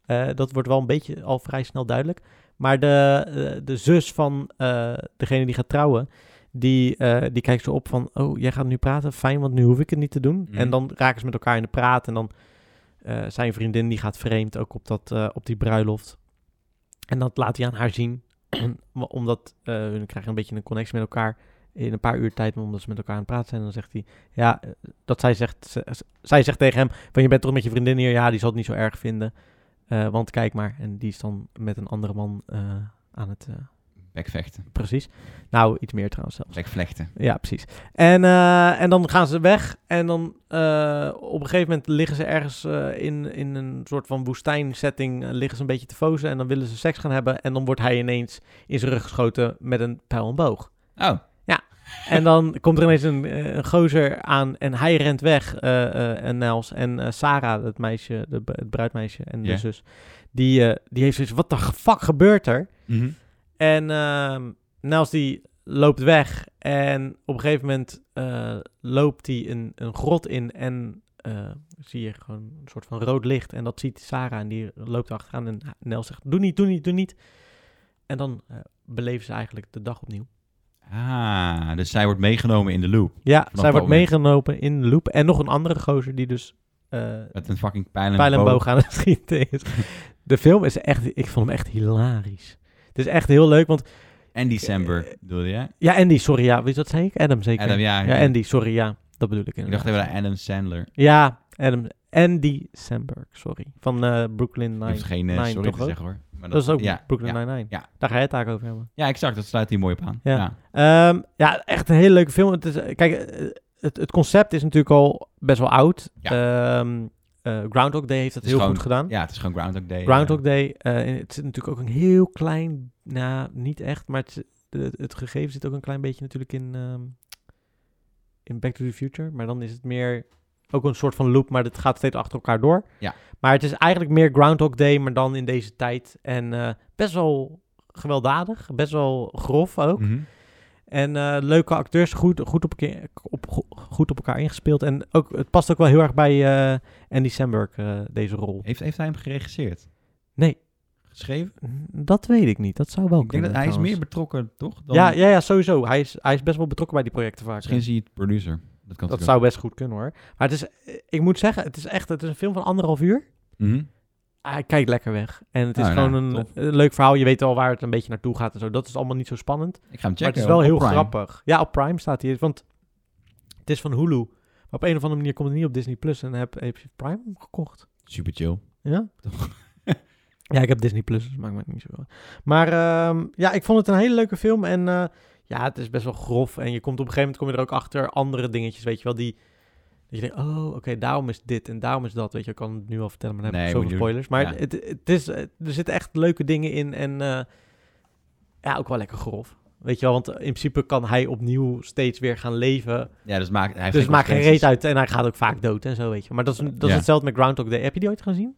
A: Eh, dat wordt wel een beetje al vrij snel duidelijk. Maar de, eh, de zus van eh, degene die gaat trouwen, die, eh, die kijkt zo op van... Oh, jij gaat nu praten? Fijn, want nu hoef ik het niet te doen.
B: Mhm.
A: En dan raken ze met elkaar in de praat. En dan eh, zijn vriendin die gaat vreemd ook op, dat, eh, op die bruiloft. En dat laat hij aan haar zien. omdat eh hun krijgen een beetje een connectie met elkaar in een paar uur tijd, omdat ze met elkaar aan het praten zijn, dan zegt hij, ja, eh, dat zij zegt, ze- z- zij zegt tegen hem, van je bent toch met je vriendin hier, ja, die zal het niet zo erg vinden, Eh, want kijk maar, en die is dan met een andere man eh, aan het, eh,
B: Backvechten.
A: precies, nou, iets meer trouwens zelfs.
B: Backvlechten.
A: Ja, precies. En, eh, en dan gaan ze weg. En dan eh, op een gegeven moment liggen ze ergens eh, in, in een soort van woestijnsetting. eh, liggen ze een beetje te fozen. En dan willen ze seks gaan hebben. En dan wordt hij ineens in zijn rug geschoten met een pijl en boog.
B: Oh.
A: En dan komt er ineens een, eh, een gozer aan. En hij rent weg. eh, eh, en Nels en eh, Sarah, het meisje, de, br- het bruidmeisje en
B: Ja.
A: de zus. Die, eh, die heeft zoiets. Wat de fuck gebeurt er?
B: Mhm.
A: En ehm Nels die loopt weg en op een gegeven moment eh, loopt hij een, een grot in en eh, zie je gewoon een soort van rood licht. En dat ziet Sarah en die loopt achteraan en nou, Nels zegt doe niet, doe niet, doe niet. En dan eh, beleven ze eigenlijk de dag opnieuw.
B: Ah, dus zij wordt meegenomen in de loop.
A: Ja, zij
B: dat
A: wordt
B: moment.
A: meegenomen in de loop. En nog een andere gozer die dus eh
B: Met een fucking pijl en
A: pijl en
B: boog.
A: boog aan het schieten is. De film is echt, ik vond hem echt hilarisch. Het is echt heel leuk, want...
B: En december,
A: Eh,
B: bedoel je? hè?
A: Ja, Andy, sorry, ja, weet je dat zei ik? Adam zeker.
B: Adam, ja.
A: Ja, Andy, sorry, ja. Dat bedoel ik
B: Ik dacht
A: inderdaad.
B: even aan Adam Sandler.
A: Ja, Adam, Andy Samberg, sorry. Van eh, Brooklyn
B: Ik hoef
A: Nine.
B: geen eh,
A: Nine,
B: sorry
A: toch
B: te
A: ook?
B: zeggen hoor. Maar
A: Dat is ook
B: ja,
A: Brooklyn
B: ja.
A: Nine-Nine.
B: ja.
A: Daar ga je het eigenlijk over hebben.
B: Ja, exact. Dat sluit hier mooi op aan.
A: Ja.
B: Ja.
A: Ehm, ja, echt een hele leuke film. Het is, eh, kijk, eh, het, het concept is natuurlijk al best wel oud. Ehm, eh, Groundhog Day heeft dat
B: is
A: heel
B: gewoon-
A: goed gedaan.
B: Ja, het is gewoon Groundhog Day.
A: Hm? Groundhog
B: eh,
A: Day. eh, en het zit natuurlijk ook een heel klein... Nou, niet echt, maar het, het, het gegeven zit ook een klein beetje natuurlijk in... ehm, in Back to the Future. Maar dan is het meer ook een soort van loop, maar het gaat steeds achter elkaar door.
B: Ja.
A: Maar het is eigenlijk meer Groundhog Day, maar dan in deze tijd. En eh, best wel gewelddadig, best wel grof ook.
B: Mhm.
A: En eh, leuke acteurs, goed, goed, op, elke- op, go- goed op elkaar ingespeeld. En ook, het past ook wel heel erg bij eh Andy Samberg, eh, deze rol.
B: Heeft, heeft hij hem geregisseerd?
A: Nee.
B: Geschreven?
A: Dat weet ik niet. Dat zou wel
B: Ik denk
A: kunnen.
B: dat hij is
A: trouwens.
B: meer betrokken, toch? Dan
A: Ja, ja, ja, sowieso. Hij is, hij is best wel betrokken bij die projecten vaak.
B: Misschien zie je het producer. Dat kan
A: Dat
B: natuurlijk
A: zou best goed kunnen hoor. Maar het is, eh, ik moet zeggen, het is echt het is een film van anderhalf uur.
B: ook. Mhm.
A: Hij kijkt lekker weg. En het is
B: Nou,
A: gewoon
B: nou,
A: een,
B: tof.
A: een leuk verhaal. Je weet al waar het een beetje naartoe gaat en zo. Dat is allemaal niet zo spannend.
B: Ik ga hem checken.
A: maar het is wel
B: op
A: heel
B: Prime.
A: grappig. Ja, op Prime staat hij. Want het is van Hulu. Maar op een of andere manier komt het niet op Disney Plus. En heb, heb je Prime gekocht?
B: Super chill.
A: Ja? ja, ik heb Disney Plus, dus maakt me niet zoveel. uit. Maar ehm, ja, ik vond het een hele leuke film. En eh, ja, het is best wel grof. En je komt op een gegeven moment kom je er ook achter andere dingetjes, weet je wel, die... Dat je denkt, oh, oké, daarom is dit en daarom is dat. Weet je, ik kan het nu al vertellen, maar dan heb
B: Nee,
A: ik
B: moet
A: zoveel
B: je doen.
A: spoilers. Maar
B: Ja.
A: het, het is, er zitten echt leuke dingen in en eh, ja, ook wel lekker grof. Weet je wel, want in principe kan hij opnieuw steeds weer gaan leven.
B: Ja, dus maakt, hij heeft
A: dus het maakt geen reet
B: consequenties.
A: uit en hij gaat ook vaak dood en zo, weet je. Maar dat is, dat is
B: Ja.
A: hetzelfde met Groundhog Day. Heb je die ooit gezien?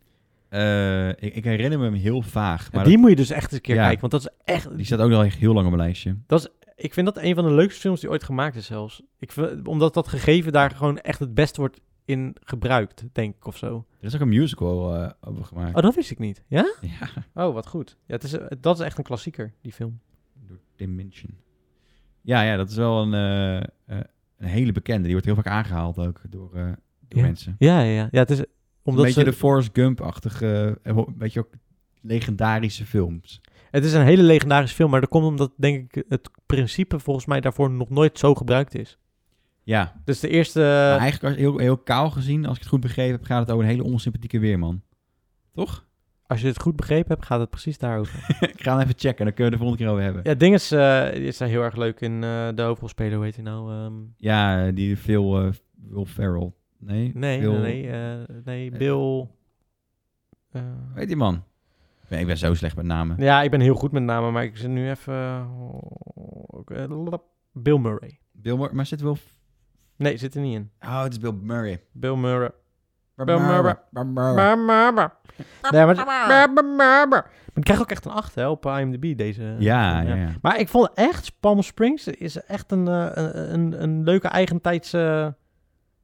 B: Eh, ik, ik herinner me hem heel vaag. Maar
A: die
B: dat-
A: moet je dus echt eens een keer
B: Ja.
A: kijken, want dat is echt...
B: die staat ook nog echt heel lang op mijn lijstje.
A: Dat is, ik vind dat een van de leukste films die ooit gemaakt is zelfs. Ik, vind- omdat dat gegeven daar gewoon echt het best wordt in gebruikt, denk ik, of zo.
B: Er is ook een musical eh, over gemaakt.
A: Oh, dat wist ik niet. Ja?
B: Ja,
A: Oh, wat goed. Ja, het is, eh, dat is echt een klassieker, die film.
B: door Tim Minchin. Ja, ja, dat is wel een, eh, eh, een hele bekende. Die wordt heel vaak aangehaald ook door, eh, door
A: Ja.
B: mensen.
A: Ja, ja, ja. ja het is,
B: Omdat
A: omdat
B: een beetje
A: ze-
B: de Forrest Gump-achtige, eh, een beetje ook legendarische films.
A: Het is een hele legendarische film, maar dat komt omdat, denk ik, het principe volgens mij daarvoor nog nooit zo gebruikt is.
B: Ja,
A: Dus de eerste...
B: maar eigenlijk als- heel, heel kaal gezien, als ik het goed begrepen heb, gaat het over een hele onsympathieke weerman. Toch?
A: Als je het goed begrepen hebt, gaat het precies daarover.
B: ik ga hem even checken, dan kunnen we de volgende keer over hebben.
A: ja, het ding is, eh, is daar heel erg leuk in. eh, de hoofdrolspeler, hoe heet hij nou? Ehm,
B: Ja, eh, die veel eh Will Ferrell. Nee?
A: nee,
B: Will-
A: nee, nee, eh, nee, Bill... eh,
B: Weet die man? Ik ben, ik ben zo slecht met namen.
A: Ja, ik ben heel goed met namen, maar ik zit nu even... eh, Bill Murray.
B: Bill Mur- maar zit Will... F-
A: Nee, zit er niet in.
B: Oh, het is Bill Murray.
A: Bill Murray.
B: Bill
A: Murray.
B: Murray.
A: Ah. Nee, maar... Maar ik krijg ook echt een 8 hè, op IMDb, deze...
B: Ja, ja, ja.
A: Maar ik vond echt, Palm Springs is echt een, eh, een, een, een leuke eigentijdse eh,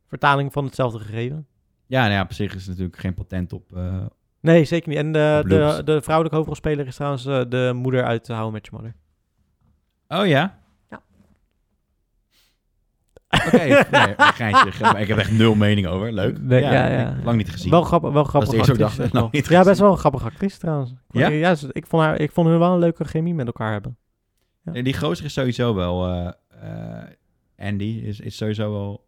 A: vertaling van hetzelfde gegeven.
B: Ja, nou ja, op zich is er natuurlijk geen patent op... eh,
A: Nee, zeker niet. En de,
B: Op loops.
A: de, de vrouwelijke hoofdrolspeler is trouwens eh, de moeder uit How I Met Your Mother.
B: Oh ja?
A: Ja.
B: Oké, nee, geintje. ge- maar Ik heb echt nul mening over. Leuk.
A: Nee, ja, ja.
B: ik heb Lang niet gezien.
A: Wel grappig, wel grappig
B: eerste wat ik dacht,
A: wel.
B: nog niet
A: ja, best
B: gezien.
A: wel een grappige actrice trouwens.
B: Ja?
A: ze- ik, vond haar, ik vond hun wel een leuke chemie met elkaar hebben.
B: Nee, die gozer is sowieso wel... eh, eh, Andy is, is sowieso wel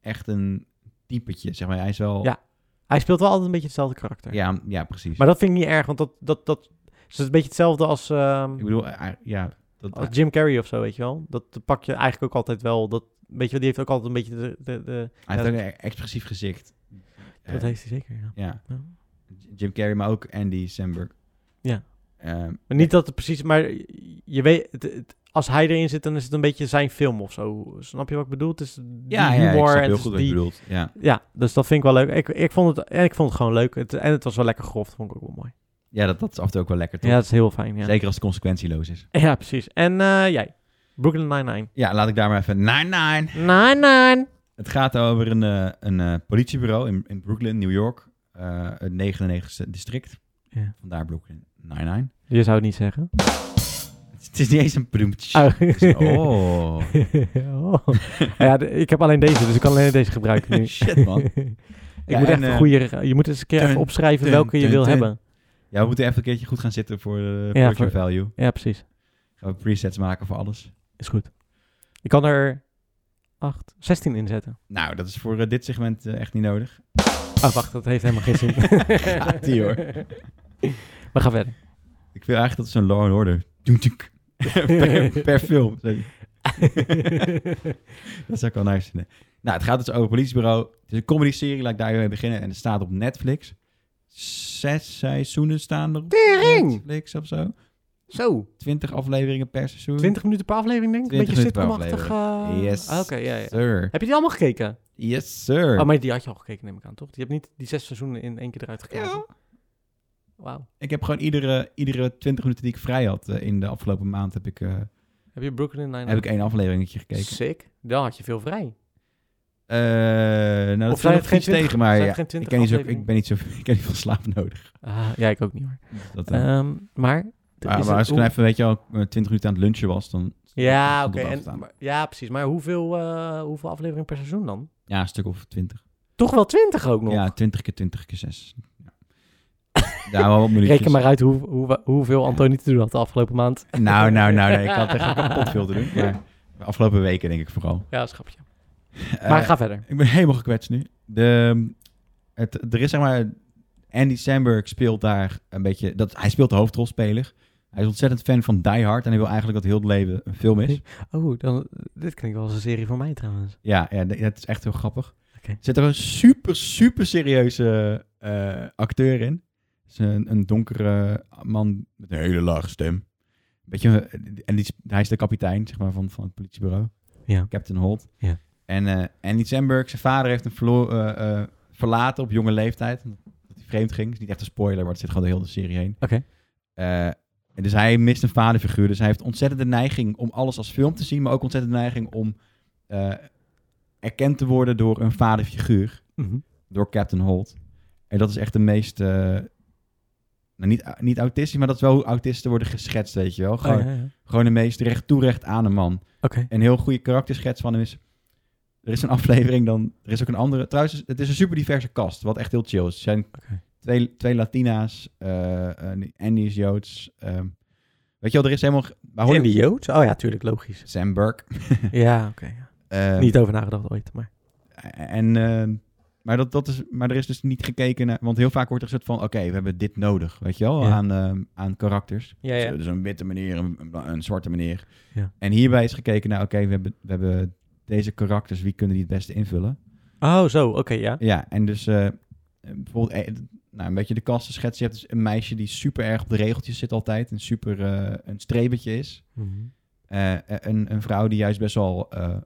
B: echt een typetje, zeg maar. Hij is wel...
A: Ja. Hij speelt wel altijd een beetje hetzelfde karakter.
B: Ja, ja, precies.
A: Maar dat vind ik niet erg, want dat, dat, dat is een beetje hetzelfde als, ehm,
B: Ik bedoel, eh, ja... Dat,
A: als Jim Carrey of zo, weet je wel. Dat pak je eigenlijk ook altijd wel. Dat, weet je wel, die heeft ook altijd een beetje de... de, de
B: hij
A: ja,
B: heeft ook een expressief gezicht. Eh,
A: dat heeft hij zeker, ja.
B: Ja.
A: Ja.
B: Jim Carrey, maar ook Andy Samberg.
A: Ja.
B: Ehm,
A: Maar niet dat het precies... Maar je weet... het- het- als hij erin zit, dan is het een beetje zijn film of zo. Snap je wat ik bedoel? Het is die
B: ja, ja, ik
A: humor
B: snap
A: en
B: heel
A: het
B: goed
A: is
B: wat je
A: die,
B: bedoelt. Ja.
A: Ja, dus dat vind ik wel leuk. Ik, ik, vond, het, en ik vond het gewoon leuk. Het, en het was wel lekker grof. Dat vond ik ook wel mooi.
B: ja, dat, dat is af en toe ook wel lekker, toch?
A: Ja, dat is heel fijn. Ja,
B: Zeker als het consequentieloos is.
A: ja precies. En eh, jij? Brooklyn Nine-Nine.
B: Ja, laat ik daar maar even... Nine, nine!
A: Nine-Nine!
B: Het gaat over een, eh, een eh, politiebureau in, in Brooklyn, New York. eh, het 99ste district.
A: Ja.
B: Vandaar Brooklyn Nine-Nine.
A: Je zou het niet zeggen.
B: Het is niet eens een bloemtje. Oh.
A: Oh. ja, de- ik heb alleen deze, dus ik kan alleen deze gebruiken nu.
B: Shit, man.
A: ik
B: Ja,
A: moet
B: en,
A: echt een
B: eh,
A: goede... Je moet eens een keer
B: dun,
A: even opschrijven
B: dun,
A: welke je
B: dun,
A: wil
B: dun.
A: hebben.
B: Ja, we moeten even een keertje goed gaan zitten voor de
A: Ja,
B: production
A: voor-
B: value.
A: Ja, precies.
B: Gaan we presets maken voor alles.
A: Is goed. Ik kan er 8, 16 in zetten.
B: Nou, dat is voor eh, dit segment eh, echt niet nodig.
A: Oh, wacht, dat heeft helemaal geen zin.
B: Gaat-ie, hoor.
A: We gaan verder.
B: Ik wil eigenlijk dat het zo'n Law and Order... Doem, doem. per, per film. Sorry. dat zou ik wel nice vinden. Nou, het gaat dus over een politiebureau. Het is een comedy-serie, laat ik daar even mee beginnen. En het staat op Netflix. Zes seizoenen staan er op Netflix of zo.
A: Zo.
B: 20 afleveringen per seizoen.
A: 20 minuten per aflevering, denk ik? Een
B: 20
A: beetje
B: minuten per
A: sitcomachtig.
B: aflevering.
A: eh,
B: Yes,
A: ah, Oké, ja, ja.
B: sir.
A: Heb je die allemaal gekeken?
B: Yes, sir.
A: Oh, maar die had je al gekeken, neem ik aan, toch? Je hebt niet die zes seizoenen in één keer eruit gekregen. Wauw.
B: Ik heb gewoon iedere, iedere 20 minuten die ik vrij had eh, in de afgelopen maand, heb ik, eh,
A: Heb je Brooklyn Nine-Nine?
B: heb ik één afleveringetje gekeken.
A: Sick. Dan had je veel vrij.
B: Eh, nou, dat
A: Of zijn
B: viel
A: het
B: nog
A: geen
B: iets
A: 20
B: tegen, maar
A: zijn het
B: ja,
A: geen
B: ik,
A: 20
B: ken niet zo, ik
A: afleveringen?
B: ben niet zo, ik heb niet veel slaap nodig.
A: Ah, ja, ik ook niet hoor.
B: Dat, eh.
A: Ehm, maar... er
B: maar,
A: is
B: maar
A: een-
B: als ik dan even, weet je wel, eh, 20 minuten aan het lunchen was, dan...
A: Ja,
B: stond
A: oké.
B: het af te
A: en-
B: staan.
A: maar- ja, precies. Maar hoeveel, eh, hoeveel afleveringen per seizoen dan?
B: Ja, een stuk of 20.
A: Toch wel 20 ook nog?
B: Ja, 20 keer 20 keer 6. Ja, wel wat minuutjes.
A: Reken maar uit hoe, hoe, hoeveel Antonie te doen had de afgelopen maand.
B: Nou, nou, nou, nee, ik had echt kapot veel te doen. Maar de afgelopen weken denk ik vooral.
A: Ja, schapje. Maar
B: Eh,
A: ga verder.
B: Ik ben helemaal gekwetst nu. De, ehm, het, er is zeg maar... Andy Samberg speelt daar een beetje... Dat, hij speelt de hoofdrolspeler. Hij is ontzettend fan van Die Hard. En hij wil eigenlijk dat heel het leven een film is.
A: Oh, dan, dit klinkt wel als een serie voor mij trouwens.
B: Ja, ja d- dat is echt heel grappig.
A: Oké.
B: Zit er een super, super serieuze eh, acteur in. Is een, een donkere man met een hele lage stem. Beetje, een- en die, is- hij is de kapitein zeg maar, van, van het politiebureau.
A: Ja.
B: Captain Holt.
A: Ja.
B: En, eh Andy Samberg, zijn vader heeft hem verlo- eh, eh, verlaten op jonge leeftijd. Omdat hij vreemd ging. is niet echt een spoiler, maar het zit gewoon de hele serie heen.
A: Oké.
B: Eh, en dus hij mist een vaderfiguur. Dus hij heeft ontzettende neiging om alles als film te zien. Maar ook ontzettende neiging om eh, erkend te worden door een vaderfiguur.
A: Mhm.
B: Door Captain Holt. En dat is echt de meest... eh, nou, niet, niet autistisch, maar dat is wel hoe autisten worden geschetst, weet je wel. Gewoon,
A: Oh, ja, ja.
B: gewoon de meest recht toe recht aan een man.
A: Oké.
B: Een heel goede karakterschets van hem is... Er is een aflevering, dan, er is ook een andere... Trouwens, het is een super diverse kast, wat echt heel chill is. Er zijn twee, twee Latina's, eh, en Andy is Joods. ehm. weet je wel, er is helemaal... ge- Bij Hollywood-
A: Andy Joods? Oh ja, tuurlijk, logisch.
B: Sam Burke.
A: Ja, oké. ja.
B: Ehm,
A: Niet over nagedacht ooit, maar...
B: En, ehm, maar, dat, dat is, maar er is dus niet gekeken naar... Want heel vaak wordt er gezegd van... Oké, we hebben dit nodig, weet je wel,
A: Ja.
B: aan, ehm, aan karakters.
A: Ja, ja.
B: Dus, dus een witte meneer, een, een- een zwarte meneer.
A: Ja.
B: En hierbij is gekeken naar... Oké, we, hebben, we hebben deze karakters, wie kunnen die het beste invullen?
A: Oh, zo. Oké, ja.
B: Ja, en dus eh, bijvoorbeeld... eh, nou, een beetje de kasten schetsen. Je hebt dus een meisje die super erg op de regeltjes zit altijd. En super eh, een strebertje is.
A: Mhm.
B: Eh, een, een vrouw die juist best wel eh,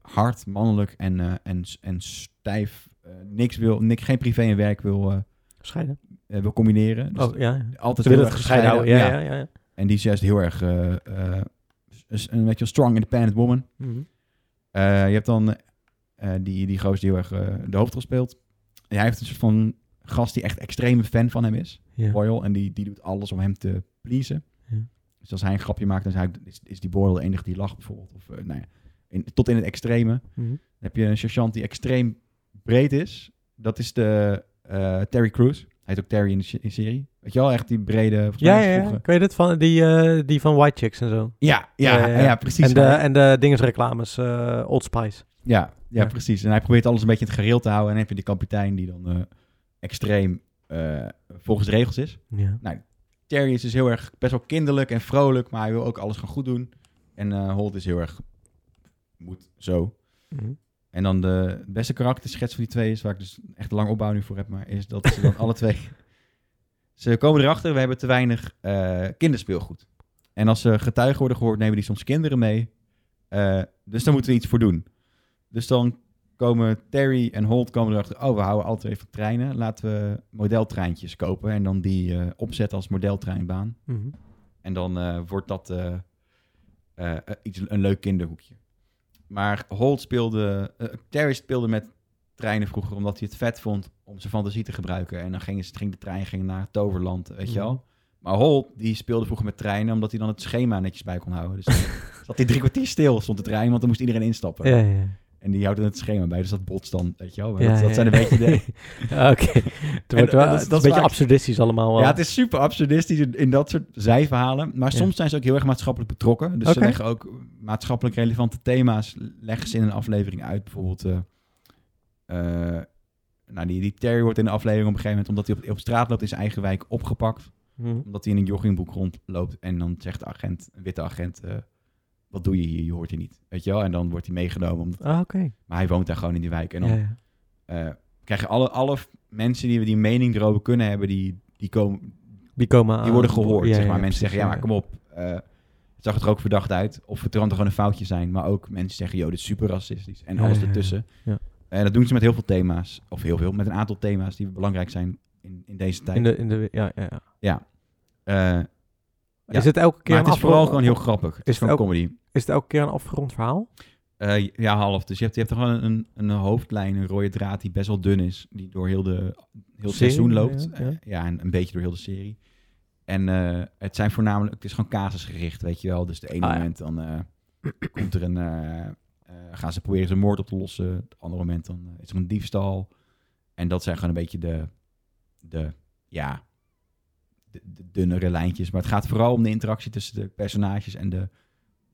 B: hard, mannelijk en, eh, en, en stijf eh, niks wil, niks, geen privé en werk wil, eh,
A: Scheiden.
B: eh, wil combineren. Dus
A: Oh, ja, ja.
B: Altijd
A: Ze willen
B: heel
A: het
B: erg
A: gescheiden houden. Ja, ja, ja. ja.
B: En die is juist heel erg eh, eh, is een beetje een strong, independent woman.
A: Mhm.
B: Eh, je hebt dan eh, die, die gozer die heel erg eh, de hoofdrol speelt. En hij heeft een soort van gast die echt extreme fan van hem is.
A: Ja.
B: Boyle. En die, die doet alles om hem te pleasen.
A: Ja.
B: Dus als hij een grapje maakt, dan is, hij- is, is die Boyle de enige die lacht bijvoorbeeld. Of, eh, nou ja, in- tot in het extreme.
A: Mhm.
B: Dan heb je een sergeant die extreem breed is. Dat is de eh, Terry Crews. Hij heet ook Terry in de, se- in de serie. Weet je wel, echt die brede... volgens mij
A: Ja,
B: is
A: ja,
B: het
A: ja.
B: vroeger-
A: Kan je dit van, die, eh, die van White Chicks en zo?
B: Ja, ja, ja, precies.
A: En de, en de dingesreclames, eh, Old Spice.
B: Ja, ja,
A: Ja.
B: precies. En hij probeert alles een beetje in het gereel te houden. En dan heb je die kapitein die dan eh, extreem eh, volgens de regels is.
A: Ja.
B: Nou, Terry is dus heel erg best wel kinderlijk en vrolijk, maar hij wil ook alles gaan goed doen. En eh, Holt is heel erg moet zo.
A: Mhm.
B: En dan de beste karakterschets van die twee is, waar ik dus echt lang opbouw nu voor heb, maar is dat ze dan alle twee... Ze komen erachter, we hebben te weinig eh, kinderspeelgoed. En als ze getuigen worden gehoord, nemen die soms kinderen mee. Eh, dus daar moeten we iets voor doen. Dus dan komen Terry en Holt komen erachter... oh, we houden alle twee van treinen. Laten we modeltreintjes kopen en dan die eh, opzetten als modeltreinbaan.
A: Mhm.
B: En dan eh, wordt dat eh, eh, iets, een leuk kinderhoekje. Maar Holt speelde... eh, Terry speelde met treinen vroeger omdat hij het vet vond om zijn fantasie te gebruiken. En dan ging, ze- ging de trein ging naar het toverland, weet je
A: Mhm.
B: wel. Maar Holt, die speelde vroeger met treinen omdat hij dan het schema netjes bij kon houden. Dus dan zat hij drie kwartier stil, stond de trein, want dan moest iedereen instappen.
A: Ja, ja.
B: En die houdt dan het schema bij, dus dat botst dan, weet je wel. Maar
A: Ja,
B: dat, dat
A: ja,
B: zijn
A: ja. Ah,
B: een beetje de...
A: Oké. Het
B: En eh,
A: wordt wel-
B: dat is-
A: het is een
B: dat is
A: beetje
B: vaak-
A: absurdistisch allemaal. wel.
B: Ja, het is super absurdistisch in, in dat soort zijverhalen. Maar
A: Ja.
B: soms zijn ze ook heel erg maatschappelijk betrokken. Dus ze
A: Oké.
B: leggen ook maatschappelijk relevante thema's leggen ze in een aflevering uit. Bijvoorbeeld, eh, eh, nou, die, die Terry wordt in de aflevering op een gegeven moment, omdat hij op, op straat loopt in zijn eigen wijk, opgepakt.
A: Mhm.
B: Omdat hij in een joggingbroek rondloopt. En dan zegt de agent, een witte agent, eh, wat doe je hier? Je hoort hier niet. Weet je wel? En dan wordt hij meegenomen. Omdat,
A: Ah, oké.
B: Maar hij woont daar gewoon in die wijk. En dan
A: Ja, ja.
B: eh, krijgen alle, alle mensen die we die mening erover kunnen hebben, die, die komen,
A: Ah, Die komen
B: Die worden
A: aan-
B: gehoord,
A: Ja,
B: zeg
A: ja,
B: maar.
A: ja,
B: mensen zeggen, ja, maar
A: precies,
B: kom op. eh, het zag het er ook verdacht uit. Of het kan toch gewoon een foutje zijn. Maar ook mensen zeggen, joh, dit is super racistisch. En
A: Ja,
B: alles
A: ja, ja,
B: ertussen.
A: ja.
B: En dat doen ze met heel veel thema's. Of heel veel. Met een aantal thema's die belangrijk zijn in, in deze tijd.
A: In de, in de, ja, ja, ja.
B: Ja. Eh,
A: Is het elke keer
B: maar het
A: een
B: is vooral
A: afro-
B: gewoon heel grappig. Het is,
A: is het
B: gewoon
A: elke-
B: comedy.
A: Is het elke keer een afgerond verhaal?
B: Eh, ja, half. Dus je hebt, je hebt er gewoon een, een hoofdlijn, een rode draad die best wel dun is. Die door heel, de, heel het
A: Serie,
B: seizoen loopt.
A: ja,
B: Eh,
A: ja.
B: Ja, en een beetje door heel de serie. En eh, het zijn voornamelijk, het is gewoon casusgericht, weet je wel. Dus de ene
A: Ah, ja.
B: moment dan eh, komt er een, eh, eh, gaan ze proberen ze een moord op te lossen. Het andere moment dan eh, is er een diefstal. En dat zijn gewoon een beetje de, de ja, de, de dunnere lijntjes. Maar het gaat vooral om de interactie tussen de personages en de,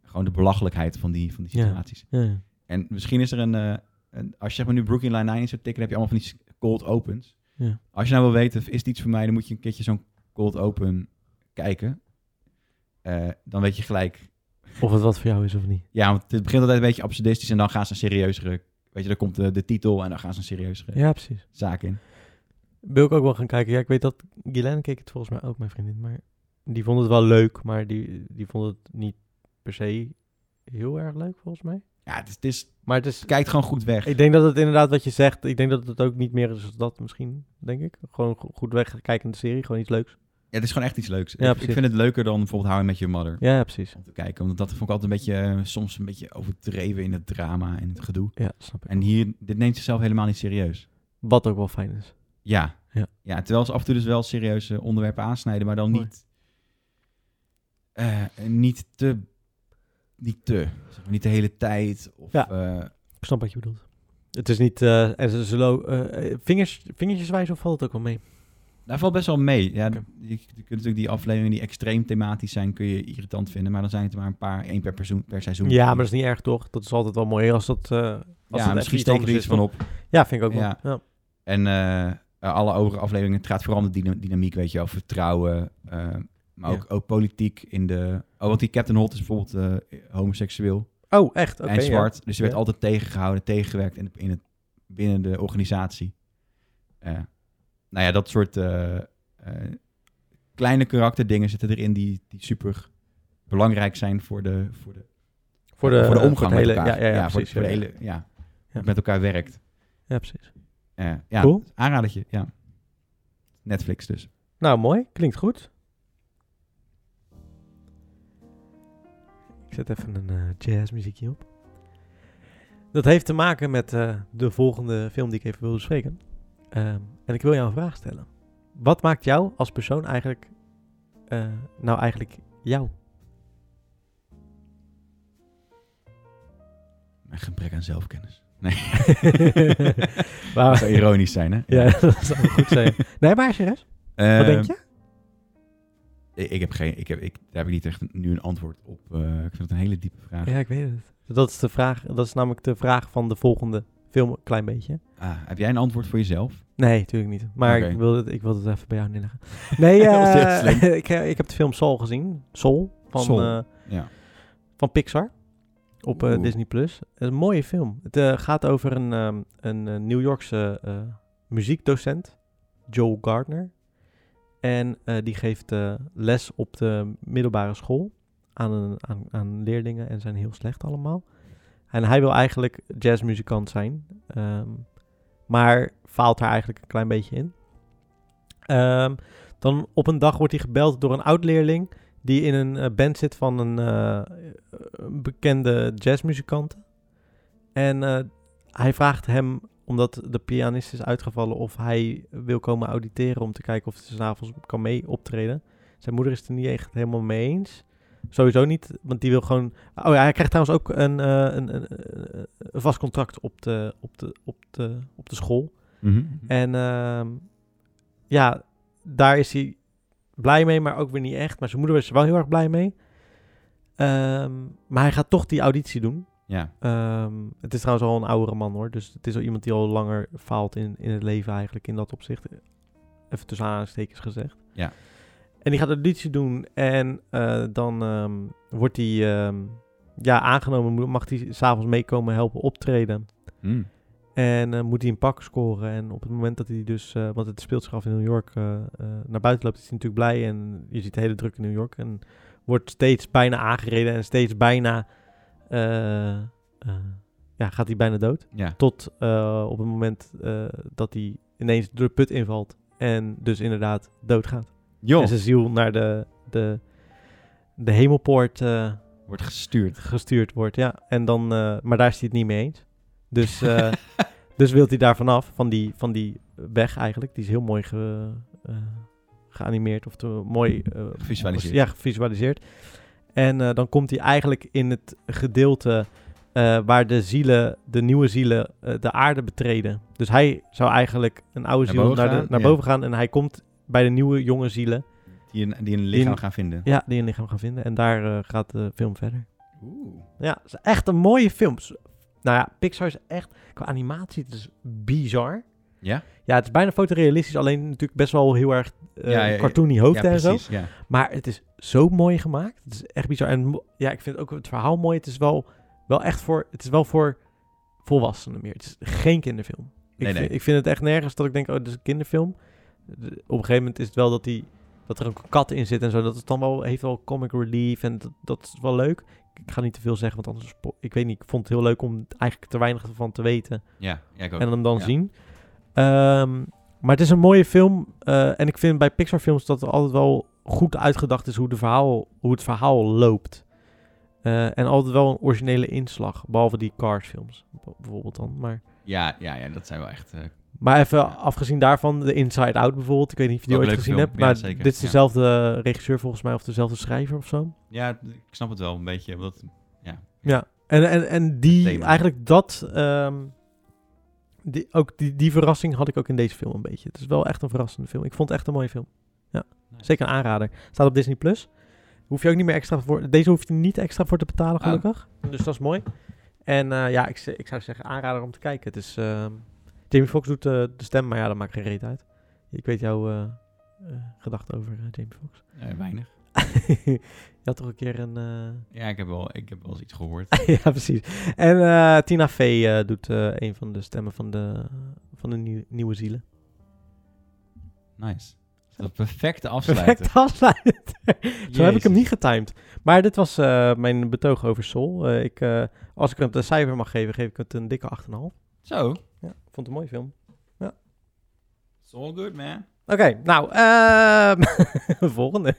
B: gewoon de belachelijkheid van die, van die
A: Ja.
B: situaties.
A: Ja, ja.
B: En misschien is er een, eh, een- als je zeg maar nu Brooklyn Nine-Nine zou tikken, dan heb je allemaal van die cold opens.
A: Ja.
B: Als je nou wil weten, is het iets voor mij, dan moet je een keertje zo'n cold open kijken. Eh, dan weet je gelijk,
A: Of het wat voor jou is of niet.
B: ja, want het begint altijd een beetje absurdistisch en dan gaan ze een serieuzere, weet je, dan komt de, de titel en dan gaan ze een serieuzere
A: Ja, precies.
B: zaak in.
A: Wil ik ook wel gaan kijken. Ja, ik weet dat Guylaine keek het volgens mij ook, mijn vriendin. Maar die vond het wel leuk, maar die, die vond het niet per se heel erg leuk, volgens mij.
B: Ja, het is, het is-
A: Maar het is...
B: kijkt gewoon goed weg.
A: Ik denk dat het inderdaad wat je zegt, ik denk dat het ook niet meer is als dat misschien, denk ik. Gewoon go- goed wegkijkende serie, gewoon iets leuks.
B: Ja, het is gewoon echt iets leuks.
A: Ja,
B: Ik- ik,
A: precies.
B: vind het leuker dan bijvoorbeeld How I Met Your Mother.
A: Ja, precies.
B: Om te kijken, want dat vond ik altijd een beetje, eh, soms een beetje overdreven in het drama en het gedoe.
A: Ja, snap ik.
B: En hier, dit neemt zichzelf helemaal niet serieus.
A: Wat ook wel fijn is.
B: Ja.
A: Ja.
B: ja. terwijl ze af en toe dus wel serieuze onderwerpen aansnijden, maar dan
A: Mooi.
B: niet, eh, niet te, niet te, zeg maar, niet de hele tijd. Of,
A: Ja.
B: eh,
A: Ik snap wat je bedoelt. Het is niet, eh, en ze zullen ook, eh, eh, vingers, vingertjeswijs of valt het ook wel mee?
B: daar valt best wel mee. Ja,
A: Oké.
B: je, je kunt natuurlijk die afleveringen die extreem thematisch zijn, kun je irritant vinden, maar dan zijn het er maar een paar, één per, persoen, per seizoen.
A: Ja, maar dat is niet erg toch? Dat is altijd wel mooi als dat... eh, als
B: ja,
A: het
B: misschien
A: even
B: steken er
A: anders
B: iets
A: is,
B: van
A: toch?
B: op.
A: Ja, vind ik ook wel.
B: Ja.
A: Ja.
B: En eh, eh, alle overige afleveringen, het gaat vooral om de dyna- dynamiek, weet je wel, vertrouwen, eh, maar
A: Ja.
B: ook, ook politiek in de... Oh, want die Captain Holt is bijvoorbeeld eh, homoseksueel.
A: Oh, echt? Oké.
B: en
A: ja.
B: zwart. Dus je werd
A: Ja.
B: altijd tegengehouden, tegengewerkt in, het- in het, binnen de organisatie. Eh, nou ja, dat soort eh, eh, kleine karakterdingen zitten erin die, die super belangrijk zijn voor de, voor de,
A: Voor de,
B: omgang
A: het hele-
B: met elkaar.
A: Ja, ja, ja,
B: voor, de-
A: precies.
B: voor de
A: ja.
B: hele, ja, hoe
A: Ja.
B: het met elkaar werkt.
A: Ja, precies.
B: Eh, ja,
A: Cool.
B: aanradertje, ja. Netflix dus.
A: Nou, mooi. Klinkt goed. Ik zet even een eh, jazzmuziekje op. Dat heeft te maken met eh, de volgende film die ik even wil bespreken. Ehm, en ik wil jou een vraag stellen. Wat maakt jou als persoon eigenlijk... eh, nou, eigenlijk jou?
B: Mijn gebrek aan zelfkennis. Nee.
A: Waar-
B: dat zou ironisch zijn, hè?
A: ja, Ehm, dat zou wel goed zijn. Nee, maar serieus?
B: Eh,
A: Wat denk je?
B: Ik, ik heb geen, ik heb, ik, daar heb ik niet echt nu een antwoord op. Eh, ik vind het een hele diepe vraag.
A: Ja, ik weet het. Dat is, de vraag, dat is namelijk de vraag van de volgende film, een klein beetje.
B: Ah, heb jij een antwoord voor jezelf?
A: Nee, natuurlijk niet. Maar
B: Oké.
A: ik, wilde het, ik wilde het even bij jou neerleggen. Nee,
B: Dat
A: eh,
B: was heel slim.
A: ik, ik heb de film Soul gezien. Soul van,
B: Soul,
A: eh,
B: ja.
A: van Pixar op eh,
B: Oeh.
A: Disney+. Plus. Een mooie film. Het eh, gaat over een, ehm, een eh, New Yorkse eh, muziekdocent, Joe Gardner. En eh, die geeft eh, les op de middelbare school aan, een, aan, aan leerlingen en zijn heel slecht allemaal. En hij wil eigenlijk jazzmuzikant zijn, ehm, maar faalt daar eigenlijk een klein beetje in. Ehm, dan op een dag wordt hij gebeld door een oud-leerling die in een eh, band zit van een eh, een bekende jazzmuzikant. En eh, hij vraagt hem, omdat de pianist is uitgevallen, of hij wil komen auditeren om te kijken of hij s'avonds kan mee optreden. Zijn moeder is het er niet echt helemaal mee eens. Sowieso niet, want die wil gewoon... Oh ja, hij krijgt trouwens ook een, eh, een, een, een- een vast contract op de, op de, op de, op de school.
B: Mhm.
A: En ehm, ja, daar is hij blij mee, maar ook weer niet echt. Maar zijn moeder was er wel heel erg blij mee. Ehm, maar hij gaat toch die auditie doen.
B: Ja.
A: Ehm, het is trouwens al een oudere man hoor. Dus het is al iemand die al langer faalt in, in het leven eigenlijk in dat opzicht. Even tussen aanstekens gezegd.
B: Ja.
A: En die gaat auditie doen en eh, dan ehm, wordt hij ehm, ja, aangenomen. Mag hij s'avonds meekomen helpen optreden.
B: Mm.
A: En eh, moet hij een pak scoren. En op het moment dat hij dus, eh, want het speelt zich af in New York, eh, eh, naar buiten loopt, is hij natuurlijk blij. En je ziet de hele druk in New York. En wordt steeds bijna aangereden en steeds bijna, eh, eh, ja, gaat hij bijna dood.
B: Ja.
A: Tot eh, op het moment eh, dat hij ineens door de put invalt. En dus inderdaad doodgaat.
B: Joh.
A: En zijn ziel naar de, de, de hemelpoort eh,
B: Wordt gestuurd.
A: gestuurd wordt. Ja. En dan, eh, maar daar is hij het niet mee eens. Dus, eh, dus wil hij daar vanaf, van die, van die weg eigenlijk. Die is heel mooi ge, eh, geanimeerd of te, mooi eh,
B: Gevisualiseerd.
A: Ja, gevisualiseerd. En eh, dan komt hij eigenlijk in het gedeelte eh, waar de zielen, de nieuwe zielen, eh, de aarde betreden. Dus hij zou eigenlijk een oude
B: Naar
A: ziel
B: boven
A: naar, de-
B: gaan,
A: naar
B: ja.
A: boven gaan en hij komt bij de nieuwe jonge zielen.
B: Die een, die een lichaam gaan vinden.
A: Ja, die een lichaam gaan vinden. En daar eh, gaat de film verder.
B: Oeh.
A: Ja, het is echt een mooie film. S- Nou ja, Pixar is echt, qua animatie, het is bizar.
B: Ja?
A: Ja, het is bijna fotorealistisch, alleen natuurlijk best wel heel erg eh,
B: Ja, ja,
A: cartoony hoofd
B: ja,
A: en zo.
B: precies, ja.
A: Maar het is zo mooi gemaakt. Het is echt bizar. En mo- ja, ik vind ook het verhaal mooi. Het is wel, wel echt voor, het is wel voor volwassenen meer. Het is geen kinderfilm. Ik,
B: Nee, nee.
A: Vind, ik vind het echt nergens dat ik denk, oh, dit is een kinderfilm. De- op een gegeven moment is het wel dat die, dat er ook een kat in zit en zo. Dat het dan wel, heeft wel comic relief en dat, dat is wel leuk. Ik ga niet te veel zeggen, want anders, spo- ik weet niet, ik vond het heel leuk om eigenlijk te weinig van te weten.
B: Ja, ja, ik ook.
A: En hem dan
B: Ja.
A: zien. Ehm, maar het is een mooie film. eh, en ik vind bij Pixar films dat er altijd wel goed uitgedacht is hoe, de verhaal, hoe het verhaal loopt. Eh, en altijd wel een originele inslag. Behalve die Cars films b- bijvoorbeeld dan. Maar,
B: Ja, ja, ja, dat zijn wel echt... eh,
A: maar even afgezien daarvan, de Inside Out bijvoorbeeld. Ik weet niet of je die
B: Ook een
A: ooit
B: leuke
A: gezien
B: film.
A: hebt.
B: Ja,
A: Maar
B: zeker.
A: dit is
B: Ja.
A: dezelfde regisseur volgens mij of dezelfde schrijver of zo.
B: ja, ik snap het wel een beetje. Omdat, ja.
A: Ja, en, en, en die,
B: Thema.
A: eigenlijk dat, ehm, die, ook die, die verrassing had ik ook in deze film een beetje. Het is wel echt een verrassende film. Ik vond het echt een mooie film. Ja, zeker een aanrader. Staat op Disney+. Plus. Hoef je ook niet meer extra voor, deze hoef je niet extra voor te betalen
B: Ah.
A: gelukkig. Dus dat is mooi. En eh, ja, ik, z- ik zou zeggen aanrader om te kijken. Het is, ehm, Jamie Foxx doet eh, de stem, maar ja, dat maakt geen reet uit. Ik weet jouw eh, eh, gedachten over eh, Jamie Foxx.
B: Eh, weinig.
A: je had toch een keer een... eh,
B: Ja, ik heb wel, ik heb wel eens iets gehoord.
A: ja, precies. En eh, Tina Fey eh, doet eh, een van de stemmen van de, van de nieuw- nieuwe zielen.
B: Nice. Dat perfecte afsluiten.
A: Perfect afsluiten. Zo heb ik hem
B: Jezus.
A: niet getimed. Maar dit was eh, mijn betoog over Soul. Eh, ik, eh, als ik hem een cijfer mag geven, geef ik het een dikke 8,5.
B: Zo.
A: Ja, ik vond het een mooie film.
B: It's all good, man.
A: Oké, nou, ehm, volgende.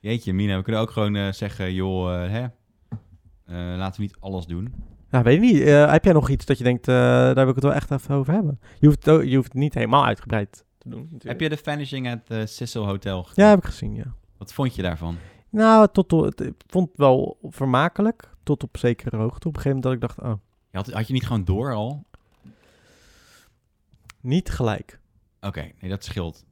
B: Jeetje, Mina, we kunnen ook gewoon eh, zeggen, joh, eh, hè, eh, laten we niet alles doen.
A: nou, weet ik niet. Eh, heb jij nog iets dat je denkt, eh, daar wil ik het wel echt even over hebben? Je hoeft, het ook- je hoeft het niet helemaal uitgebreid te doen. natuurlijk.
B: Heb je de Vanishing at the Cecil Hotel gezien?
A: Ja, heb ik gezien, ja.
B: Wat vond je daarvan?
A: Nou, tot, op- het- ik vond het wel vermakelijk. Tot op zekere hoogte. Op een gegeven moment dat ik dacht, oh,
B: Je had, had je niet gewoon door al?
A: niet gelijk.
B: Oké, nee, dat scheelt.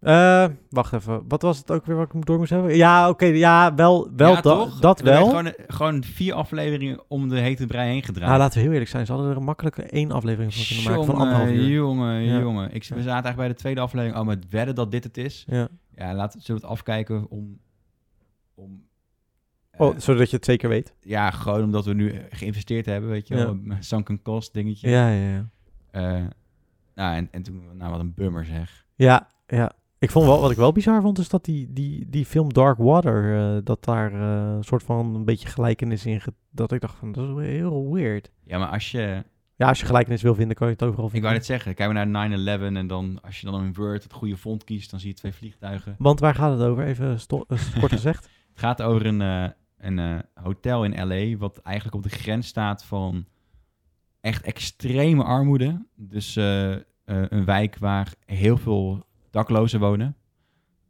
A: Eh, wacht even. Wat was het ook weer wat ik door moest hebben? Ja, oké. ja, wel, wel
B: Ja,
A: da-
B: toch?
A: dat
B: Er werd
A: wel.
B: Gewoon, gewoon vier afleveringen om de hete brei heen gedraaid.
A: Nou, laten we heel eerlijk zijn. Ze hadden er een makkelijke één aflevering van kunnen maken van
B: Jongen,
A: anderhalf uur.
B: Jongen,
A: Ja.
B: jongen. Ik, we zaten eigenlijk bij de tweede aflevering. Oh, maar wedden dat dit het is.
A: Ja.
B: Ja, laten zullen we het afkijken om... om eh,
A: Oh, zodat je het zeker weet.
B: ja, gewoon omdat we nu eh, geïnvesteerd hebben, weet je
A: Ja.
B: wel. Een sunken cost dingetje.
A: Ja, ja, ja.
B: Eh, nou, en, en toen, nou, wat een bummer zeg.
A: Ja, ja. Ik vond wel, wat ik wel bizar vond, is dat die, die, die film Dark Water, eh, dat daar eh, een soort van een beetje gelijkenis in... ge- dat ik dacht van, dat is heel weird.
B: Ja, maar als je...
A: Ja, als je gelijkenis wil vinden, kan je het overal
B: Ik
A: vinden.
B: wou net zeggen, kijk maar naar 9-11 en dan als je dan in Word het goede font kiest, dan zie je twee vliegtuigen.
A: Want waar gaat het over? Even sto- eh, kort gezegd.
B: Het gaat over een, eh, een eh, hotel in LA, wat eigenlijk op de grens staat van echt extreme armoede. Dus eh, eh, een wijk waar heel veel daklozen wonen.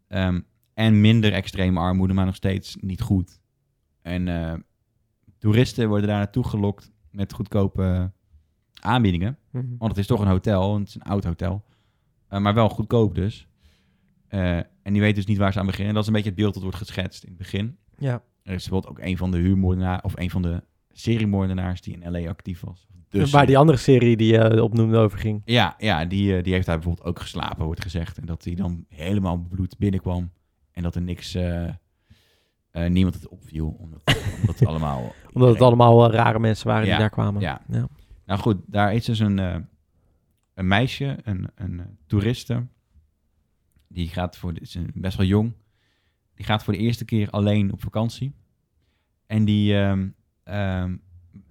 B: Ehm, en minder extreme armoede, maar nog steeds niet goed. En eh, toeristen worden daar naartoe gelokt met goedkope eh, aanbiedingen.
A: Mhm.
B: Want het is toch een hotel, en het is een oud hotel. Eh, maar wel goedkoop dus. Eh, en die weten dus niet waar ze aan beginnen. En dat is een beetje het beeld dat wordt geschetst in het begin.
A: Ja.
B: Er is bijvoorbeeld ook een van de huurmoordenaars... of een van de seriemoordenaars die in L.A. actief was. Dus,
A: Waar die andere serie die je opnoemde over ging.
B: Ja, ja die, eh, die heeft daar bijvoorbeeld ook geslapen, wordt gezegd. En dat hij dan helemaal bloed binnenkwam. En dat er niks... eh, eh, niemand het opviel. Omdat, omdat het allemaal...
A: Omdat het allemaal eh, rare mensen waren
B: Ja,
A: die daar kwamen.
B: ja.
A: ja.
B: Nou goed, daar is dus een, eh, een meisje, een, een eh, toeriste, die gaat voor, de, is een- best wel jong, die gaat voor de eerste keer alleen op vakantie. En die ehm, ehm,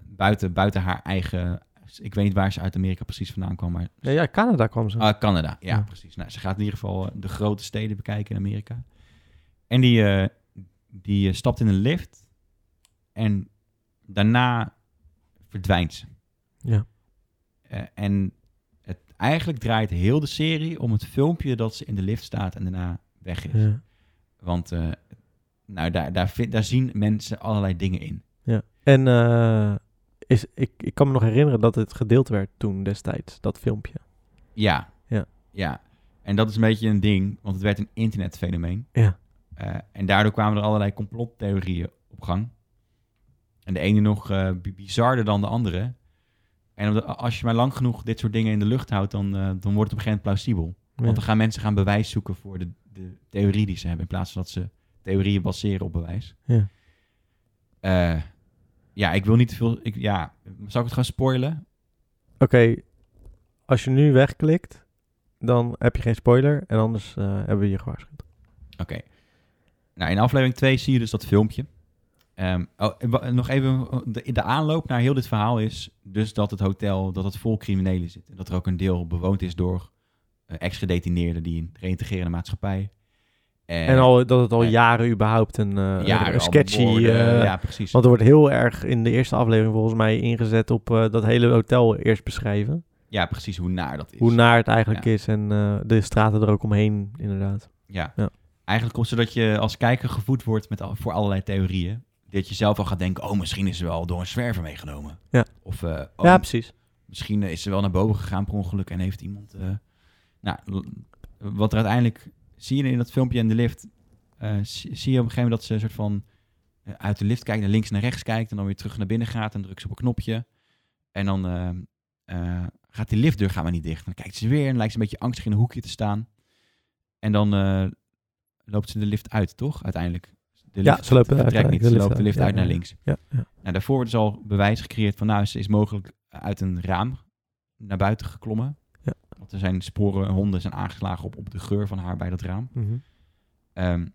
B: buiten, buiten haar eigen, ik weet niet waar ze uit Amerika precies vandaan kwam, maar
A: Nee, ja, Canada kwam ze.
B: Ah, Canada, ja,
A: Hm. Ja.
B: precies. Nou, ze gaat in ieder geval eh, de grote steden bekijken in Amerika. En die, eh, die eh, stapt in een lift en daarna verdwijnt ze.
A: Ja.
B: Eh, en het, eigenlijk draait heel de serie om het filmpje dat ze in de lift staat en daarna weg is.
A: Ja.
B: Want eh, nou, daar, daar, vind, daar zien mensen allerlei dingen in.
A: Ja. En eh, is, ik, ik kan me nog herinneren dat het gedeeld werd toen destijds, dat filmpje.
B: Ja.
A: Ja.
B: ja. En dat is een beetje een ding, want het werd een internetfenomeen.
A: Ja.
B: Eh, en daardoor kwamen er allerlei complottheorieën op gang. En de ene nog eh, bi- bizarder dan de andere. En op de- als je maar lang genoeg dit soort dingen in de lucht houdt, dan, eh, dan wordt het op een gegeven moment plausibel.
A: Ja.
B: Want dan gaan mensen gaan bewijs zoeken voor de, de theorie die ze hebben, in plaats van dat ze theorieën baseren op bewijs.
A: Ja.
B: Eh, ja, ik wil niet te veel... Ik, ja, zal ik het gewoon spoilen?
A: Oké, als je nu wegklikt, dan heb je geen spoiler en anders eh, hebben we je gewaarschuwd.
B: Oké. Nou, in aflevering 2 zie je dus dat filmpje. Ehm, oh, en wa- nog even, de, de aanloop naar heel dit verhaal is dus dat het hotel, dat het vol criminelen zit. En dat er ook een deel bewoond is door eh, ex-gedetineerden die reïntegreren in de maatschappij.
A: En al, dat het al
B: en-
A: jaren überhaupt een, eh,
B: Jaren
A: een
B: al
A: sketchy...
B: moorden,
A: eh,
B: ja, precies.
A: Want er wordt heel erg in de eerste aflevering volgens mij ingezet op eh, dat hele hotel eerst beschrijven.
B: Ja, precies hoe naar dat is.
A: Hoe naar het eigenlijk
B: Ja.
A: is en eh, de straten er ook omheen, inderdaad.
B: Ja.
A: Ja.
B: Eigenlijk komt zodat je als kijker gevoed wordt met al, voor allerlei theorieën. Dat je zelf al gaat denken, oh, misschien is ze wel door een zwerver meegenomen.
A: Ja.
B: Of, eh, oh,
A: Ja, precies.
B: Misschien eh, is ze wel naar boven gegaan per ongeluk en heeft iemand... eh, nou, l- wat er uiteindelijk... Zie je in dat filmpje in de lift... eh, zie zie je op een gegeven moment dat ze een soort van... eh, uit de lift kijkt, naar links naar rechts kijkt... en dan weer terug naar binnen gaat en drukt ze op een knopje. En dan eh, eh, gaat die liftdeur gaan maar niet dicht. En dan kijkt ze weer en lijkt ze een beetje angstig in een hoekje te staan. En dan eh, loopt ze de lift uit, toch? Uiteindelijk. De
A: Ja,
B: lift
A: ze lopen
B: vertrekt
A: uit,
B: niet,
A: de
B: ze
A: lift
B: loopt de
A: uit,
B: lift
A: ja,
B: uit naar
A: ja.
B: links.
A: Ja, ja.
B: Nou, daarvoor wordt dus al bewijs gecreëerd van... nou, ze is mogelijk uit een raam naar buiten geklommen.
A: Ja.
B: Want er zijn sporen, honden zijn aangeslagen op, op de geur van haar bij dat raam.
A: Mhm.
B: Ehm,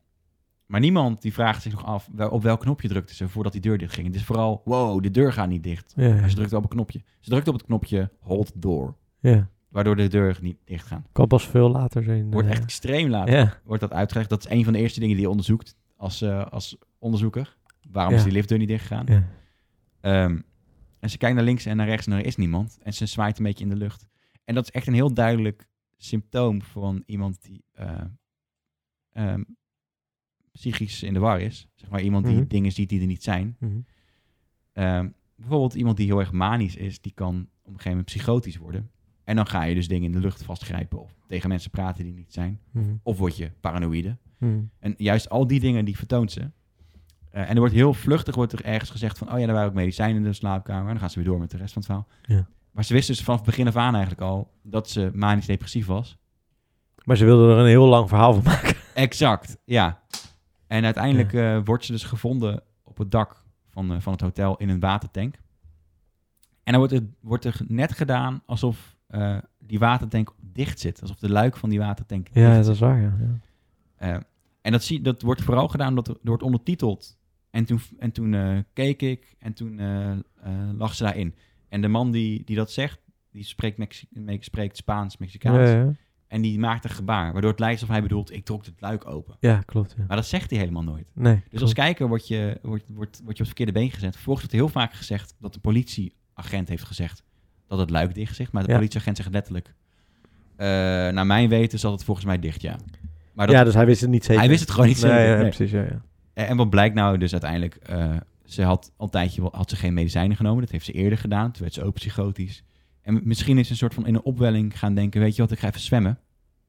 B: maar niemand die vraagt zich nog af wel- op welk knopje drukte ze voordat die deur dicht ging. Het is vooral, wow, de deur gaat niet dicht.
A: Ja, ja.
B: Maar ze drukt op een knopje. Ze drukt op het knopje hold door.
A: Ja.
B: Waardoor de deur niet dicht gaan.
A: Kan pas veel later zijn.
B: Wordt
A: eh,
B: echt extreem laat.
A: Ja.
B: Wordt dat uitgelegd. Dat is een van de eerste dingen die je onderzoekt als, eh, als onderzoeker. Waarom
A: Ja.
B: is die liftdeur niet dicht gegaan?
A: Ja.
B: Ehm, en ze kijkt naar links en naar rechts en er is niemand. En ze zwaait een beetje in de lucht. En dat is echt een heel duidelijk symptoom van iemand die eh, ehm, psychisch in de war is. Zeg maar iemand die
A: Mhm.
B: dingen ziet die er niet zijn.
A: Mhm.
B: Ehm, bijvoorbeeld iemand die heel erg manisch is, die kan op een gegeven moment psychotisch worden. En dan ga je dus dingen in de lucht vastgrijpen of tegen mensen praten die niet zijn.
A: Mhm.
B: Of word je paranoïde.
A: Mhm.
B: En juist al die dingen die vertoont ze. Eh, en er wordt heel vluchtig wordt er ergens gezegd van... oh ja, daar waren ook medicijnen in de slaapkamer. En dan gaan ze weer door met de rest van het verhaal.
A: Ja.
B: Maar ze wist dus vanaf het begin af aan eigenlijk al... dat ze manisch depressief was.
A: Maar ze wilden er een heel lang verhaal van maken.
B: Exact, ja. En uiteindelijk eh, wordt ze dus gevonden op het dak van, eh, van het hotel in een watertank. En dan wordt er, wordt er net gedaan alsof eh, die watertank dicht zit. Alsof de luik van die watertank
A: Ja,
B: dicht
A: dat is waar, ja. ja.
B: Eh, en dat, zie, dat wordt vooral gedaan omdat er, er wordt ondertiteld. En toen, en toen eh, keek ik en toen eh, eh, lag ze daarin. En de man die, die dat zegt, die spreekt, Mexi- me- spreekt Spaans, Mexicaans.
A: Ja, ja.
B: En die maakt een gebaar, waardoor het lijkt alsof hij bedoelt, ik trok het luik open.
A: Ja, klopt, ja.
B: Maar dat zegt hij helemaal nooit.
A: Nee,
B: Dus
A: klopt.
B: als kijker word je, word, word, word je op het verkeerde been gezet. Vervolgens wordt er heel vaak gezegd dat de politieagent heeft gezegd dat het luik dicht zit. Maar de
A: Ja.
B: politieagent zegt letterlijk, eh, naar mijn weten zat het volgens mij dicht, ja. Maar dat-
A: ja, dus hij wist het niet zeker.
B: Hij wist het gewoon niet
A: nee,
B: zeker,
A: Ja, ja,
B: nee.
A: precies, ja, ja.
B: En, en wat blijkt nou dus uiteindelijk? eh, ze had al een tijdje wel- had ze geen medicijnen genomen. Dat heeft ze eerder gedaan. Toen werd ze ook psychotisch. En m- misschien is ze een soort van in een opwelling gaan denken... weet je wat, ik ga even zwemmen.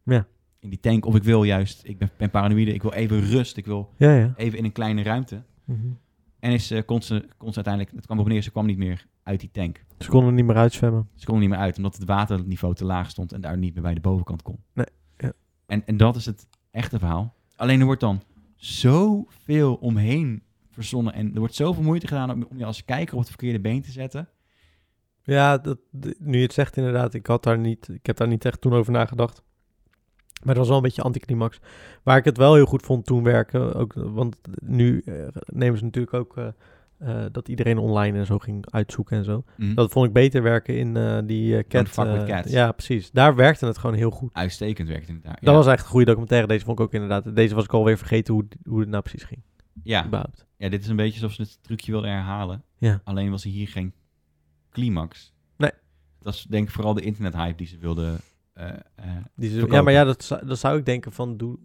A: Ja.
B: In die tank. Of ik wil juist... Ik ben, ben paranoïde. Ik wil even rust. Ik wil
A: Ja, ja.
B: even in een kleine ruimte.
A: Mhm.
B: En is, eh, kon, ze, kon ze uiteindelijk... Het kwam op neer. Ze kwam niet meer uit die tank.
A: Ze konden niet meer uitzwemmen.
B: Ze kon er niet meer uit. Omdat het waterniveau te laag stond. En daar niet meer bij de bovenkant kon.
A: Nee, ja.
B: En, en dat is het echte verhaal. Alleen er wordt dan zoveel omheen verzonnen. En er wordt zoveel moeite gedaan om, om je als kijker op het verkeerde been te zetten.
A: Ja, dat, d- nu je het zegt inderdaad, ik, had daar niet, ik heb daar niet echt toen over nagedacht. Maar dat was wel een beetje anticlimax. Waar ik het wel heel goed vond toen werken, ook, want nu eh, nemen ze natuurlijk ook eh, eh, dat iedereen online en zo ging uitzoeken en zo.
B: Mhm.
A: Dat vond ik beter werken in eh, die eh, cat.
B: Fuck with
A: eh,
B: Cats.
A: Ja, precies. Daar werkte het gewoon heel goed.
B: Uitstekend werkt het daar.
A: Dat was echt een goede documentaire. Deze vond ik ook inderdaad. Deze was ik alweer vergeten hoe, hoe het nou precies ging.
B: Ja.
A: Überhaupt.
B: ja, dit is een beetje alsof ze het trucje wilden herhalen.
A: Ja.
B: Alleen was er hier geen climax.
A: Nee.
B: Dat is denk ik vooral de internethype die ze wilden eh, eh,
A: Die ze- ja,
B: verkopen.
A: maar ja, dat, zou- dat zou ik denken van... Doe,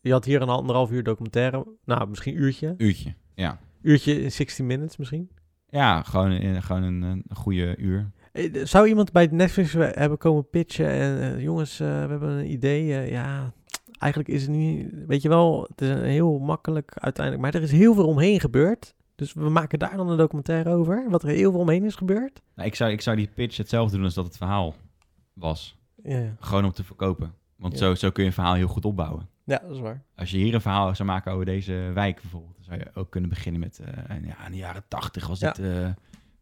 A: je had hier een anderhalf uur documentaire. Nou, misschien een uurtje.
B: Uurtje, ja.
A: Uurtje in 60 minutes misschien.
B: Ja, gewoon, een- gewoon een, een goede uur.
A: Eh, d- Zou iemand bij Netflix we- hebben komen pitchen en... eh, jongens, eh, we hebben een idee. eh, ja, eigenlijk is het nu... Weet je wel, het is een heel makkelijk uiteindelijk. Maar er is heel veel omheen gebeurd. Dus we maken daar dan een documentaire over. Wat er heel veel omheen is gebeurd.
B: Nou, ik, zou, ik zou die pitch hetzelfde doen als dat het verhaal was.
A: Ja, ja.
B: Gewoon om te verkopen. Want
A: Ja.
B: zo, zo kun je een verhaal heel goed opbouwen.
A: Ja, dat is waar.
B: Als je hier een verhaal zou maken over deze wijk bijvoorbeeld, dan zou je ook kunnen beginnen met eh, ja, in de jaren tachtig was
A: Ja.
B: dit eh,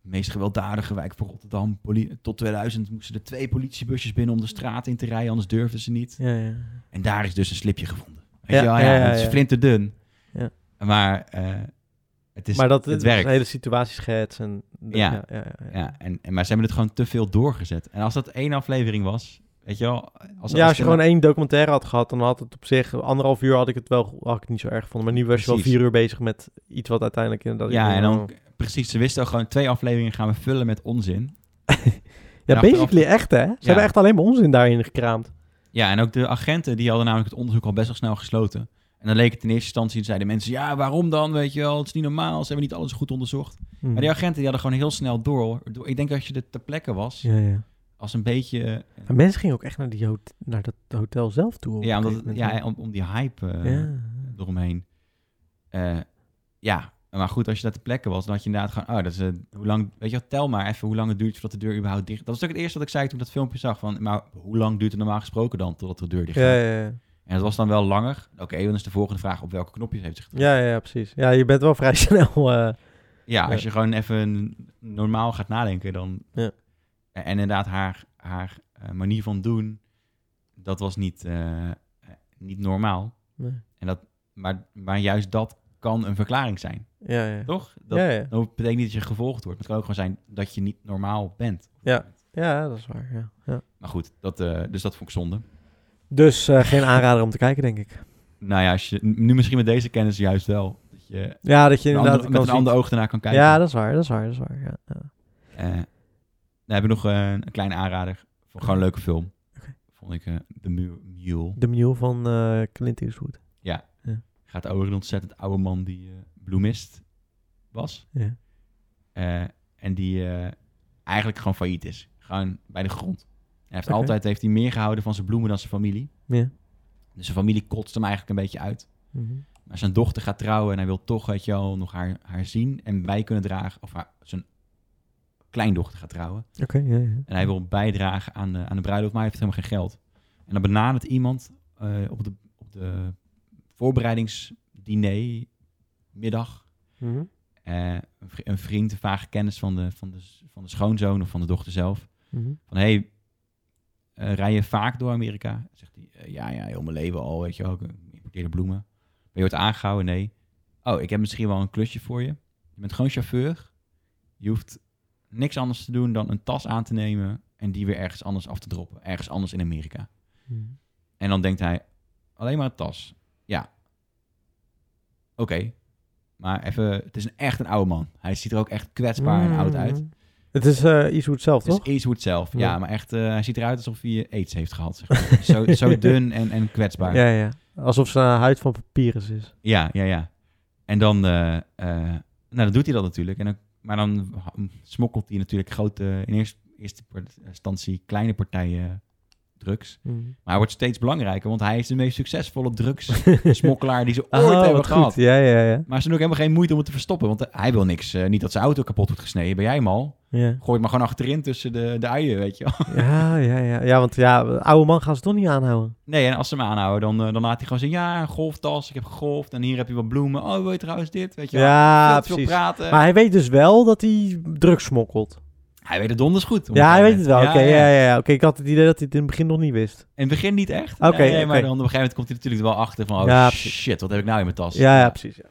B: de meest gewelddadige wijk van Rotterdam. Poli- Tot 2000 moesten er twee politiebusjes binnen om de straat in te rijden, anders durfden ze niet.
A: Ja, ja.
B: En daar is dus een slipje gevonden. Weet
A: Ja,
B: je wel?
A: ja,
B: Ja,
A: ja,
B: het is
A: ja.
B: flinterdun.
A: Ja.
B: Maar eh, het is
A: maar dat
B: het
A: het
B: werkt.
A: hele situatieschets en...
B: Ja.
A: ja, ja, ja.
B: Ja, en, en, maar ze hebben het gewoon te veel doorgezet. En als dat één aflevering was, weet je wel... Als,
A: ja, als je
B: er-
A: gewoon één documentaire had gehad, dan had het op zich anderhalf uur had ik het wel had ik het niet zo erg gevonden. Maar nu was je wel
B: Precies.
A: vier uur bezig met iets wat uiteindelijk inderdaad.
B: Ja, en
A: oh.
B: dan... Precies, ze wisten ook gewoon twee afleveringen gaan we vullen met onzin.
A: ja,
B: achteraf-
A: basically echt hè. Ze hebben echt alleen maar onzin daarin gekraamd.
B: Ja, en ook de agenten die hadden namelijk het onderzoek al best wel snel gesloten. En dan leek het in eerste instantie, zeiden mensen, ja, waarom dan, weet je wel, het is niet normaal, ze hebben niet alles goed onderzocht.
A: Hmm.
B: Maar die agenten die hadden gewoon heel snel door. door- Ik denk als je er ter plekke was,
A: Ja, ja.
B: als een beetje... eh,
A: Maar mensen gingen ook echt naar, die hot- naar dat hotel zelf toe. op
B: ja,
A: een
B: omdat,
A: gegeven
B: het-
A: moment,
B: ja om, om die hype eh,
A: Ja.
B: eromheen. Eh, ja, maar goed, als je daar ter plekke was, dan had je inderdaad gewoon... Oh, dat is, eh, hoe lang, weet je wel, tel maar even hoe lang het duurt voordat de deur überhaupt dicht... Dat was ook het eerste wat ik zei toen ik dat filmpje zag. Van, maar hoe lang duurt het normaal gesproken dan totdat de deur dicht
A: Ja,
B: gaat?
A: ja, ja.
B: En dat was dan wel langer. Oké, dan is de volgende vraag op welke knopjes heeft zich
A: ja, ja, ja, precies. Ja, je bent wel vrij snel. eh,
B: Ja, als
A: ja.
B: je gewoon even normaal gaat nadenken, dan...
A: Ja.
B: En inderdaad, haar, haar eh, manier van doen, dat was niet, eh, eh, niet normaal.
A: Nee.
B: En dat, maar, maar juist dat kan een verklaring zijn,
A: Ja, ja.
B: toch? Dat,
A: Ja, ja.
B: dat betekent niet dat je gevolgd wordt. maar het kan ook gewoon zijn dat je niet normaal bent.
A: ja, dat is waar. Ja. Ja.
B: Maar goed, dat, eh, dus dat vond ik zonde.
A: Dus eh, geen aanrader om te kijken, denk ik.
B: Nou ja, als je, nu misschien met deze kennis juist wel. Dat je
A: Ja, dat je
B: een
A: inderdaad
B: ander-
A: kan
B: met een
A: zien-
B: ander oog ernaar kan kijken.
A: Ja, dat is waar, dat is waar, dat is waar. Ja, ja.
B: Eh, dan heb ik nog eh, een kleine aanrader. Voor gewoon een leuke film.
A: Oké.
B: Vond ik eh The Mu- Mule.
A: De Mule van eh Clint Eastwood.
B: Ja.
A: Ja.
B: Gaat over een ontzettend oude man die eh, bloemist was.
A: Ja.
B: Eh, en die eh, eigenlijk gewoon failliet is. Gewoon bij de grond. Hij heeft
A: Oké.
B: altijd heeft hij meer gehouden van zijn bloemen dan zijn familie.
A: Ja.
B: Dus zijn familie kotst hem eigenlijk een beetje uit.
A: Mhm.
B: Maar zijn dochter gaat trouwen en hij wil toch, weet je wel, nog haar, haar zien en bij kunnen dragen. Of haar, zijn kleindochter gaat trouwen.
A: Oké, ja, ja.
B: En hij wil bijdragen aan de, aan de bruiloft, maar hij heeft helemaal geen geld. En dan benadert iemand eh, op, de, op de voorbereidingsdiner middag.
A: Mhm.
B: eh, een vri- een vriend, een vage kennis van de, van, de, s- van de schoonzoon of van de dochter zelf.
A: Mhm.
B: Van, hé, hey, eh, rij je vaak door Amerika? Zegt hij, eh, ja, ja, heel mijn leven al, weet je wel. Ik importeerde bloemen. Maar je wordt aangehouden? Nee. Oh, ik heb misschien wel een klusje voor je. Je bent gewoon chauffeur. Je hoeft niks anders te doen dan een tas aan te nemen... en die weer ergens anders af te droppen. Ergens anders in Amerika.
A: Mhm.
B: En dan denkt hij, alleen maar een tas. Ja. Oké. Maar even, het is een, echt een oude man. Hij ziet er ook echt kwetsbaar en oud uit.
A: Mhm. Het is eh Eastwood zelf,
B: Het
A: toch?
B: is Eastwood zelf. Ja,
A: Ja.
B: maar echt, eh, hij ziet eruit alsof hij aids heeft gehad. Zeg maar. zo, zo dun en, en kwetsbaar.
A: Ja, ja. Alsof zijn huid van papyrus is.
B: Ja, ja, ja. En dan, eh, eh, nou, dan doet hij dat natuurlijk. En dan, maar dan ha- hm, smokkelt hij natuurlijk grote, in eerste, eerste part- eh, instantie kleine partijen drugs.
A: Mhm.
B: Maar hij wordt steeds belangrijker, want hij is de meest succesvolle drugssmokkelaar die ze ooit
A: Oh,
B: hebben
A: wat
B: gehad.
A: goed. Ja, ja, ja.
B: Maar ze doen ook helemaal geen moeite om het te verstoppen, want hij wil niks. eh, niet dat zijn auto kapot wordt gesneden, ben jij hem al?
A: Ja.
B: Gooi het maar gewoon achterin tussen de, de uien, weet je wel.
A: Ja, ja, ja. Ja, want ja, oude man gaan ze toch niet aanhouden.
B: Nee, en als ze hem aanhouden, dan, eh, dan laat hij gewoon zeggen... ja, een golftas, ik heb gegolfd en hier heb je wat bloemen. Oh, wil je trouwens dit? Weet je wel.
A: Ja,
B: Veel te veel
A: precies.
B: praten.
A: Maar hij weet dus wel dat hij drugs smokkelt.
B: hij... Hij weet het donders goed.
A: Ja, hij weet het wel. Oké, ja, ja, ja. Oké, ik had het idee dat hij het in het begin nog niet wist.
B: In het begin niet echt.
A: Oké,
B: nee, nee,
A: oké.
B: maar dan op een gegeven moment komt hij natuurlijk wel achter van... Oh
A: Ja, precies.
B: shit, wat heb ik nou in mijn tas?
A: Ja, ja, precies. Ja.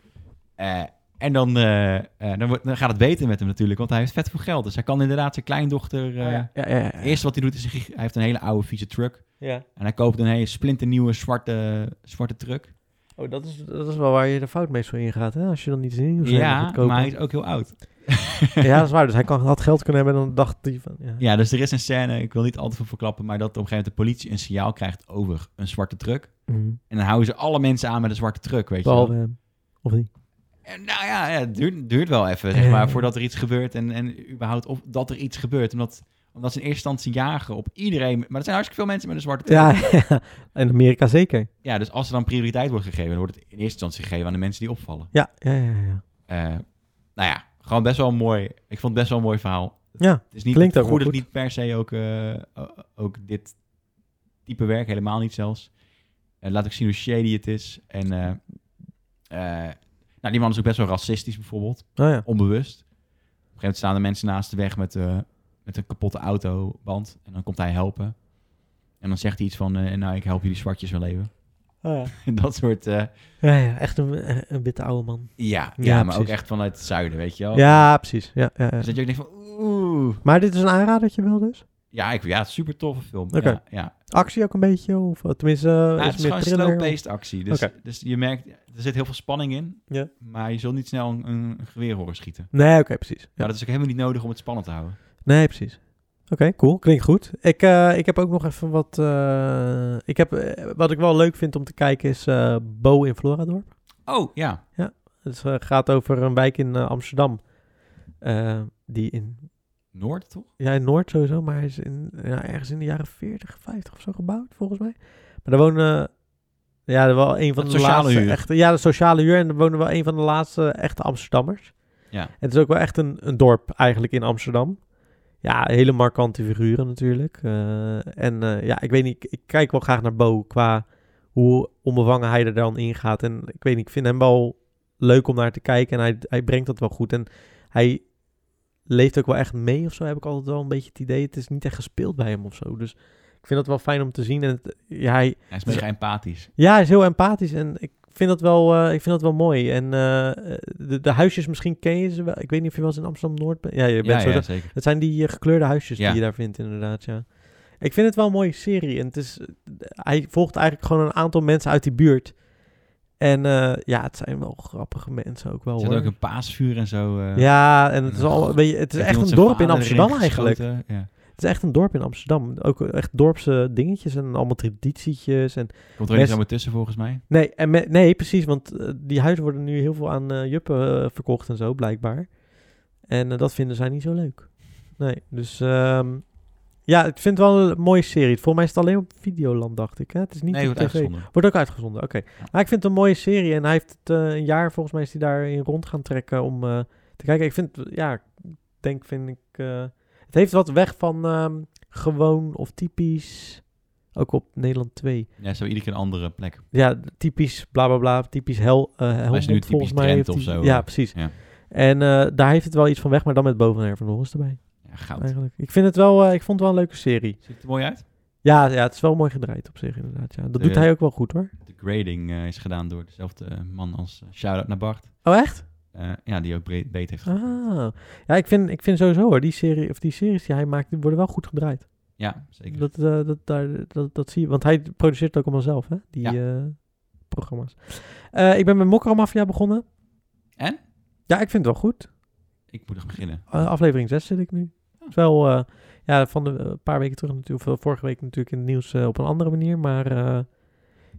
B: Eh, en dan, eh, eh, dan, wordt- dan gaat het beter met hem natuurlijk, want hij heeft vet veel geld. Dus hij kan inderdaad zijn kleindochter... eh
A: Oh, Ja, ja, ja, ja.
B: Eerst wat hij doet is, hij hij heeft een hele oude vieze truck.
A: Ja.
B: En hij koopt een hele splinternieuwe zwarte, zwarte truck.
A: Oh, dat is, dat is wel waar je de fout meestal in gaat, hè? Als je dan niet zin hebt.
B: Ja, maar hij is ook heel oud.
A: ja, dat is waar. Dus hij kan, had geld kunnen hebben en dan dacht hij van... Ja.
B: Ja, dus er is een scène, ik wil niet al te veel verklappen, maar dat op een gegeven moment de politie een signaal krijgt over een zwarte truck.
A: Mhm.
B: En dan houden ze alle mensen aan met een zwarte truck, weet je
A: Behalve
B: wel.
A: hem. ehm, Of niet?
B: En nou ja, ja, het duurt, duurt wel even, zeg
A: Ja.
B: maar, voordat er iets gebeurt. En, en überhaupt op dat er iets gebeurt. Omdat, omdat ze in eerste instantie jagen op iedereen. Maar er zijn hartstikke veel mensen met een zwarte
A: Ja,
B: truck.
A: in Amerika zeker.
B: Ja, dus als er dan prioriteit wordt gegeven, dan wordt het in eerste instantie gegeven aan de mensen die opvallen.
A: Ja, ja, ja. ja.
B: Eh, nou ja, gewoon best wel mooi. Ik vond het best wel een mooi verhaal.
A: Ja,
B: het is niet
A: klinkt ook
B: goed
A: wel
B: dat
A: goed.
B: niet per se ook, eh, o- ook dit type werk, helemaal niet zelfs. Eh, laat ik zien hoe shady het is. En eh, eh, nou, die man is ook best wel racistisch bijvoorbeeld.
A: Oh ja.
B: Onbewust. Op een gegeven moment staan de mensen naast de weg met, eh, met een kapotte autoband. En dan komt hij helpen. En dan zegt hij iets van, eh, nou, ik help jullie zwartjes wel even.
A: Oh
B: dat soort... eh,
A: Ja, ja, echt een, een witte oude man.
B: ja, ja, maar ook echt vanuit het zuiden, weet je wel.
A: Oh, Ja, precies. Ja, ja, ja.
B: Dus dat je ook denkt van, oeh.
A: Maar dit is een aanradertje wel dus?
B: Ja, ik, ja super toffe film.
A: Oké.
B: Ja, ja.
A: Actie ook een beetje? Of eh, tenminste, eh,
B: Nou,
A: is
B: het is
A: meer
B: gewoon
A: thriller?
B: een slow-paced actie. Dus,
A: Oké.
B: dus je merkt, er zit heel veel spanning in.
A: Ja.
B: Maar je zult niet snel een, een geweer horen schieten.
A: Nee, oké, precies. Ja.
B: Maar dat is ook helemaal niet nodig om het spannend te houden.
A: Nee, precies. Oké, cool. Klinkt goed. Ik, eh, ik heb ook nog even wat... eh, ik heb, eh, wat ik wel leuk vind om te kijken is eh, Bo in Florador.
B: Oh, ja.
A: Ja, het eh, gaat over een wijk in eh, Amsterdam. Eh, die in...
B: Noord, toch?
A: Ja, in Noord sowieso, maar hij is in, ja, ergens in de jaren 40, 50 of zo gebouwd, volgens mij. Maar daar wonen... Ja, er wel een van
B: Het
A: de
B: sociale
A: laatste
B: huur.
A: echte... Ja, de sociale huur. En er wonen wel een van de laatste echte Amsterdammers.
B: Ja.
A: Het is ook wel echt een, een dorp eigenlijk in Amsterdam. Ja, hele markante figuren natuurlijk. Eh, en eh, ja, ik weet niet, ik, ik kijk wel graag naar Bo qua hoe onbevangen hij er dan in gaat. En ik weet niet, ik vind hem wel leuk om naar te kijken en hij, hij brengt dat wel goed. En hij leeft ook wel echt mee of zo, heb ik altijd wel een beetje het idee. Het is niet echt gespeeld bij hem of zo. Dus ik vind dat wel fijn om te zien. En het, ja, hij,
B: Hij is mega empathisch.
A: ja, hij is heel empathisch en ik vind dat wel, eh, ik vind dat wel mooi. En eh, de, de huisjes, misschien ken je ze wel. Ik weet niet of je wel eens in Amsterdam-Noord bent. Ja, je bent
B: Ja,
A: zo
B: ja,
A: dat-
B: zeker.
A: Het zijn die eh, gekleurde huisjes
B: Ja.
A: die je daar vindt, inderdaad, ja. Ik vind het wel een mooie serie. En het is, hij volgt eigenlijk gewoon een aantal mensen uit die buurt. En eh, ja, het zijn wel grappige mensen ook wel,
B: Er
A: Oh, hoor.
B: zit ook een paasvuur en zo. eh.
A: Ja, en het is, al,
B: Heeft
A: weet je, het is
B: iemand
A: echt een
B: zijn
A: dorp in
B: vader
A: Amsterdam
B: erin
A: eigenlijk.
B: geschoten? Ja.
A: Het is echt een dorp in Amsterdam. Ook echt dorpse dingetjes en allemaal traditietjes. En
B: Komt er niet
A: mensen-
B: zomaar tussen volgens mij?
A: Nee, en me- nee precies, want eh, die huizen worden nu heel veel aan eh, juppen eh, verkocht en zo, blijkbaar. En eh, dat vinden zij niet zo leuk. Nee, dus ehm, ja, ik vind het wel een mooie serie. Volgens mij is het alleen op Videoland, dacht ik. Hè? Het is niet op
B: Nee, wordt
A: tv.
B: uitgezonden.
A: Wordt ook uitgezonden, oké. Maar ik vind het een mooie serie en hij heeft het eh, een jaar, volgens mij is hij daarin rond gaan trekken om eh, te kijken. Ik vind, het- ja, ik denk, vind ik... eh, het heeft wat weg van ehm, gewoon of typisch, ook op Nederland 2.
B: Ja, zo iedere keer een andere plek.
A: Ja, typisch bla bla bla, typisch hel, eh
B: nu
A: Helmond
B: typisch
A: volgens mij.
B: Drenthe
A: heeft
B: of
A: hij-
B: zo,
A: Ja,
B: eh.
A: precies.
B: Ja.
A: En eh, daar heeft het wel iets van weg, maar dan met Boven en Van Norris erbij.
B: Ja, goud.
A: Eigenlijk. Ik vind het wel, eh, ik vond het wel een leuke serie.
B: Ziet het er mooi uit?
A: Ja, ja, het is wel mooi gedraaid op zich inderdaad. Ja. Dat doet
B: De-
A: hij ook wel goed hoor.
B: De grading eh, is gedaan door dezelfde eh, man als eh, shout-out naar Bart.
A: Oh echt?
B: Eh, ja, die ook breed, beet heeft
A: Ah. Ja, ik vind, ik vind sowieso hoor, die serie of die series die hij maakt, die worden wel goed gedraaid.
B: Ja, zeker.
A: Dat, eh, dat, daar, dat, dat zie je. Want hij produceert het ook allemaal zelf, hè? Die eh, programma's. Eh, ik ben met Mokro Mafia begonnen.
B: En?
A: Ja, ik vind het wel goed.
B: Ik moet nog beginnen.
A: Eh, aflevering 6 zit ik nu. Het is wel, eh, ja, van de een paar weken terug natuurlijk, of eh, vorige week natuurlijk in het nieuws eh, op een andere manier. Maar eh,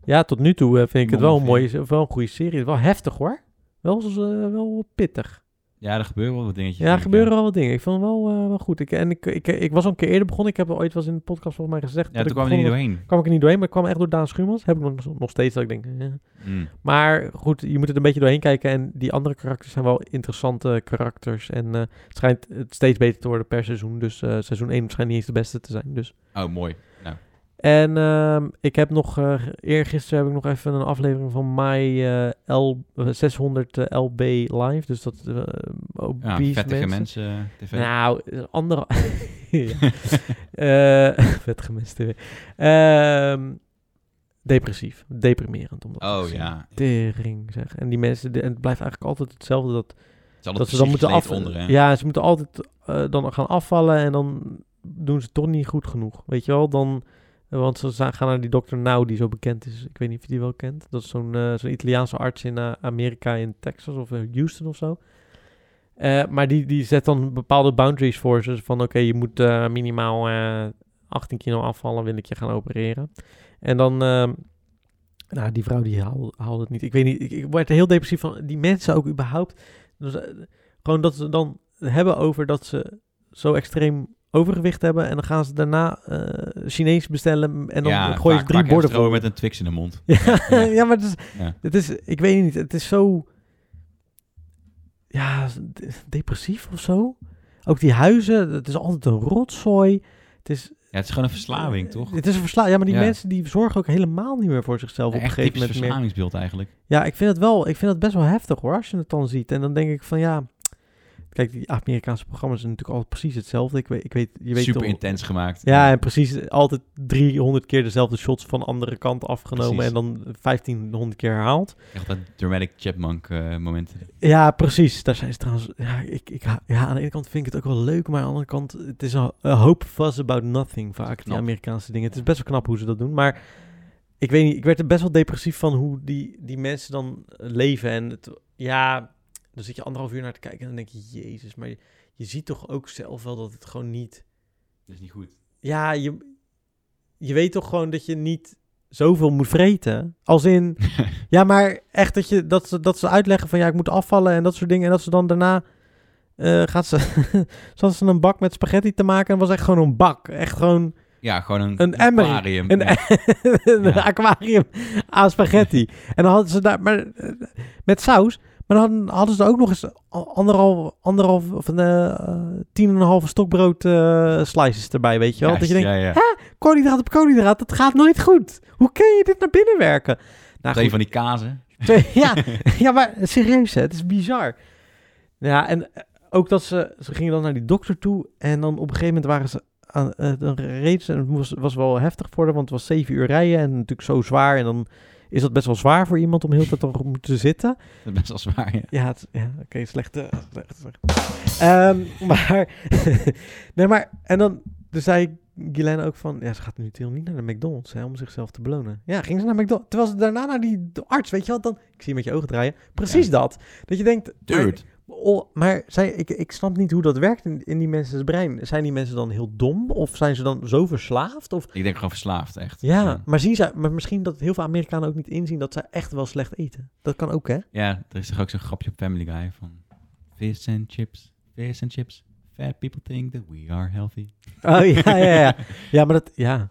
A: ja, tot nu toe eh, vind ik het wel een mooie, wel een goede serie. Het is Wel heftig hoor. Wel, eh, wel pittig.
B: Ja, er gebeuren wel wat dingetjes.
A: Ja, er
B: denk ik,
A: gebeuren wel wat dingen. Ik vond het wel, eh, wel goed. Ik, en ik, ik, ik was al een keer eerder begonnen. Ik heb ooit wel eens in de podcast volgens mij gezegd.
B: Ja,
A: dat
B: toen
A: ik
B: kwam je er niet
A: begonnen was-
B: doorheen.
A: kwam ik er niet doorheen, maar ik kwam echt door Daan Schuurmans. Heb ik nog, nog steeds dat ik denk. eh.
B: Mm.
A: Maar goed, je moet het een beetje doorheen kijken. En die andere karakters zijn wel interessante karakters. En eh, het schijnt het steeds beter te worden per seizoen. Dus eh, seizoen 1 schijnt niet eens de beste te zijn. Dus.
B: Oh, mooi. Nou,
A: En ehm, ik heb nog, eh eergisteren heb ik nog even een aflevering van My eh, L, eh, 600 eh, LB Live. Dus dat eh obese
B: Ja, Ah, vettige mensen, eh, tv.
A: Nou, eh, andere... Ja. Eh, vettige mensen tv. Ehm, depressief, deprimerend. Omdat
B: Oh, ja.
A: Tering, zeg. En die mensen, de- en het blijft eigenlijk altijd hetzelfde dat...
B: altijd
A: dat ze dan
B: psychisch
A: moeten af...
B: leed onder, hè?
A: ja, ze moeten altijd eh, dan gaan afvallen en dan doen ze het toch niet goed genoeg. Weet je wel, dan... Want ze za- gaan naar die dokter Nou, die zo bekend is. Ik weet niet of je die wel kent. Dat is zo'n eh, zo'n Italiaanse arts in eh, Amerika, in Texas of eh, Houston of zo. Eh, maar die, die zet dan bepaalde boundaries voor ze. Van oké, je moet eh, minimaal eh, 18 kilo afvallen, wil ik je gaan opereren. En dan, ehm, nou, die vrouw die haalde, haalde het niet. Ik weet niet, ik, ik word er heel depressief van. Die mensen ook überhaupt. Dus, eh, gewoon dat ze dan hebben over dat ze zo extreem overgewicht hebben. En dan gaan ze daarna eh, Chinees bestellen. En dan
B: ja,
A: gooien ze
B: vaak-
A: drie
B: vaak hebben
A: borden
B: ze het erover
A: vol.
B: met een Twix in de mond.
A: Ja, ja, maar het is,
B: Ja.
A: het is, ik weet niet, het is zo, ja, de- depressief of zo. Ook die huizen, het is altijd een rotzooi. Het is,
B: Ja, het is gewoon een verslaving, toch?
A: het is een versla. Ja, maar die
B: Ja.
A: mensen die zorgen ook helemaal niet meer voor zichzelf op een
B: Echt
A: gegeven moment
B: typisch
A: meer.
B: verslavingsbeeld eigenlijk.
A: Ja, ik vind het wel, ik vind het best wel heftig hoor, als je het dan ziet. En dan denk ik van ja, kijk, die Amerikaanse programma's zijn natuurlijk altijd precies hetzelfde. Ik weet, ik weet, je weet
B: Super
A: toch-
B: intens gemaakt.
A: Ja, en precies altijd 300 keer dezelfde shots van andere kant afgenomen
B: Precies.
A: en dan 1500 keer herhaald.
B: Echt dat dramatic chipmunk eh, momenten.
A: Ja, precies. Daar zijn ze trouwens. Ja, ik, ik, ha- ja, aan de ene kant vind ik het ook wel leuk, maar aan de andere kant, het is een een hoop fuzz about nothing vaak, die
B: knap.
A: Amerikaanse dingen. Het is best wel knap hoe ze dat doen, maar ik weet niet, ik werd er best wel depressief van hoe die, die mensen dan eh, leven. En het, ja, dan zit je anderhalf uur naar te kijken en dan denk je, jezus, maar je, je ziet toch ook zelf wel dat het gewoon niet...
B: Dat is niet goed.
A: Ja, je, je weet toch gewoon dat je niet zoveel moet vreten. Als in, ja, maar echt dat, je, dat, ze, dat ze uitleggen van ja, ik moet afvallen en dat soort dingen. En dat ze dan daarna, eh, gaat ze, zat ze een bak met spaghetti te maken. En was echt gewoon een bak. Echt gewoon
B: Ja, gewoon een,
A: een emmer.
B: aquarium.
A: Een,
B: Ja.
A: een
B: Ja.
A: aquarium aan spaghetti. en dan hadden ze daar, maar eh, met saus. Maar dan hadden- hadden ze er ook nog eens anderhalf, anderhalf of een eh, tien en een halve stokbrood eh, slices erbij, weet je wel? dat je
B: Juist,
A: denkt,
B: ja, ja.
A: hè, koolhydraat op koolhydraat, dat gaat nooit goed. Hoe kun je dit naar binnen werken? Nou, goed.
B: Twee van die kazen.
A: Twee- ja, ja, maar serieus, hè, het is bizar. Ja, en eh, ook dat ze, ze gingen dan naar die dokter toe en dan op een gegeven moment waren ze aan, eh, dan reed ze en het was, was wel heftig voor haar, want het was zeven uur rijden en natuurlijk zo zwaar en dan is dat best wel zwaar voor iemand om heel de tijd dan goed te zitten.
B: Dat is best wel zwaar, ja.
A: Ja, het- ja oké, slechte. slechte, slechte. Ehm, maar, nee, maar, en dan dus zei Guylaine ook van, ja, ze gaat nu natuurlijk niet naar de McDonald's hè, om zichzelf te belonen. Ja, ging ze naar McDonald's. Terwijl ze daarna naar die arts, weet je wel, dan, ik zie je met je ogen draaien, precies dat. Dat je denkt, maar-
B: Dude.
A: Oh, maar zij, ik, ik snap niet hoe dat werkt in, in die mensen's brein. Zijn die mensen dan heel dom? Of zijn ze dan zo verslaafd? Of,
B: Ik denk gewoon verslaafd, echt.
A: ja, Maar, zien zij, maar misschien dat heel veel Amerikanen ook niet inzien dat zij echt wel slecht eten. Dat kan ook, hè?
B: Ja, er is toch ook zo'n grapje op Family Guy van... Vis en chips, vis en chips. Fat people think that we are healthy.
A: Oh ja, ja, ja. Ja, maar dat, ja.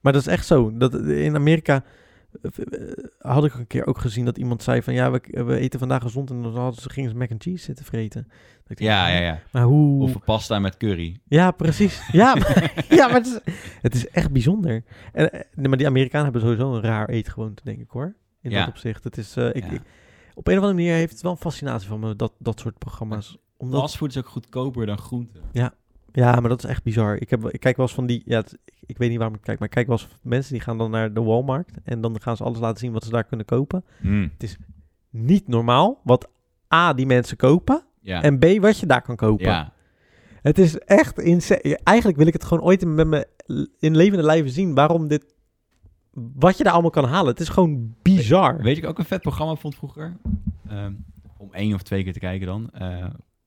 A: Maar dat is echt zo. Dat, in Amerika eh, had ik een keer ook gezien dat iemand zei van ja, we, we eten vandaag gezond en dan hadden ze, gingen ze mac and cheese zitten vreten. Dat ik dacht,
B: Ja, ja, ja.
A: Maar hoe...
B: Of pasta met curry.
A: Ja, precies. Ja, maar, ja, maar het, is, het is echt bijzonder. En, eh, nee, maar die Amerikanen hebben sowieso een raar eetgewoonte, denk ik hoor. In
B: Ja.
A: dat opzicht. Het is, eh, ik,
B: Ja.
A: ik- op een of andere manier heeft het wel een fascinatie van me, dat, dat soort programma's. Omdat,
B: Fastfood is ook goedkoper dan groente.
A: ja, maar dat is echt bizar. Ik, heb, wel- ik kijk wel eens van die. Ja, het- ik weet niet waarom ik kijk, maar ik kijk wel eens van mensen die gaan dan naar de Walmart. En dan gaan ze alles laten zien wat ze daar kunnen kopen.
B: Mm.
A: Het is niet normaal wat A, die mensen kopen.
B: Ja.
A: En B, wat je daar kan kopen.
B: Ja.
A: Het is echt insane. Ja, Eigenlijk wil ik het gewoon ooit in- met me in levende lijven zien. Waarom dit. Wat je daar allemaal kan halen. Het is gewoon bizar.
B: Weet ik ook een vet programma vond vroeger? Ehm, om één of twee keer te kijken dan. Eh,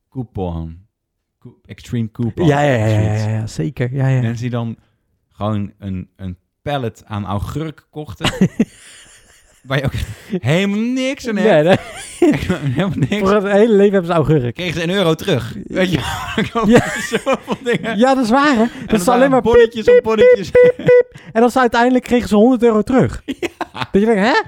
B: coupon. Co- Extreme Coupon.
A: ja, ja, ja, ja,
B: Zoiets.
A: ja, ja, zeker. Ja, ja.
B: Mensen die dan gewoon een, een pallet aan augurk kochten. waar je ook helemaal niks aan
A: Nee,
B: hebt.
A: nee.
B: Echt gewoon helemaal niks.
A: Voor het hele leven hebben ze augurk.
B: Kregen ze een euro terug. Weet je, ik koop
A: Ja.
B: zoveel dingen.
A: Ja, dat is waar, hè?
B: dat
A: Dat is alleen
B: waren
A: maar piep,
B: bonnetjes op
A: piep,
B: bonnetjes.
A: piep, piep, piep. En dan ze uiteindelijk kregen ze 100 euro terug. Dat je denkt, hè?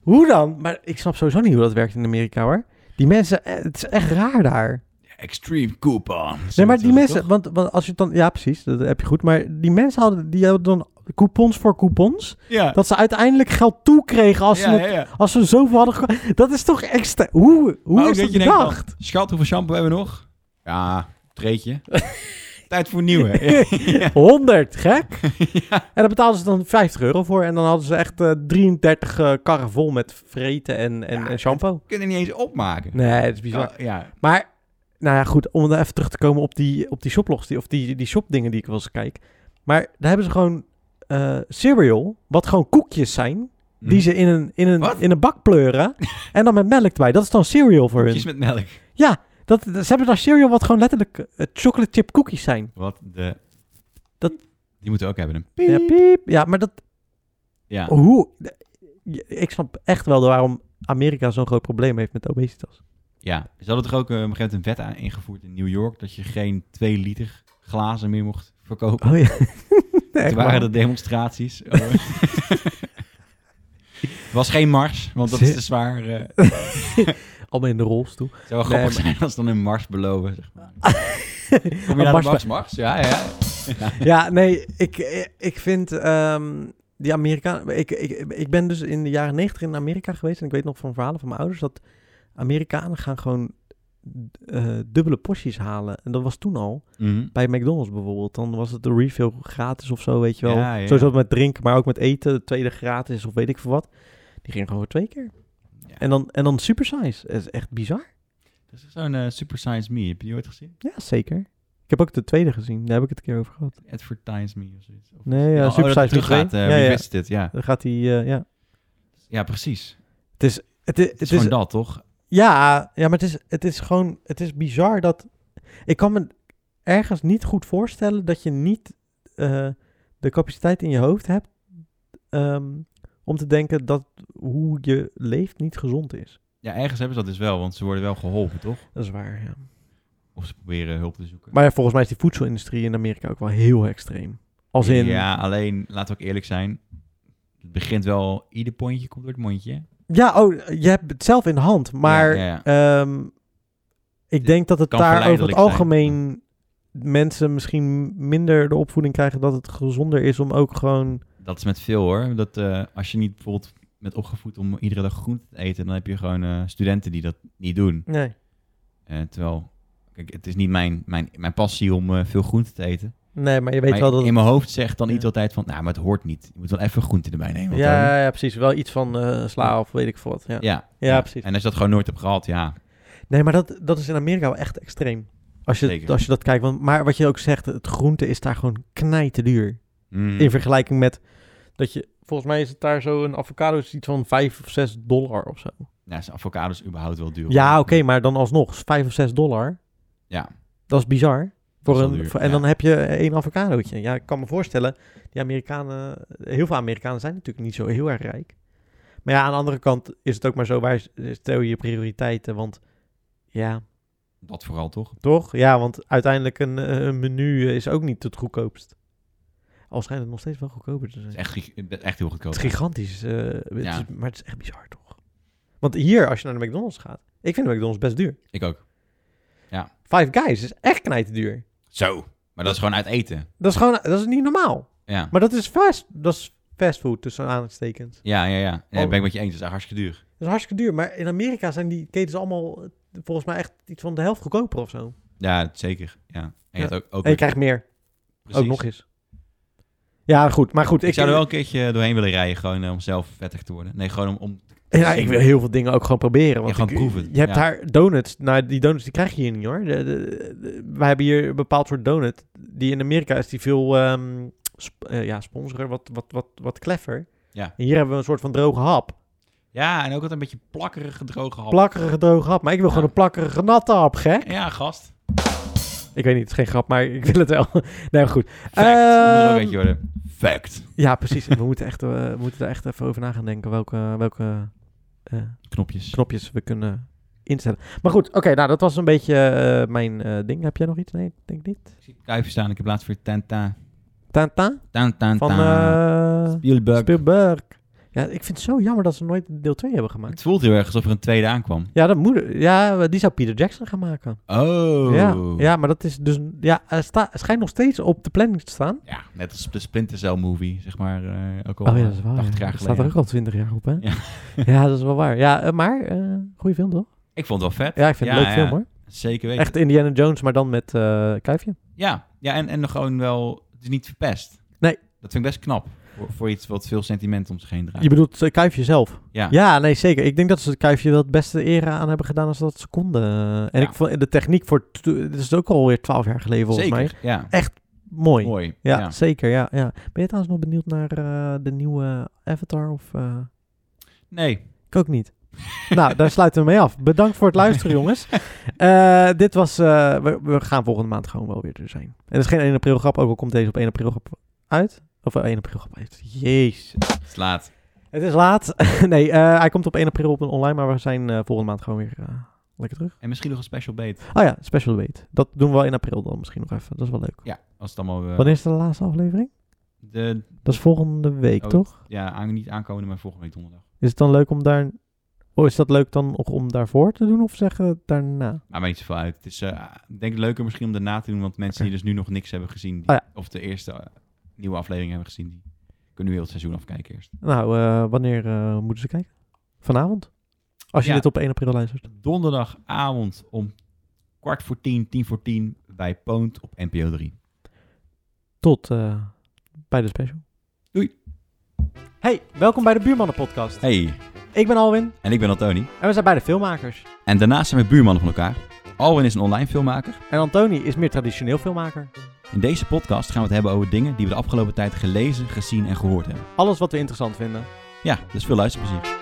A: Hoe dan? Maar ik snap sowieso niet hoe dat werkt in Amerika, hoor. Die mensen, eh, het is echt raar daar.
B: Extreme Coupon.
A: Nee, maar
B: Zoiets
A: die
B: was het
A: mensen, want, want als je het dan, ja precies, dat heb je goed. Maar die mensen hadden, die hadden dan coupons voor coupons.
B: Ja.
A: Dat ze uiteindelijk geld toekregen als, ze,
B: Ja,
A: het-
B: ja, ja.
A: als ze zoveel hadden ge- Dat is toch extra... Hoe, hoe
B: Maar ook
A: is dat
B: je denkt dan,
A: bedacht?
B: Schat, hoeveel shampoo hebben we nog? Ja, treetje. Tijd voor nieuw, hè?
A: 100, gek? En daar betaalden ze dan 50 euro voor. En dan hadden ze echt eh, 33 eh, karren vol met vreten en, en, en shampoo.
B: kunnen niet eens opmaken. Oh,
A: Nee, dat is bizar.
B: Ja, ja.
A: Maar, nou ja, goed, om daar even terug te komen op die, op die shoplogs, die, of die, die shopdingen die ik wel eens kijk. Maar daar hebben ze gewoon eh, cereal, wat gewoon koekjes zijn,
B: Hmm.
A: die ze in een, in, een, in een bak pleuren en dan met melk erbij. Dat is dan cereal voor
B: Koekjes
A: hun.
B: met melk.
A: Ja, dat, ze hebben dan cereal wat gewoon letterlijk eh, chocolate chip koekjes zijn.
B: Wat de...
A: Dat...
B: Die moeten we ook hebben. Een
A: Ja,
B: piep.
A: piep. Ja, maar dat...
B: Ja.
A: Hoe... eh, Ik snap echt wel waarom Amerika zo'n groot probleem heeft met obesitas.
B: Ja, ze hadden toch ook eh, op een gegeven moment een wet aan- ingevoerd in New York... dat je geen 2 liter glazen meer mocht verkopen.
A: Oh ja.
B: Toen
A: Echt waar?
B: waren de demonstraties. Oh. Het was geen mars, want dat is te zwaar. eh.
A: Allemaal in de rolstoel.
B: Het zou wel grappig
A: Nee, maar-
B: zijn als ze dan een mars beloven. Zeg maar. Kom je naar
A: mars
B: de mars,
A: bij-
B: mars? Ja, ja.
A: ja, nee, ik, ik vind ehm, die Amerikanen... Ik, ik, ik ben dus in de jaren negentig in Amerika geweest... en ik weet nog van verhalen van mijn ouders... dat Amerikanen gaan gewoon eh, dubbele porties halen. En dat was toen al.
B: Mhm.
A: Bij McDonald's bijvoorbeeld. Dan was het de refill gratis of zo, weet je wel.
B: Ja, ja.
A: Sowieso met drinken, maar ook met eten. De tweede gratis of weet ik veel wat. Die gingen gewoon twee keer. En, dan, en dan super size. Dat is echt bizar.
B: Dat is zo'n eh, Super Size Me. Heb je die ooit gezien?
A: Ja, zeker. Ik heb ook de tweede gezien. Daar heb ik het een keer over gehad.
B: Advertise Me of zoiets. Of-
A: Nee,
B: Oh,
A: ja,
B: oh,
A: Super
B: dat
A: Size
B: die terug gaat, eh, revisited, ja.
A: Dan gaat hij, ja.
B: Ja, precies.
A: Het is, het, is, het
B: is gewoon dat, toch?
A: Ja, ja maar het is, het is gewoon, het is bizar dat... Ik kan me ergens niet goed voorstellen dat je niet eh, de capaciteit in je hoofd hebt ehm, om te denken dat hoe je leeft niet gezond is.
B: Ja, ergens hebben ze dat dus wel, want ze worden wel geholpen, toch?
A: Dat is waar, ja.
B: Of ze proberen hulp te zoeken.
A: Maar ja, volgens mij is die voedselindustrie in Amerika ook wel heel extreem. Als in...
B: Ja, alleen, laten we ook eerlijk zijn. Het begint wel, ieder pondje komt door het mondje. hè?
A: Ja, oh, je hebt het zelf in de hand. Maar
B: Ja, ja,
A: ehm, ik denk dat het
B: kan
A: daar over het
B: verleidelijk zijn. Mm.
A: algemeen mensen misschien minder de opvoeding krijgen dat het gezonder is om ook gewoon.
B: Dat is met veel hoor. Dat, eh, als je niet bijvoorbeeld met opgevoed om iedere dag groente te eten, dan heb je gewoon eh, studenten die dat niet doen.
A: Nee.
B: Eh, terwijl, kijk, het is niet mijn, mijn, mijn passie om eh, veel groente te eten.
A: Nee, maar je weet wel dat
B: In
A: het-
B: mijn hoofd zegt dan iets altijd van, nou, maar het hoort niet. Je moet wel even groente erbij nemen. want dan-
A: Ja, ja, precies. Wel iets van eh, sla of weet ik veel wat. Ja,
B: ja,
A: precies.
B: En als je dat gewoon nooit hebt gehad, ja.
A: Nee, maar dat, dat is in Amerika wel echt extreem. Als je,
B: Zeker.
A: als je dat kijkt. Want, maar wat je ook zegt, het groente is daar gewoon knijten duur.
B: Mm.
A: In vergelijking met dat je. Volgens mij is het daar zo een avocado is iets van 5 of 6 dollar of zo.
B: Nou, zijn avocados überhaupt wel duur.
A: Ja, oké, maar dan alsnog 5 of 6 dollar.
B: Ja.
A: Dat is bizar. Voor
B: wel
A: een,
B: duur,
A: voor- en
B: ja.
A: dan heb je één avocadootje. Ja, ik kan me voorstellen, die Amerikanen, heel veel Amerikanen zijn natuurlijk niet zo heel erg rijk. Maar ja, aan de andere kant is het ook maar zo, waar is- stel je je prioriteiten? Want ja,
B: Dat vooral toch?
A: toch? Ja, want uiteindelijk een, eh, een menu is ook niet het goedkoopst. Al schijnt het nog steeds wel goedkoper te zijn.
B: Echt, gig- echt heel goedkoop.
A: Het is gigantisch, eh, het
B: Ja.
A: is- maar het is echt bizar toch? Want hier, als je naar de McDonald's gaat, ik vind de McDonald's best duur.
B: Ik ook. Ja.
A: Five Guys is echt knijterduur.
B: Zo. Maar dat is gewoon uit eten.
A: Dat is gewoon, dat is niet normaal.
B: Ja.
A: Maar dat is fast, dat is fastfood tussen aanhalingstekens.
B: Ja, ja, ja. ja
A: Oh.
B: ben ik met je eens. Dat is echt hartstikke duur.
A: Dat is hartstikke duur, maar in Amerika zijn die ketens allemaal eh, volgens mij echt iets van de helft goedkoper of zo.
B: Ja, zeker. Ja. En je,
A: Ja.
B: hebt ook, ook
A: en je krijgt meer.
B: Precies.
A: Ook nog eens. Ja, goed. Maar goed,
B: Ik,
A: ik,
B: zou er wel een keertje doorheen willen rijden, gewoon eh, om zelf vettig te worden. Nee, gewoon om... om
A: ja, ik wil heel veel dingen ook gewoon proberen. Want
B: gewoon
A: ik-
B: proeven,
A: Je hebt
B: ja.
A: daar donuts. Nou, die donuts die krijg je hier niet hoor. De, de- de- wij hebben hier een bepaald soort donut. Die in Amerika is die veel ehm sp- eh, ja, sponsorer, wat, wat, wat, wat kleffer.
B: Ja.
A: En hier hebben we een soort van droge hap.
B: Ja, en ook altijd een beetje plakkerige, droge hap.
A: plakkerige droge hap. Maar ik wil gewoon een plakkerige natte hap, gek.
B: Ja, gast.
A: Ik weet niet, het is geen grap, maar ik wil het wel. Nee, maar goed.
B: Fact. Moet er ook
A: Ehm,
B: eentje worden. Fact.
A: Ja, precies. we, moeten echt, eh, we moeten er echt even over na gaan denken welke, welke eh,
B: Knopjes.
A: knopjes we kunnen instellen. Maar goed, oké, nou dat was een beetje eh, mijn eh, ding. Heb jij nog iets? Nee, ik denk niet.
B: Kuifje staan. Ik heb laatst weer Tanta.
A: Tanta?
B: Tanta.
A: Van eh,
B: Spielberg.
A: Spielberg. Ja, ik vind het zo jammer dat ze nooit deel 2 hebben gemaakt.
B: Het voelt heel erg alsof er een tweede aankwam.
A: Ja, dat moet, ja, die zou Peter Jackson gaan maken.
B: Oh.
A: Ja, ja maar dat is dus... Ja, hij sta, hij schijnt nog steeds op de planning te staan.
B: Ja, net als de Splinter Cell movie, zeg maar. eh, ook al
A: oh ja, dat is waar.
B: 80 jaar
A: Dat staat er ook
B: geleden.
A: al 20 jaar op, hè?
B: Ja.
A: Ja, dat is wel waar. Ja, eh, maar eh goede film, toch?
B: Ik vond het wel vet.
A: Ja, ik vind het een leuk film, hoor.
B: Zeker weten.
A: Echt Indiana Jones, maar dan met eh Kuifje.
B: Ja, ja en, en gewoon wel, het is niet verpest.
A: Nee.
B: Dat vind ik best knap. Voor, voor iets wat veel sentiment om zich heen draait.
A: Je bedoelt eh, Kuifje zelf?
B: Ja.
A: Ja, nee, zeker. Ik denk dat ze het Kuifje wel het beste ere aan hebben gedaan als dat ze konden. En
B: Ja.
A: ik vond de techniek voor... t- Dit is ook alweer 12 jaar geleden, volgens
B: Zeker,
A: mij.
B: ja.
A: Echt mooi.
B: Mooi,
A: Ja,
B: ja.
A: zeker. Ja, ja. Ben je trouwens nog benieuwd naar eh, de nieuwe Avatar? Of, eh?
B: Nee.
A: Ik ook niet. nou, daar sluiten we mee af. Bedankt voor het luisteren, jongens. Eh, dit was... eh, we, we gaan volgende maand gewoon wel weer er zijn. En dat is geen 1 april grap, ook al komt deze op 1 april grap uit. Of eh, 1 april grap uit. Jezus.
B: Het is laat.
A: Het is laat. nee, eh, hij komt op 1 april op een online, maar we zijn eh, volgende maand gewoon weer eh, lekker terug.
B: En misschien nog een special bait.
A: Oh ja, special debate. Dat doen we wel in april dan misschien nog even. Dat is wel leuk.
B: Ja, als het allemaal... eh,
A: Wanneer is de laatste aflevering?
B: De,
A: Dat is volgende week,
B: oh,
A: toch?
B: Ja, aan, niet aankomende, maar volgende week donderdag.
A: Is het dan leuk om daar... Oh, is dat leuk dan nog om daarvoor te doen of zeggen daarna?
B: Maar maakt niet zoveel uit. Het is eh, ik denk ik leuker misschien om daarna te doen, want mensen die dus nu nog niks hebben gezien, die-
A: Oh ja.
B: of de eerste eh, nieuwe aflevering hebben gezien, die kunnen nu heel het seizoen afkijken eerst.
A: Nou, eh, wanneer eh, moeten ze kijken? Vanavond? Als je
B: Ja.
A: dit op 1 april luistert.
B: Donderdagavond om kwart voor tien, tien voor tien, bij Poont op NPO 3.
A: Tot eh, bij de special.
B: Doei.
A: Hey, welkom bij de Buurmannen podcast.
B: Hey,
A: Ik ben Alwin
B: en ik ben Antoni.
A: en we zijn beide filmmakers.
B: En daarnaast zijn we buurmannen van elkaar. Alwin is een online filmmaker.
A: En Antoni is meer traditioneel filmmaker.
B: In deze podcast gaan we het hebben over dingen die we de afgelopen tijd gelezen, gezien en gehoord hebben.
A: Alles wat we interessant vinden.
B: Ja, dus veel luisterplezier.